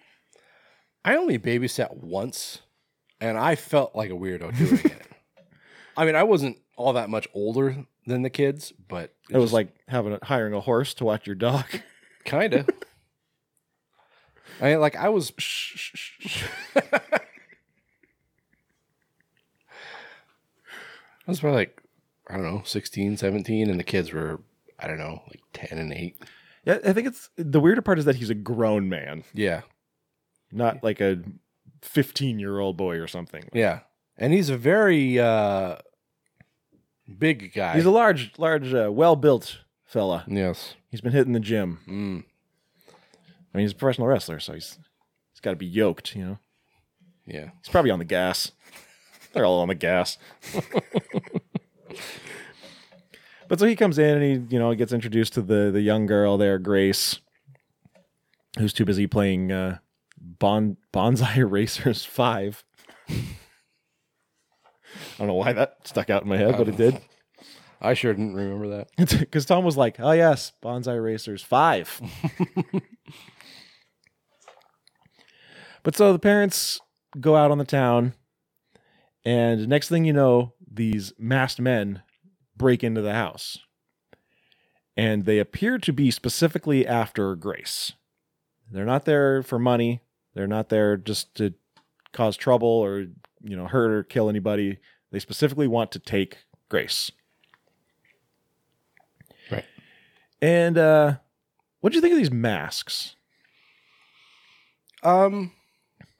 I only babysat once, and I felt like a weirdo doing it. I mean, I wasn't all that much older than the kids, but It was like having a, hiring a horse to watch your dog. kind of. I mean, like I was. I was probably like, I don't know, 16, 17, and the kids were, I don't know, like 10 and 8. Yeah, I think it's the weirder part is that he's a grown man, Yeah. not like a fifteen-year-old boy or something. Yeah. And he's a very uh big guy. He's a large, large, uh, well-built fella. yes. He's been hitting the gym. Mm. I mean, he's a professional wrestler, so he's he's got to be yoked, you know. Yeah. He's probably on the gas. They're all on the gas. but so he comes in and he, you know, gets introduced to the the young girl there, Grace, who's too busy playing uh, bon Bonsai Racers Five. I don't know why that stuck out in my head, but it did. I sure didn't remember that. Because Tom was like, "Oh yes, Bonsai Racers 5. but so the parents go out on the town, and next thing you know, these masked men break into the house, and they appear to be specifically after Grace. They're not there for money. They're not there just to cause trouble or you know hurt or kill anybody. They specifically want to take Grace. Right. And uh what do you think of these masks? Um,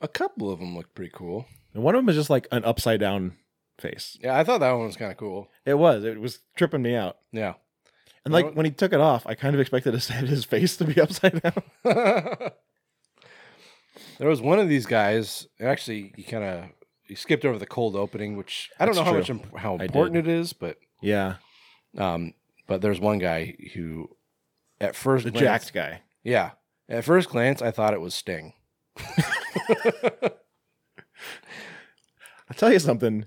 a couple of them looked pretty cool. And one of them is just like an upside down face. Yeah, I thought that one was kind of cool. It was. It was tripping me out. Yeah. And Well- like when he took it off, I kind of expected his head, his face to be upside down. there was one of these guys. and Actually, he kind of he skipped over the cold opening, which I don't That's know how true. much imp- how did. important it is, but Yeah, um, but there's one guy who, at first the glance, jacked guy. yeah, at first glance, I thought it was Sting. I'll tell you something.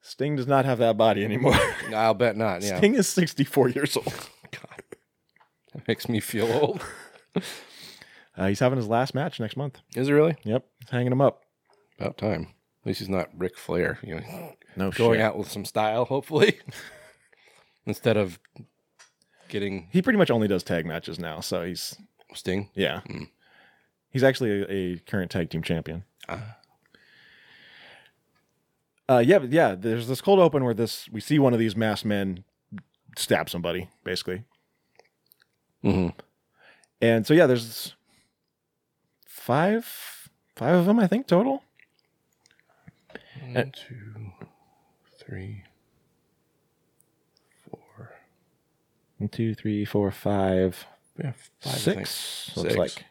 Sting does not have that body anymore. I'll bet not. Yeah, Sting is 64 years old. God, that makes me feel old. Uh, he's having his last match next month. Is it really Yep, he's hanging him up. about time? At least he's not Ric Flair. You know, No going out with some style, hopefully, instead of getting He pretty much only does tag matches now, so he's Sting. yeah. Mm. He's actually a, a current tag team champion. Ah. Uh, yeah, but yeah. There's this cold open where this we see one of these masked men stab somebody, basically. Mm-hmm. And so yeah, there's five five of them I think total. One, two, three, four. One, two, three, four, five, Yeah, five, I think. six. Looks Six. like.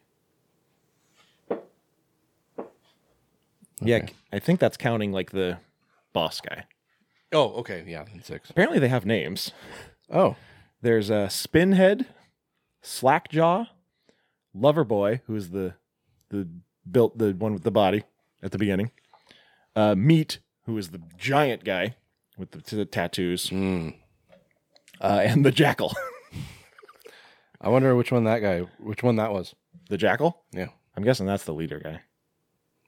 Yeah, Okay. I think that's counting like the boss guy. Oh, okay. Yeah, then six. Apparently they have names. Oh, There's a Spinhead, Slackjaw, Loverboy, who is the the built the one with the body at the beginning. Uh, Meat, who is the giant guy with the, to the tattoos, mm. uh, and the Jackal. I wonder which one that guy, which one that was. the Jackal. Yeah. I'm guessing that's the leader guy.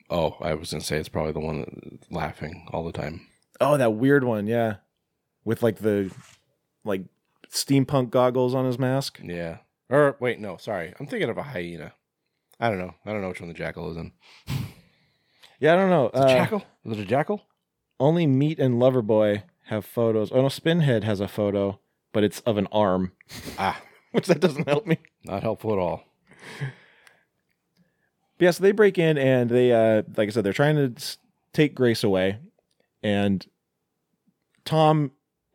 Oh, I was gonna say it's probably the one that's laughing all the time. Oh, that weird one, yeah, with like the like steampunk goggles on his mask. Yeah. Or wait, no, sorry, I'm thinking of a hyena. I don't know. I don't know which one the jackal is in. Yeah, I don't know. The uh, jackal? Is it a jackal? only Meat and Loverboy have photos. Oh no, Spinhead has a photo, but it's of an arm, Ah, which that doesn't help me. not helpful at all. But yeah, so they break in and they, uh, like I said, they're trying to s- take Grace away, and Tom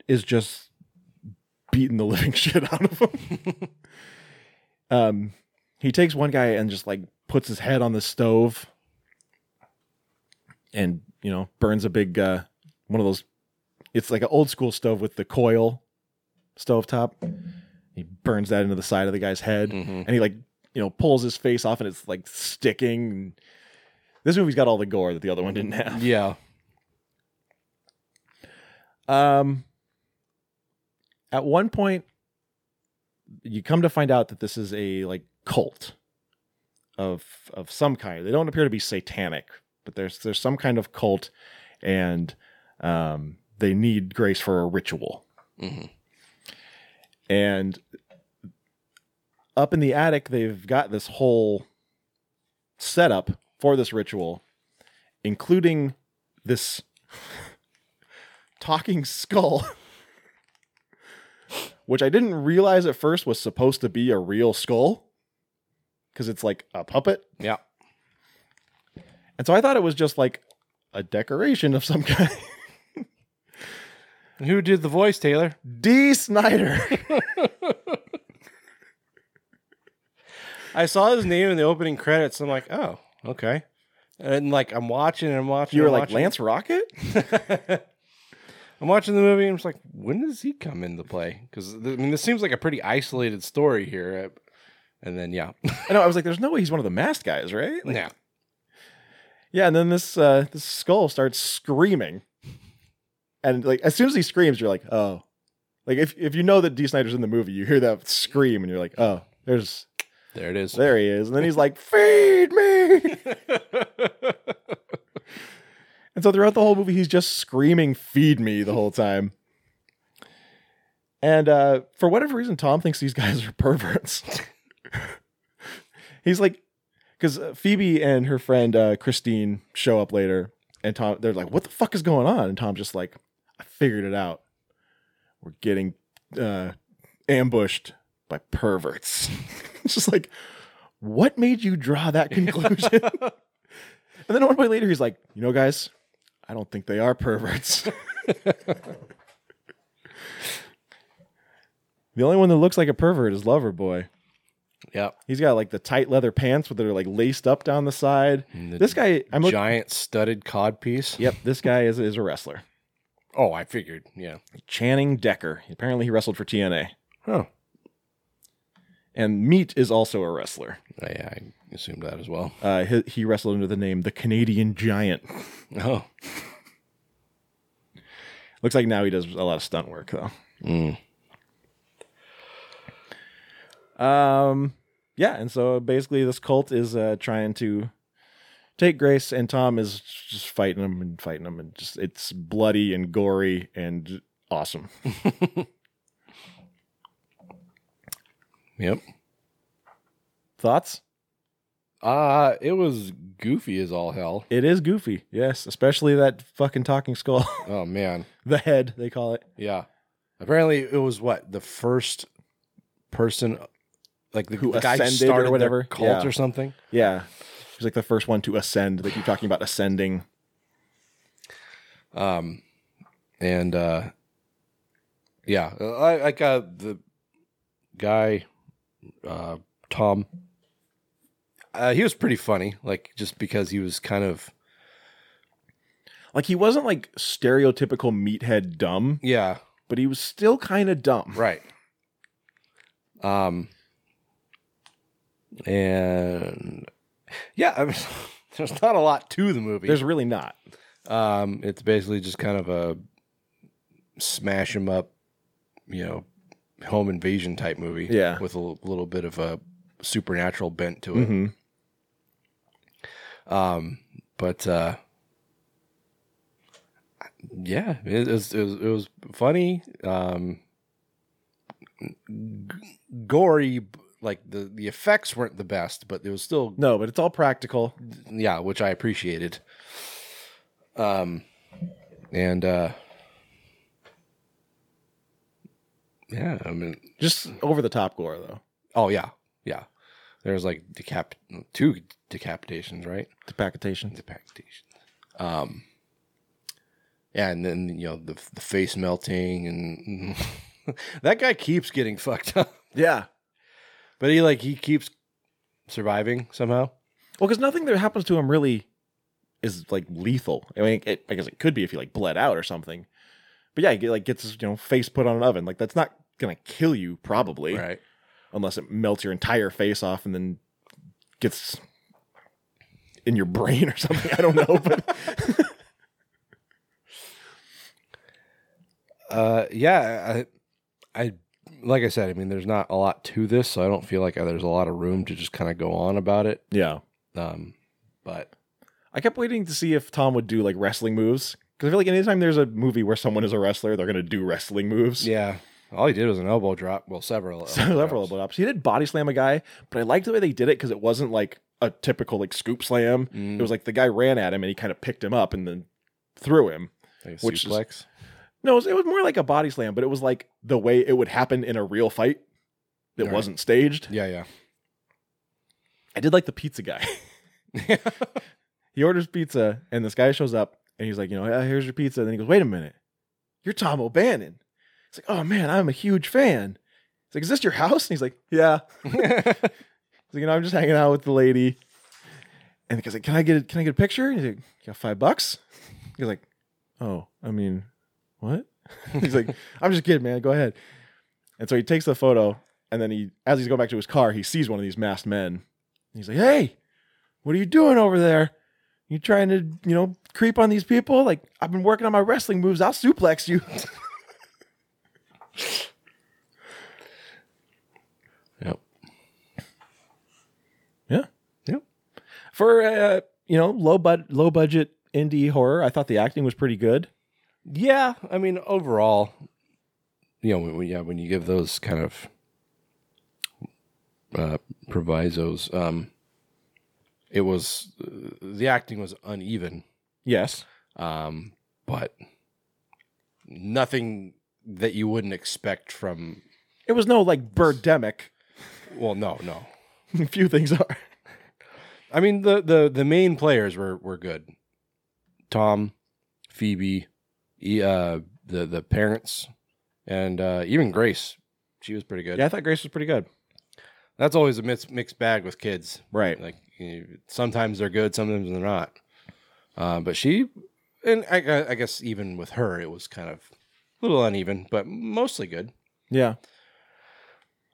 is just beating the living shit out of him. um, he takes one guy and just like puts his head on the stove, and you know burns a big uh, one of those. It's like an old school stove with the coil stove top. He burns that into the side of the guy's head Mm-hmm. and he like you know pulls his face off and it's like sticking and this movie's got all the gore that the other one didn't have Yeah. um at one point you come to find out that this is a like cult of of some kind they don't appear to be satanic but there's there's some kind of cult and um they need grace for a ritual Mm-hmm. and up in the attic they've got this whole setup for this ritual including this talking skull which i didn't realize at first was supposed to be a real skull because it's like a puppet Yeah. and so i thought it was just like a decoration of some kind Who did the voice, Taylor? D. Snyder. I saw his name in the opening credits. I'm like, oh, okay. And like I'm watching and I'm watching. You were and like watching. Lance Rocket? I'm watching the movie and I'm just like, when does he come into play? Because I mean, this seems like a pretty isolated story here. Uh, And then yeah, I know. I was like, there's no way he's one of the masked guys, right? Like, yeah, Yeah, and then this uh this skull starts screaming. And like as soon as he screams, you're like, oh. Like if if you know that D. Snyder's in the movie, you hear that scream and you're like, oh, there's there it is. there he is. And then he's like, feed me. and so throughout the whole movie, he's just screaming, feed me the whole time. And uh for whatever reason, Tom thinks these guys are perverts. he's like, because Phoebe and her friend uh, Christine show up later, and Tom, they're like, "What the fuck is going on?" And Tom's just like, "I figured it out. We're getting uh, ambushed by perverts." it's just like, what made you draw that conclusion? and then at one point later, he's like, "You know, guys, I don't think they are perverts." the only one that looks like a pervert is Lover Boy. yeah. He's got like the tight leather pants with they're like laced up down the side. And the this guy, I'm looking. giant studded cod piece. Yep, this guy is is a wrestler. Oh, I figured. Yeah. Channing Decker. Apparently, he wrestled for TNA. Huh. And Meat is also a wrestler. I, Oh, I assumed that as well. Uh, he, he wrestled under the name the Canadian Giant. Oh. Looks like now he does a lot of stunt work though. Mm. Um, yeah, and so basically, this cult is uh, trying to take Grace, and Tom is just fighting them and fighting them, and just it's bloody and gory and awesome. Yep. Thoughts? Uh it was goofy as all hell. It is goofy, yes, especially that fucking talking skull, Oh man. the head they call it. Yeah. Apparently it was what the first person like the, Who the guy who ascended or started their whatever? cult Yeah. or something. Yeah, he's like the first one to ascend. They keep talking about ascending. Um and uh yeah, I like uh the guy uh Tom uh he was pretty funny like just because he was kind of Like he wasn't like stereotypical meathead dumb, yeah, but he was still kind of dumb. Right. Um. And yeah, I mean, there's not a lot to the movie. There's really not. um, it's basically just kind of a smash 'em up, you know, home invasion type movie. Yeah. with a l- little bit of a supernatural bent to it. Mm-hmm. Um, but uh, yeah, it was, it was it was funny, um, g- gory. b- Like the the effects weren't the best, but it was still No, but it's all practical. yeah, which I appreciated. Um, and uh, yeah, I mean, Just over the top gore though. oh yeah, yeah. There's like decap two decapitations, right? Decapitation. decapitation. Um, yeah, and then you know the the face melting, and that guy keeps getting fucked up, Yeah. but he like he keeps surviving somehow. Well, because nothing that happens to him really is like lethal. I mean, it, I guess it could be if he like bled out or something. But yeah, he get- like gets his you know face put on an oven. Like that's not gonna kill you probably, Right. unless it melts your entire face off and then gets in your brain or something. I don't know, but Uh, yeah, I, I like I said, I mean, there's not a lot to this, so I don't feel like there's a lot of room to just kind of go on about it. yeah. Um, but I kept waiting to see if Tom would do like wrestling moves because I feel like anytime there's a movie where someone is a wrestler, they're gonna do wrestling moves. yeah, all he did was an elbow drop. Well, several, elbow several drops. elbow drops. He did body slam a guy, but I liked the way they did it because it wasn't like a typical like scoop slam. Mm. It was like the guy ran at him and he kind of picked him up and then threw him. Like a which is- suplex. No, it was, it was more like a body slam, but it was like the way it would happen in a real fight that Right. wasn't staged. yeah, yeah. I did like the pizza guy. he orders pizza, and this guy shows up, and he's like, you know, "Uh, here's your pizza. And then he goes, wait a minute, you're Tom O'Bannon. It's like, oh man, I'm a huge fan. It's like, is this your house? And he's like, yeah. he's like, you know, I'm just hanging out with the lady. and the guy's like, "Can I get a, can I get a picture?" And he's like, "You got five bucks?" He's like, "Oh, I mean, what?" he's like, "I'm just kidding, man. Go ahead." And so he takes the photo, and then he, as he's going back to his car, he sees one of these masked men. And he's like, "Hey, what are you doing over there? You trying to, you know, creep on these people? Like, I've been working on my wrestling moves. I'll suplex you." Yep. Yeah. Yep. For uh, you know, low bud low budget indie horror, I thought the acting was pretty good. Yeah, I mean overall, you know, when, when- yeah, when you give those kind of uh, provisos, um, it was uh, the acting was uneven, Yes. um, but nothing that you wouldn't expect from. It was no like birdemic. Well, no, no. Few things are. I mean the the the main players were were good. Tom, Phoebe, e, uh, the the parents, and uh, even Grace. She was pretty good. Yeah, I thought Grace was pretty good. That's always a mixed mixed bag with kids. Right. Like you, sometimes they're good, sometimes they're not. Uh, but she, and I, gu- I guess even with her, it was kind of a little uneven, but mostly good. Yeah.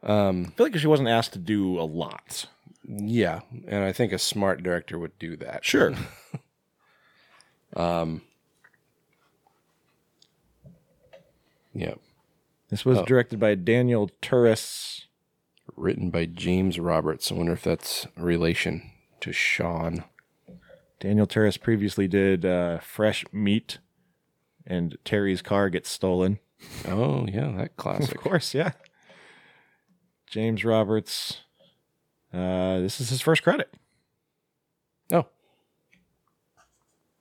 Um, I feel like she wasn't asked to do a lot. yeah, and I think a smart director would do that. Sure. Um, yeah. This was Oh. directed by Daniel Turris. Written by James Roberts. I wonder if that's a relation to Sean. Daniel Turris previously did uh, Fresh Meat and Terry's car gets stolen. Oh yeah, that classic. Of course, yeah. James Roberts. Uh, this is his first credit. Oh.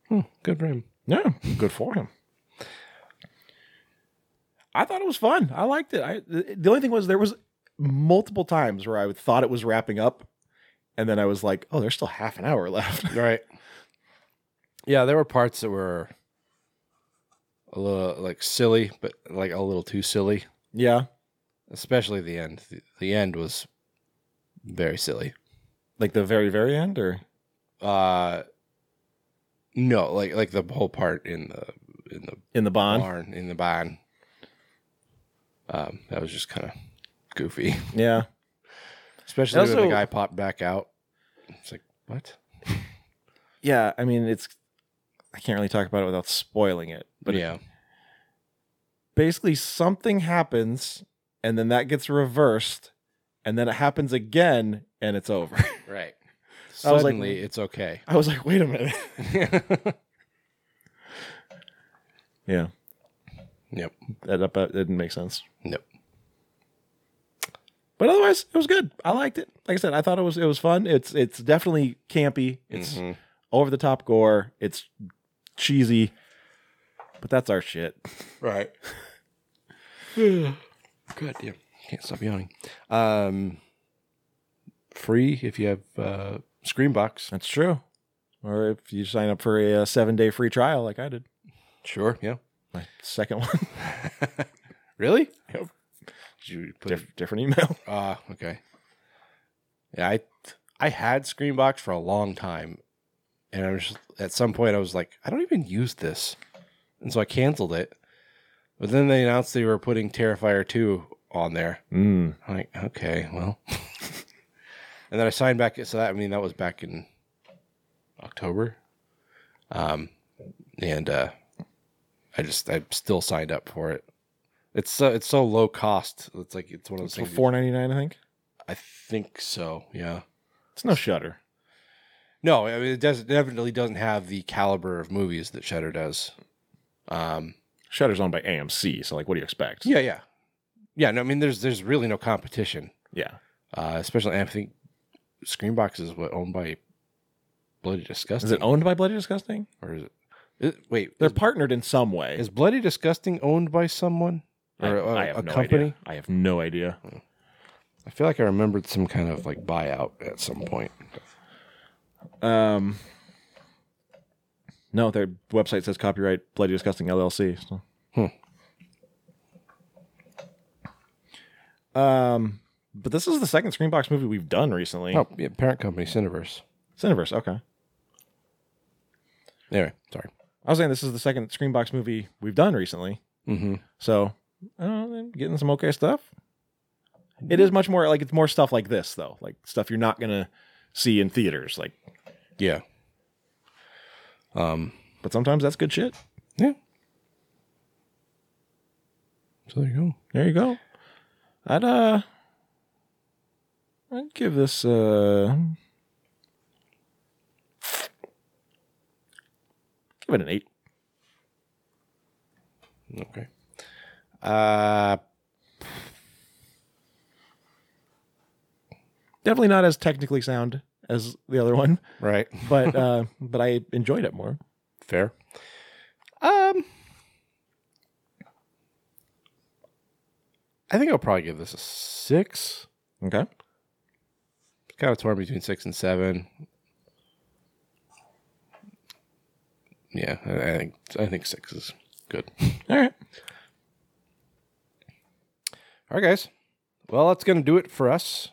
Hmm, good for him. No, good for him. I thought it was fun. I liked it. I the the only thing was there was multiple times where I thought it was wrapping up, and then I was like, "Oh, there's still half an hour left." Right. Yeah, there were parts that were a little like silly, but like a little too silly. yeah, Especially the end. The, the end was very silly. like the very very end, or Uh no, like like the whole part in the in the in the bond. barn in the barn. Um, that was just kind of goofy, Yeah, especially when Also- the guy popped back out. It's like what? yeah. I mean, it's I can't really talk about it without spoiling it, but But yeah, basically something happens, and then that gets reversed, and then it happens again, and it's over. right. I was like- Suddenly, it's okay. I was like, "Wait a minute." yeah, yep. that, that, that didn't make sense. Nope. But otherwise, it was good. I liked it. Like I said, I thought it was it was fun. It's it's definitely campy. It's Mhm. over the top gore. It's cheesy. But that's our shit. Right. Mm-hmm. Good. Yeah. Can't stop yawning. Um, free if you have uh, Screenbox. That's true. Or if you sign up for a, uh seven day free trial, like I did, Sure. Yeah. my second one, Really? Yep. Did you put Diff- different email. Ah, okay. Yeah, I I had Screenbox for a long time, and I was just, at some point I was like, I don't even use this, and so I canceled it. But then they announced they were putting Terrifier two on there. Mm. I'm like, okay, well. and then I signed back. So that I mean that was back in October, um, and uh, I just I still signed up for it. It's so it's so low cost. It's like it's one of those It's for things. you four ninety nine, I think. I think so. Yeah. It's no shutter. No, I mean it does it definitely doesn't have the caliber of movies that Shutter does. Um. Shutter's owned by AMC, so like, what do you expect? Yeah, yeah, yeah. No, I mean there's there's really no competition, yeah. uh, especially I think Screenbox is what owned by Bloody Disgusting. Is it owned by Bloody Disgusting? or is it? is- wait, They're is, partnered in some way. is Bloody Disgusting owned by someone or a- a company? Idea. I have no idea. I feel like I remembered some kind of like buyout at some point. Um, no, their website says copyright Bloody Disgusting LLC. So. Um, but this is the second Screenbox movie we've done recently. Oh, yeah, parent company Cineverse. Cineverse, okay. Anyway, sorry. I was saying this is the second Screenbox movie we've done recently. Mm-hmm. So I don't know, getting some okay stuff. It is much more like it's more stuff like this though, like stuff you're not gonna see in theaters. Like, Yeah. Um. but sometimes that's good shit. Yeah. So there you go. There you go. I'd uh, I'd give this uh, give it an eight. Okay. Uh. Definitely not as technically sound as the other one, Right. but uh, but I enjoyed it more. Fair. Um. I think I'll probably give this a six. Okay. kind of torn between six and seven. Yeah, I I think I think six is good. All right. All right, guys. Well, that's gonna do it for us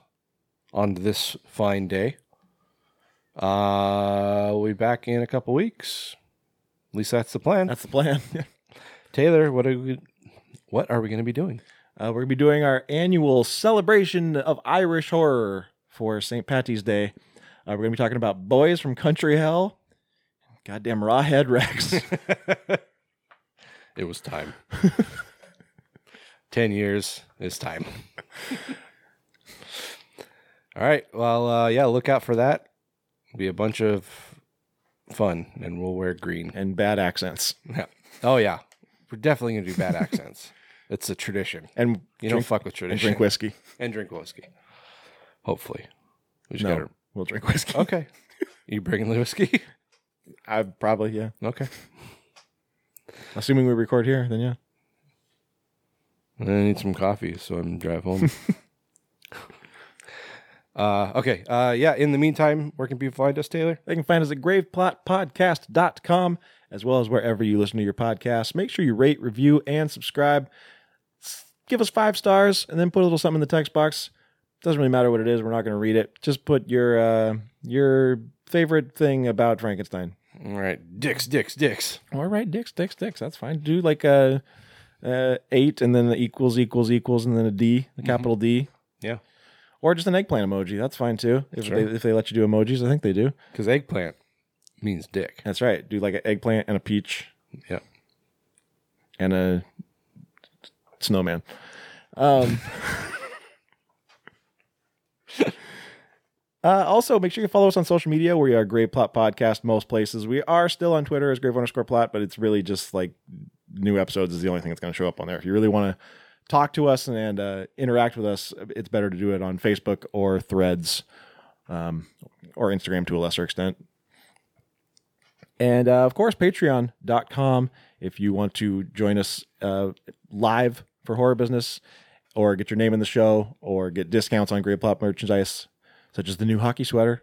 on this fine day. Uh, we'll be back in a couple weeks. At least that's the plan. That's the plan. Taylor, what are we, what are we gonna be doing? Uh, we're going to be doing our annual celebration of Irish horror for St. Patty's Day. Uh, we're going to be talking about boys from country hell, goddamn rawhead Rex. It was time. Ten years is time. All right. Well, uh, yeah. Look out for that. Be a bunch of fun, and we'll wear green. and bad accents. Yeah. Oh yeah, we're definitely gonna do bad accents. It's a tradition. And You don't drink, fuck with and tradition. drink whiskey. And drink whiskey. Hopefully, we just No, gotta. we'll drink whiskey. Okay. you bringing the whiskey? I probably yeah. okay. Assuming we record here, then yeah. I need some coffee, so I'm drive home. uh, okay. Uh, yeah. In the meantime, where can people find us, Taylor? They can find us at graveplotpodcast.com as well as wherever you listen to your podcast. Make sure you rate, review, and subscribe. S- Give us five stars and then put a little something in the text box. Doesn't really matter what it is. We're not going to read it. Just put your uh, your favorite thing about Frankenstein. All right, dicks, dicks, dicks. All right, dicks, dicks, dicks. That's fine. Do like a, uh eight and then the equals, equals, equals, and then a D, the capital D. Mm-hmm. Yeah. Or just an eggplant emoji. That's fine too. If, Sure. they, if they let you do emojis, I think they do. Because eggplant means dick. That's right. Do like an eggplant and a peach. Yep. And a snowman. Um, uh, also, make sure you follow us on social media. We are Grave Plot Podcast most places. We are still on Twitter as Grave underscore Plot, but it's really just like new episodes is the only thing that's going to show up on there. If you really want to talk to us and, and uh, interact with us, it's better to do it on Facebook or Threads um, or Instagram to a lesser extent. And uh, of course, patreon.com if you want to join us uh, live for Horror Business or get your name in the show or get discounts on Great Plot merchandise, such as the new hockey sweater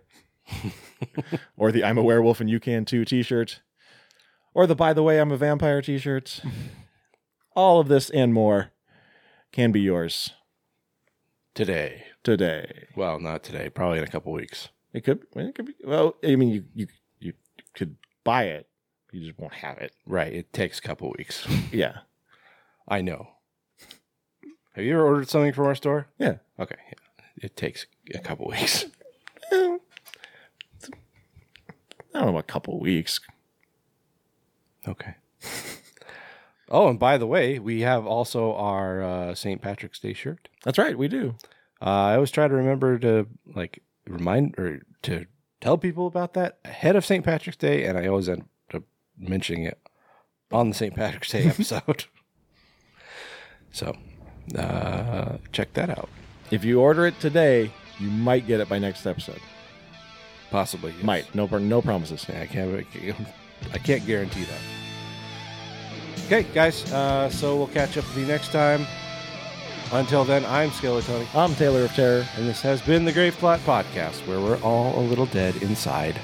or the I'm a Werewolf and You Can Too t shirt or the By the Way, I'm a Vampire t shirt. All of this and more can be yours Today. today. Well, not today. Probably in a couple weeks. It could, well, it could be, well, I mean, you, you, you could buy it, you just won't have it. Right. It takes a couple weeks. Yeah. I know. Have you ever ordered something from our store? Yeah. Okay. It takes a couple weeks. I don't know, a couple weeks. Okay. oh, and by the way, we have also our uh, St. Patrick's Day shirt. That's right, we do. Uh, I always try to remember to like remind or to tell people about that ahead of St. Patrick's Day, and I always end up mentioning it on the St. Patrick's Day episode. so uh, check that out, If you order it today, you might get it by next episode. possibly yes. Might. No, no promises. Yeah, I can't. I can't guarantee that. Okay, guys. Uh, so we'll catch up with you next time. Until then, I'm Skeletonic, I'm Taylor of Terror. and this has been the Grave Plot Podcast, where we're all a little dead inside.